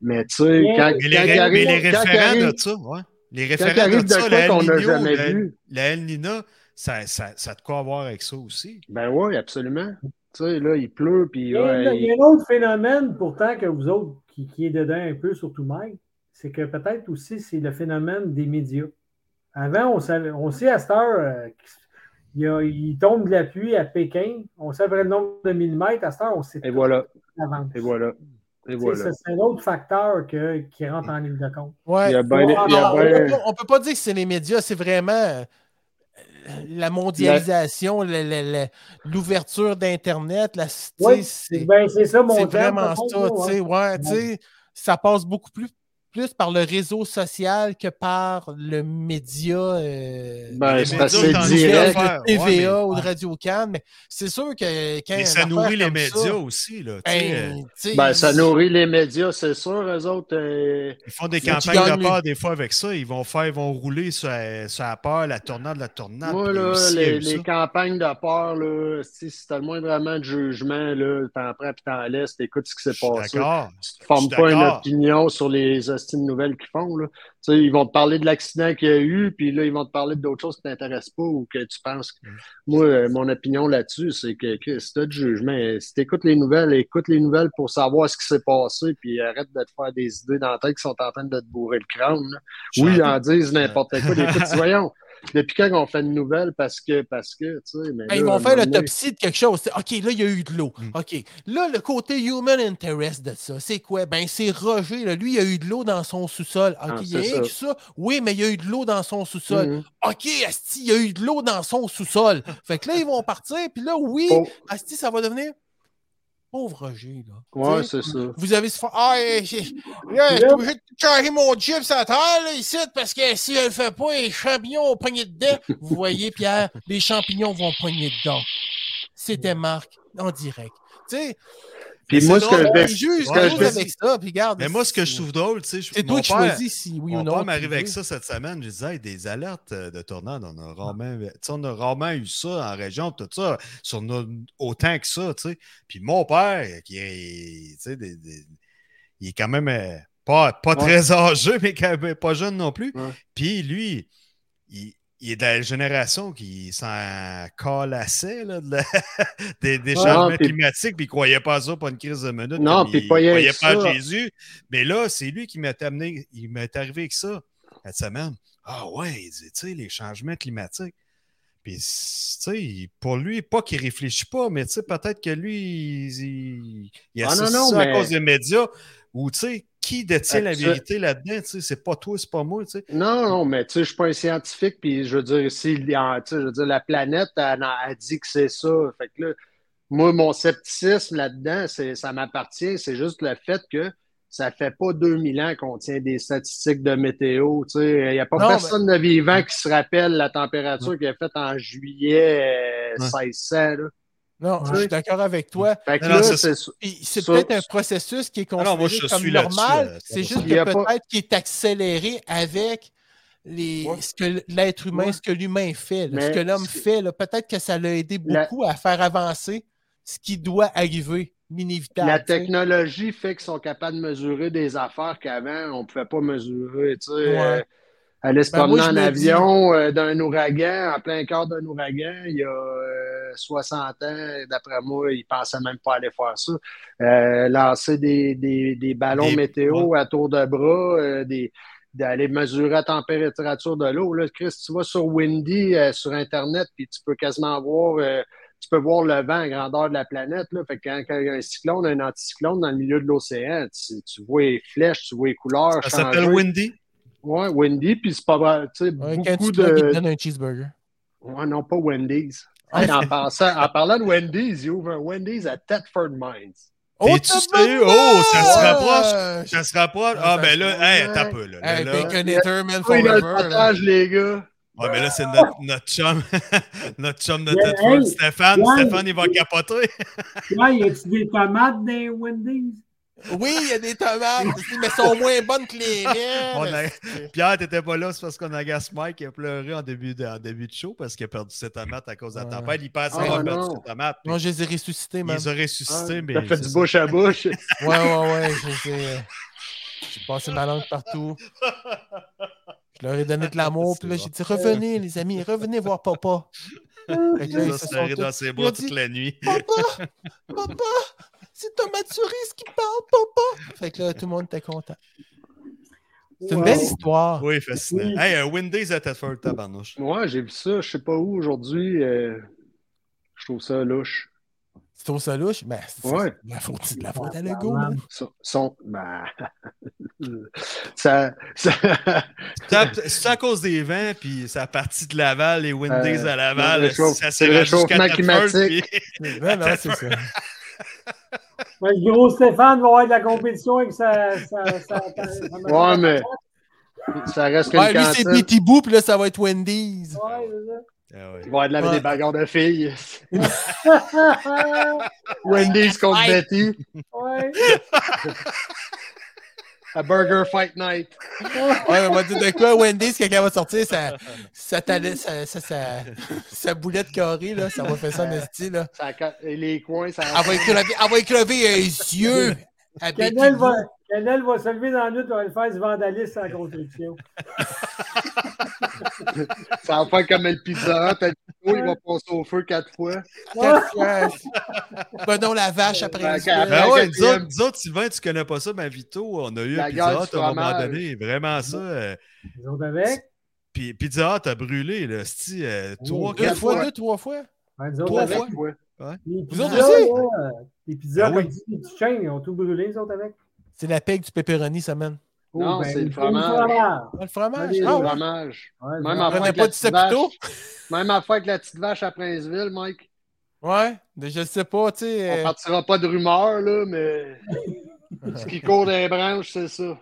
D: Mais tu sais, quand,
B: Mais
D: quand
B: les,
D: il
B: ré- mais
D: arrive,
B: les
D: quand il
B: référents
D: arrive-
B: de ça, ouais. Les
D: quand il
B: référents
D: arrive
B: de ça,
D: de quoi
B: la
D: qu'on
B: El
D: n'a
B: Niño,
D: jamais
B: la-
D: vu,
B: la El Nina, ça, ça, ça a de quoi avoir avec ça aussi.
D: ben oui, absolument. Tu sais, là, il pleut, puis
C: Il y, a,
D: ouais,
C: il y a un autre phénomène pourtant que vous autres qui, qui est dedans un peu, surtout Mike, c'est que peut-être aussi c'est le phénomène des médias. Avant, on, savait, on sait à cette heure euh, qu'il y a- il tombe de la pluie à Pékin, on savait le nombre de millimètres, à cette heure on sait
D: et voilà,
C: tout avant.
D: et voilà, et
C: Tu sais,
D: voilà.
C: ça, C'est un autre facteur que- qui rentre en ligne de compte.
A: Ouais.
D: Il y a ben-
A: Ouais,
C: il y a
A: on
D: ben-
A: peut pas- on ne peut pas dire que c'est les médias, c'est vraiment euh, la mondialisation, le- le- le- l'ouverture d'Internet, la tu sais,
C: Oui,
A: c'est
C: Ben, c'est ça mon
A: c'est
C: terme, dans
A: vraiment
C: le
A: ça,
C: fond,
A: tu
C: là,
A: sais, ouais, tu
C: Ouais.
A: sais, ça passe beaucoup plus, plus par le réseau social que par le média. euh,
D: Ben,
B: Les
D: c'est
B: médias,
D: parce que
B: t'en
D: c'est
B: dis
D: direct.
B: rien faire.
A: de TVA
B: Ouais,
A: ou de Radio Cannes, mais c'est sûr que quand
B: mais-
A: une
B: Et ça
A: affaire
B: nourrit les
A: comme
B: médias
A: ça,
B: aussi, là. tu sais, euh,
A: ben, tu sais,
D: Ben, ça nourrit les médias, c'est sûr, eux autres. euh,
B: Ils font des
A: Faut que tu
B: campagnes de
A: gagnes
B: peur des fois avec ça. Ils vont faire, ils vont rouler sur, la- sur la peur, la tornade, la tornade.
D: Moi,
B: puis
D: là,
B: aussi, il y a
D: les,
B: eu ça.
D: les campagnes de peur, là, si si t'as le moins vraiment de jugement, là, t'en prends puis t'en laisses, t'écoutes ce qui
B: Je
D: s'est
B: suis
D: passé.
B: d'accord.
D: Tu te formes
B: Je suis
D: pas une
B: d'accord.
D: opinion sur les hostiles nouvelles qu'ils font. Là. Tu sais, ils vont te parler de l'accident qu'il y a eu, puis là, ils vont te parler d'autres choses qui t'intéressent pas ou que tu penses. que- Moi, euh, mon opinion là-dessus, c'est que, que si t'as du jugement, euh, si t'écoutes les nouvelles, écoute les nouvelles pour savoir ce qui s'est passé, puis arrête de te faire des idées dans la tête qui sont en train de te bourrer le crâne. là.
B: Je
D: Oui,
B: suis
D: ils
B: en-
D: en disent n'importe quoi. Des petits, voyons, depuis quand on fait une nouvelle parce que, parce que, tu sais, mais
A: Ben, ils
D: là, à un
A: vont faire
D: moment donné,
A: l'autopsie de quelque chose. C'est, OK, là, il y a eu de l'eau.
B: Mm.
A: OK. Là, le côté human interest de ça, c'est quoi? Ben, c'est Roger. là. Lui, il y a eu de l'eau dans son sous-sol. OK,
D: Ah,
A: il y a
D: c'est
A: rien que ça. Oui, mais il y a eu de l'eau dans son sous-sol.
D: Mhm.
A: OK, Asti, il y a eu de
D: Oh.
A: l'eau dans son sous-sol. Fait que là, ils vont partir, puis là, oui,
D: Faut-
A: Asti, ça va devenir Pauvre Roger, là.
D: Oh, Ouais,
A: T'sais,
D: c'est ça.
A: Vous avez ce fa- Ah, euh, j'ai là, j'étais obligé de charger mon chip sur la terre, là, ici, parce que si je le fais pas, les champignons vont pogner dedans. Vous voyez, Pierre, les champignons vont pogner dedans. C'était Marc, en direct. Tu sais,
D: Puis
B: C'est
D: moi, ce que
B: drôle,
D: je
A: on
D: vais
A: juge,
B: ce que
A: on
B: je
A: juge
B: vais-
A: avec ça, puis regarde.
B: Mais moi, ce que je
A: c'est-
B: trouve drôle, tu sais, je-
A: C'est
B: mon
A: toi qui
B: père-
A: choisis si oui ou
B: Mon
A: non.
B: père m'arrive
A: tu
B: avec
A: veux.
B: ça cette semaine. Je disais, Hey, des alertes euh, de tornades, on a rarement, tu sais, on a rarement eu ça en région, tout ça, sur nos- autant que ça. tu sais. Puis mon père, qui est, tu sais, des- des- il est quand même euh, pas, pas
D: Ouais.
B: très âgé, mais quand même pas jeune non plus.
D: Ouais.
B: Puis lui, il, il est de la génération qui s'en calassait là, de la- des, des
D: Ouais,
B: changements
D: puis-
B: climatiques, puis il croyait pas à ça, pas une crise de minute.
D: Non,
B: comme
D: puis
B: il
D: pas rien
B: croyait
D: que
B: pas
D: ça.
B: à Jésus. Mais là, c'est lui qui m'a amené, il m'est arrivé avec ça cette semaine. Ah ouais, il dit, tu sais, les changements climatiques. Puis, tu sais, il- pour lui, pas qu'il réfléchit pas, mais tu sais, peut-être que lui, il, il, il
D: Ah non,
B: associe
D: non,
B: ça
D: mais-
B: à cause des médias ou, tu sais, qui détient la
D: Actu-
B: vérité là-dedans, tu sais, c'est pas toi, c'est pas moi, tu sais.
D: Non, non, mais tu sais, je suis pas un scientifique, puis je veux dire, si, en- tu sais, je veux dire, la planète, elle, a dit que c'est ça. Fait que là, moi, mon scepticisme là-dedans, c'est, ça m'appartient. C'est juste le fait que ça fait pas 2000 ans qu'on tient des statistiques de météo. Tu sais, il n'y a pas
A: Non,
D: personne de vivant qui se rappelle la température qu'il a faite en juillet euh, 1600. là.
A: Non, je suis d'accord avec toi.
D: Fait que
B: Non, non,
D: là,
B: c'est
D: c'est ça.
A: Puis c'est
D: Ça,
A: peut-être un
D: c'est-
A: processus qui est
B: Ah
A: considéré
B: non, moi, je
A: comme
B: suis là-dessus,
A: normal.
B: euh,
A: c'est
B: 100%.
A: juste
D: Il y
A: que
D: a
A: peut-être
D: pas-
A: qu'il est accéléré avec les,
D: Ouais.
A: ce que l'être humain,
D: Ouais.
A: ce que l'humain fait, là, ce
D: Mais
A: que l'homme
D: c'est-
A: fait. là. Peut-être que ça l'a aidé
D: La-
A: beaucoup à faire avancer ce qui doit arriver, inévitable.
D: La
A: tu sais.
D: technologie fait qu'ils sont capables de mesurer des affaires qu'avant, on ne pouvait pas mesurer. Tu sais,
A: Ouais.
D: euh, aller se
A: Ben,
D: promener
A: moi, je
D: en
A: me
D: avion euh, d'un ouragan, en plein cœur d'un ouragan, il y a euh, 60 ans, d'après moi, ils ne pensaient même pas aller faire ça. Euh, lancer des, des- des ballons
B: Des-
D: météo à tour de bras, euh, des- d'aller mesurer la température de l'eau. Là, Chris, tu vas sur Windy, euh, sur Internet, puis tu peux quasiment voir... euh, tu peux voir le vent à grandeur de la planète. Là. Fait que quand, quand il y a un cyclone, un anticyclone dans le milieu de l'océan, tu, tu vois les flèches, tu vois les couleurs.
B: Ça
D: changer.
B: s'appelle Windy.
D: Ouais, Wendy, puis c'est pas vrai. Tu sais,
A: Ouais, quand
D: beaucoup
A: tu te lèves, il te
D: de.
A: donne un cheeseburger.
D: Ouais, non, pas Wendy's.
A: Ah,
D: Hey, en, passant- en parlant de Wendy's, il ouvre un Wendy's à Thetford Mines.
B: T'es-tu
A: t'as
B: sérieux?
A: bonne
B: Oh, ça se
A: note!
B: rapproche. Ça se rapproche.
A: Ah,
B: Ah,
A: ça
B: ben
A: se
B: là,
D: rapproche.
B: hey, attends un peu, là. Là,
A: Hey, ben,
B: là.
A: Baconator, man,
D: Oui, là, le
A: forever. là.
D: partage, les gars.
B: Ah, mais là, c'est notre, notre chum, notre chum de
C: Mais,
B: Tedford,
C: hey,
B: Stéphane.
C: Yann,
B: Stéphane, il va capoter.
C: Ouais, y a-tu des tomates des Wendy's?
A: Oui, il y a des tomates, mais elles sont moins bonnes que les
B: On a-
A: miennes.
B: Pierre, t'étais pas là, c'est parce qu'on agace Mike qui a pleuré en début de, en début de show parce qu'il a perdu ses tomates à cause de la
A: Ouais.
B: tempête. Il pensait
D: Ah,
B: avoir perdu
D: non.
B: ses tomates.
A: Non, je les ai ressuscités,
B: il
A: man.
B: les a ressuscités, mais.
D: ça fait
B: c'est
D: du
B: ça.
D: bouche à bouche.
A: Ouais, ouais, ouais, je sais. euh, J'ai passé ma langue partout. Je leur ai donné de l'amour, puis là,
B: C'est
A: j'ai dit revenez, les amis, revenez voir papa. Fait que là,
B: Il
A: ils
B: a
A: se sont
B: serré
A: tous-
B: dans ses
A: Ils ont
B: bras toute
A: dit-
B: la nuit.
A: Papa, papa, c'est Thomas de Cerise qui parle, papa. Fait que là, tout le monde était content. C'est une
C: Wow.
A: belle histoire.
B: Oui, fascinant.
C: Oui.
B: Hey, euh, un Windays à Tedford, tabarnouche.
D: Moi, j'ai vu ça, je sais pas où aujourd'hui. euh, je trouve ça louche.
A: Tu trouves ça louche? Ben, c'est
D: Ouais.
A: c'est de la faute, c'est de la faute à Lego, man.
D: Son, son- ben, ça, ça,
B: C'est à- C'est à cause des vents, puis ça a parti de Laval, les Windays
D: Euh,
B: à Laval.
D: le réchauffe-
B: ça s'est
D: c'est le
B: rendu jusqu'à
D: réchauffement
B: Thetford,
D: climatique.
B: puis-
A: Non, non, c'est ça.
C: Ouais, le gros Stéphane va avoir de la compétition avec sa. sa, sa, sa- sa-
D: Ouais, mais ça reste qu'une
A: Ouais, lui, c'est
D: cantine.
A: Petit Boo, puis là, ça va être Wendy's.
C: Ouais, c'est
B: Ah ouais.
D: Il va y avoir de la-
A: Ouais.
D: des bagarres de filles.
C: ça.
D: Wendy's contre
A: Fight.
D: Betty.
C: ouais.
D: À Burger Fight Night.
A: Ouais, on va dire de quoi, Wendy's, quand elle va sortir sa, sa, tala- sa, sa, sa- sa boulette carrée, là, ça va faire ça en esti, là.
D: Ça ca- et les coins, ça.
A: Elle va écrever, elle va écrever, euh, les yeux. à Betty
C: Canel
A: Boop.
C: va, Canel va se lever dans la nuit, on va le faire du vandalisme à la construction.
D: ça va faire comme le pizza. Hut, à Chico, Il va passer au feu quatre fois.
A: Quatre fois. Ben non, la vache après.
D: Ben,
A: les yeux.
D: La
B: Ben ouais, nous
D: quatrième.
B: autres, nous autres, Sylvain, tu connais pas ça, ben Vito, on a eu
D: La
B: un
D: guerre
B: Pizza
D: du
B: Hut à un moment
D: fromage. Mhm.
B: donné, vraiment ça. euh,
C: Ils ont avec.
B: Puis Pizza Hut a brûlé, là, c'ti, euh,
C: Oh,
B: trois,
A: Deux
B: quatre
A: fois,
B: fois.
A: deux, trois fois.
C: Ouais, nous autres
A: Trois
D: Quatre
C: avec.
A: fois.
D: fois.
C: Les
A: Vous autres
C: pizzas,
A: aussi?
C: là, les pizzas,
B: Ah oui.
C: comme dit, les petites chaînes, ils ont tout brûlé, les autres avec. Oh, ben,
A: C'est la peg du pepperoni, ça mène.
D: Non, c'est le
C: il faut
D: fromage.
A: Ah, le
D: Ah,
A: fromage.
D: des
A: Ah, ouais.
D: dommages.
C: Ouais,
D: Même
C: non.
A: On
D: affaire
A: n'a
D: avec
A: pas
D: la
A: du
D: petite
A: sapito.
D: vache. Même affaire avec la petite vache à Princeville, Mike.
A: Ouais, mais je sais pas, tu sais.
D: On partira pas de rumeurs, là, mais ce qui court dans les branches, c'est ça.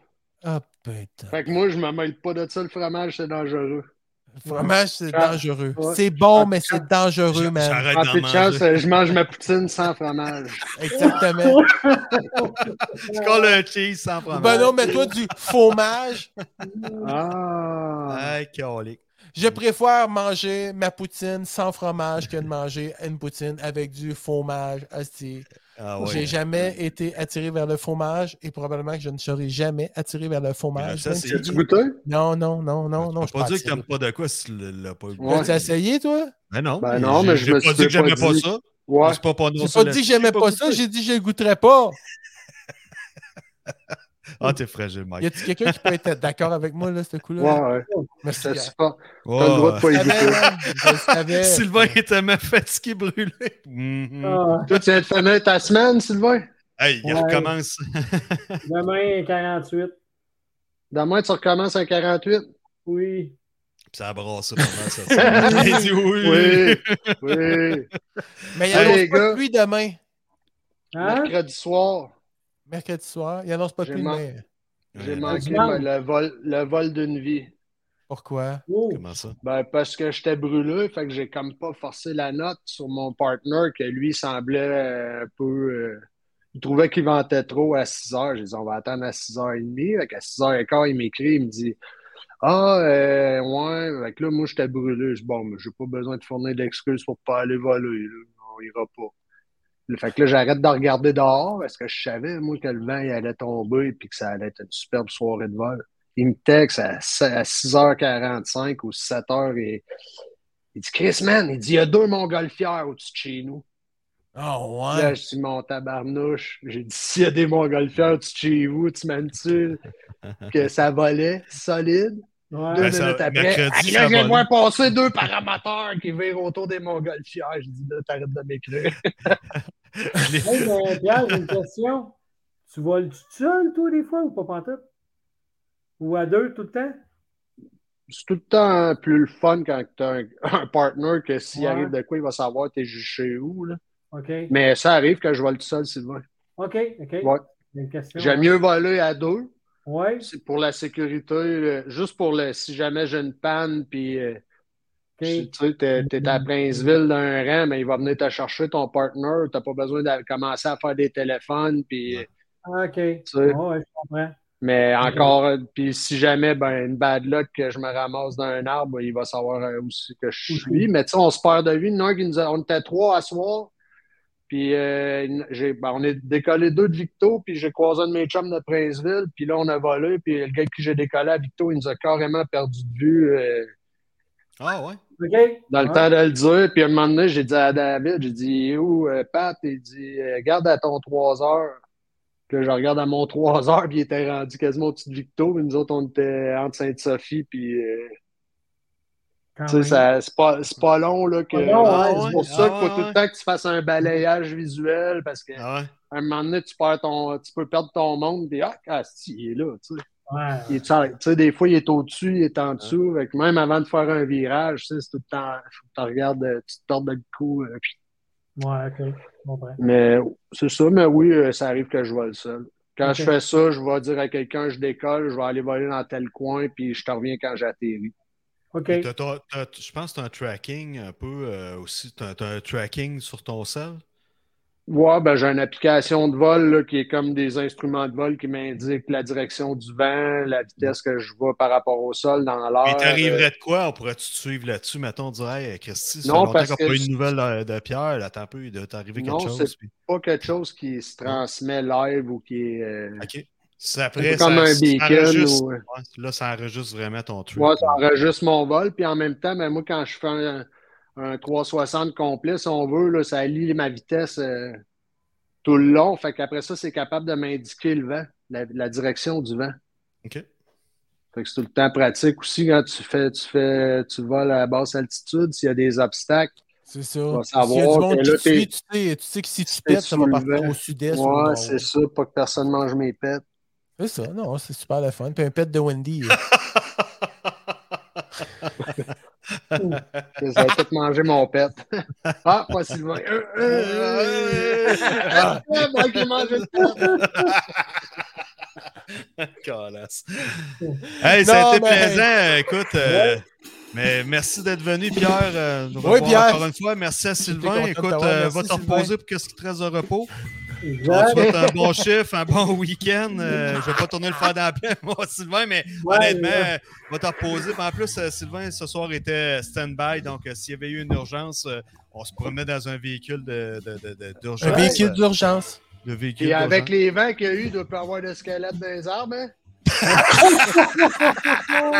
A: Ah, putain.
D: Fait que moi, je me mêle pas de ça. Le fromage, c'est dangereux.
A: Le fromage, c'est
D: Ah,
A: dangereux.
D: ouais.
A: C'est bon, mais c'est dangereux, man.
B: J'arrête
D: En
B: d'en
D: plus de chance,
B: manger.
D: je mange ma poutine sans fromage.
A: Exactement.
D: euh,
B: Tu colles un cheese sans fromage.
A: Ben non, mais toi, du fromage,
D: Ah!
B: Ah, calique.
A: je préfère manger ma poutine sans fromage que de manger une poutine avec du fromage. Asti.
B: Ah ouais.
A: J'ai jamais été attiré vers le fromage et probablement que je ne serai jamais attiré vers le fromage.
B: Ça,
A: même
B: c'est-
A: si-
D: As-tu goûté?
A: Non, non, non, non, non.
B: Non,
A: Je
B: pas dire que
A: t'aimes
B: t'aimes pas de quoi si tu l'as pas eu.
D: Ouais.
A: T'as essayé, toi?
B: Ben non.
D: Ben non, mais je
B: j'ai
D: me
B: pas
D: suis
B: dit que j'aimais
D: pas
B: pas
D: dit.
B: ça.
D: Ouais.
B: C'est pas
A: J'ai pas dit que j'aimais pas ça, j'ai dit que je le goûterais pas.
B: Ah, t'es fragile,
A: Y
B: Mike.
A: a-tu quelqu'un qui peut être d'accord avec moi, là, ce coup-là?
D: Ouais, ouais.
A: Merci.
D: C'était super.
B: Ouais.
D: T'as le droit de pas
A: Je
D: y
A: savais,
D: goûter.
A: man, je le savais.
B: Oh. Sylvain est tellement fatigué, brûlé. Mhm.
C: Ah,
D: Toi, tu viens de finir ta semaine, Sylvain?
B: Hey, il
C: Ouais.
B: recommence.
C: demain, 48.
D: Demain, tu recommences à 48?
C: Oui.
B: Ça a brassé pendant cette semaine. Il dit oui.
D: Oui.
A: Mais il
D: Hey,
A: annonce
D: les
A: pas
D: gars.
A: de pluie demain,
C: Hein?
D: Mercredi soir,
A: mercredi soir. Il annonce pas de
D: J'ai
A: pluie
D: mar-
A: demain.
D: j'ai
B: Ouais,
D: manqué
C: non.
D: le vol, le vol d'une vie.
A: Pourquoi?
C: Oh.
B: Comment ça?
D: Ben, parce que j'étais brûlé, fait que j'ai comme pas forcé la note sur mon partner que lui semblait euh, un peu. euh, il trouvait qu'il ventait trop à 6 heures. J'ai dit, on va attendre à 6h30. Fait qu'à 6h15, il m'écrit, il me dit Ah, euh, ouais. Fait que là, moi, j'étais brûlé. Je dis, bon, mais j'ai pas besoin de fournir d'excuses pour pas aller voler. là. On ira pas. Le- Fait que là, j'arrête de regarder dehors parce que je savais, moi, que le vent il allait tomber puis que ça allait être une superbe soirée de vol. Il me texte à se- à 6h45 ou 7h et il dit Chris, man, il dit il y a deux montgolfières au-dessus de chez nous.
B: Ah,
A: Oh,
D: Là,
A: ouais.
D: je dis mon tabarnouche. J'ai dit s'il y a des montgolfières au-dessus de chez vous, tu m'aimes-tu que ça volait solide. Deux
C: Ouais.
B: Ben, ça-
D: minutes après,
B: mercredi,
D: Ah, puis
B: ça
D: là, je
B: volait.
D: vois passer deux paramateurs qui virent autour des montgolfières. Je dis là, t'arrêtes de m'écrire.
C: Hey,
D: ben.
C: mais Pierre, j'ai une question. Tu voles-tu tout seul, toi, des fois, ou pas pantoute? Ou à deux, tout le temps?
D: c'est tout le temps plus le fun quand tu as un, un partner que s'il
C: Ouais.
D: arrive de quoi, il va savoir t'es jugé où. Là.
C: OK.
D: Mais ça arrive que je vole tout seul, Sylvain.
C: OK, OK.
D: Ouais.
C: J'ai une question.
D: J'aime mieux voler à deux.
C: Ouais.
D: C'est pour la sécurité, euh, juste pour le si jamais j'ai une panne, puis euh, tu
C: OK.
D: sais, t'es, t'es à Princeville d'un rang, mais il va venir te chercher ton partner. T'as pas besoin de commencer à faire des téléphones, puis. euh,
C: Ah, OK.
D: Tu sais.
C: Ouais, je comprends.
D: Mais encore, euh, puis si jamais, ben, une bad luck que je me ramasse dans un arbre, il va savoir euh, où c'est que je suis. Mais tu sais, on se perd de vue. Il y en a un qui nous a- on était trois à soir. Puis euh, il y en a- j'ai, ben, on est décollé deux de Victo, puis j'ai croisé un de mes chums de Princeville, puis là, on a volé. Puis le gars que j'ai décollé à Victo, il nous a carrément perdu de vue euh,
B: Ah ouais?
C: OK.
D: dans le
C: Ouais.
D: temps de le dire. Puis à un moment donné, j'ai dit à David, j'ai dit, où, euh, Pat? Il dit, euh, garde à ton 3 heures. Puis là, je regarde à mon 3 heures, puis il était rendu quasiment au-dessus de Victo. Puis nous autres, on était entre Sainte-Sophie, puis euh,
C: Quand
D: tu sais,
C: même.
D: ça- c'est pas, c'est pas long, là, que...
C: Ah Pas long,
D: Ah,
C: ouais,
D: c'est
C: ouais,
D: pour ça
B: ah
D: qu'il faut
B: ouais,
D: tout
B: ouais.
D: le temps que tu fasses un balayage visuel, parce qu'à
B: Ah ouais?
D: un moment donné, tu perds ton... Tu peux perdre ton monde, puis ah, ah, si, il est là, tu sais.
C: Ouais.
D: Il est- tu sais, des fois, il est au-dessus, il est en dessous.
B: Ah.
D: Fait que même avant de faire un virage, tu sais, c'est tout le temps, faut que tu regardes, euh, tu te tordes le cou. euh, puis-
C: Ouais, OK. Je comprends.
D: Mais c'est ça, mais oui, euh, ça arrive que je vole seul. Quand
C: Ok.
D: je fais ça, je vais dire à quelqu'un, je décolle, je vais aller voler dans tel coin, puis je te reviens quand j'atterris.
C: OK.
B: T'as- t'as- t'as- Je pense que tu as un tracking un peu euh, aussi. Tu as, un tracking sur ton sel.
D: Ouais, ben j'ai une application de vol là, qui est comme des instruments de vol qui m'indiquent la direction du vent, la vitesse que je vais par rapport au sol, dans l'air.
B: Et t'arriverais de quoi? On pourrait-tu te suivre là-dessus? Mettons, dire, hey, Christy, ça fait
D: Non,
B: longtemps
D: parce
B: qu'on n'a
D: que
B: pas eu
D: je-
B: de nouvelles euh, de Pierre. Là, attends un peu, il doit t'arriver
D: Non,
B: quelque chose.
D: c'est-
B: puis-
D: pas quelque chose qui se transmet live ou qui est. euh,
B: OK. C'est
D: un
B: après,
D: peu comme
B: ça,
D: un
B: ça
D: beacon
B: enregistre-
D: ou.
B: Ouais, là, ça enregistre vraiment ton truc.
D: Moi, ça enregistre mon vol, puis en même temps, ben, moi, quand je fais un, un 360 complet, si on veut, là, ça lie ma vitesse euh, tout le long. Fait qu'après ça, c'est capable de m'indiquer le vent, la, la direction du vent.
B: OK.
D: Fait que c'est tout le temps pratique aussi quand tu fais, tu fais, tu voles à basse altitude, s'il y a des obstacles.
A: C'est ça.
D: vas
A: S'il y a
D: savoir
A: du monde
D: que
A: qui
D: là,
A: te
D: t'es-
A: suit, tu sais, tu sais que si tu
D: t'es
A: pètes, ça va partir
D: soulevé.
A: au sud-est. ou au
D: Ouais,
A: nord.
D: c'est ça, pas que personne mange mes pets.
A: C'est ça, non, c'est super le fun. Puis un pet de Wendy.
D: Ils ont tout mangé mon pet. Ah, pas Sylvain. Euh, euh, euh. Ah, moi, j'ai mangé le pet.
B: Calasse. Hey, ça
A: Non,
B: a été
A: mais-
B: plaisant. Écoute, euh, mais merci d'être venu, Pierre. euh, nous
A: Oui,
B: revoir
A: Pierre.
B: Encore une fois, merci à
A: content
B: Sylvain.
A: de
B: Écoute,
A: t'avoir.
B: euh,
A: Merci,
B: va te
A: Sylvain.
B: reposer pour qu'est-ce qui te reste de repos. On te
C: Exact.
B: souhaite un bon chiffre, un bon week-end. Euh, je ne vais pas tourner le fer dans la plaie, moi, Sylvain, mais
C: Ouais,
B: honnêtement,
C: ouais.
B: euh, va te reposer. Puis en plus, euh, Sylvain, ce soir, était stand-by. Donc, euh, s'il y avait eu une urgence, euh, on se promenait dans un véhicule de- de- de- de- d'urgence. euh,
A: Un véhicule d'urgence.
B: De véhicule
D: Puis avec
B: d'urgence.
D: les vents qu'il y a eu, il doit plus avoir d'escalade dans les arbres. Hein?
C: On
B: C'est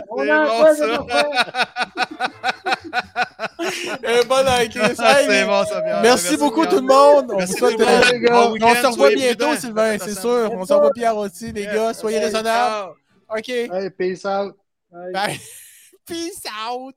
C: a
B: bon,
C: un peu
B: ça.
C: de refaire.
A: Un bon accueil.
B: Ah, c'est bon, ça, Pierre.
A: Merci beaucoup
B: Pierre.
A: tout le monde. On vous
B: Merci
A: souhaite
B: tout le monde,
A: euh,
B: les gars. Bon
A: on
B: week-end,
A: se revoit
B: soyez
A: bientôt,
B: prudents.
A: Sylvain, c'est sûr. On se revoit Pierre aussi, les gars. Soyez raisonnables. OK.
D: Hey, peace out.
C: Ouais.
A: Bye. Peace out.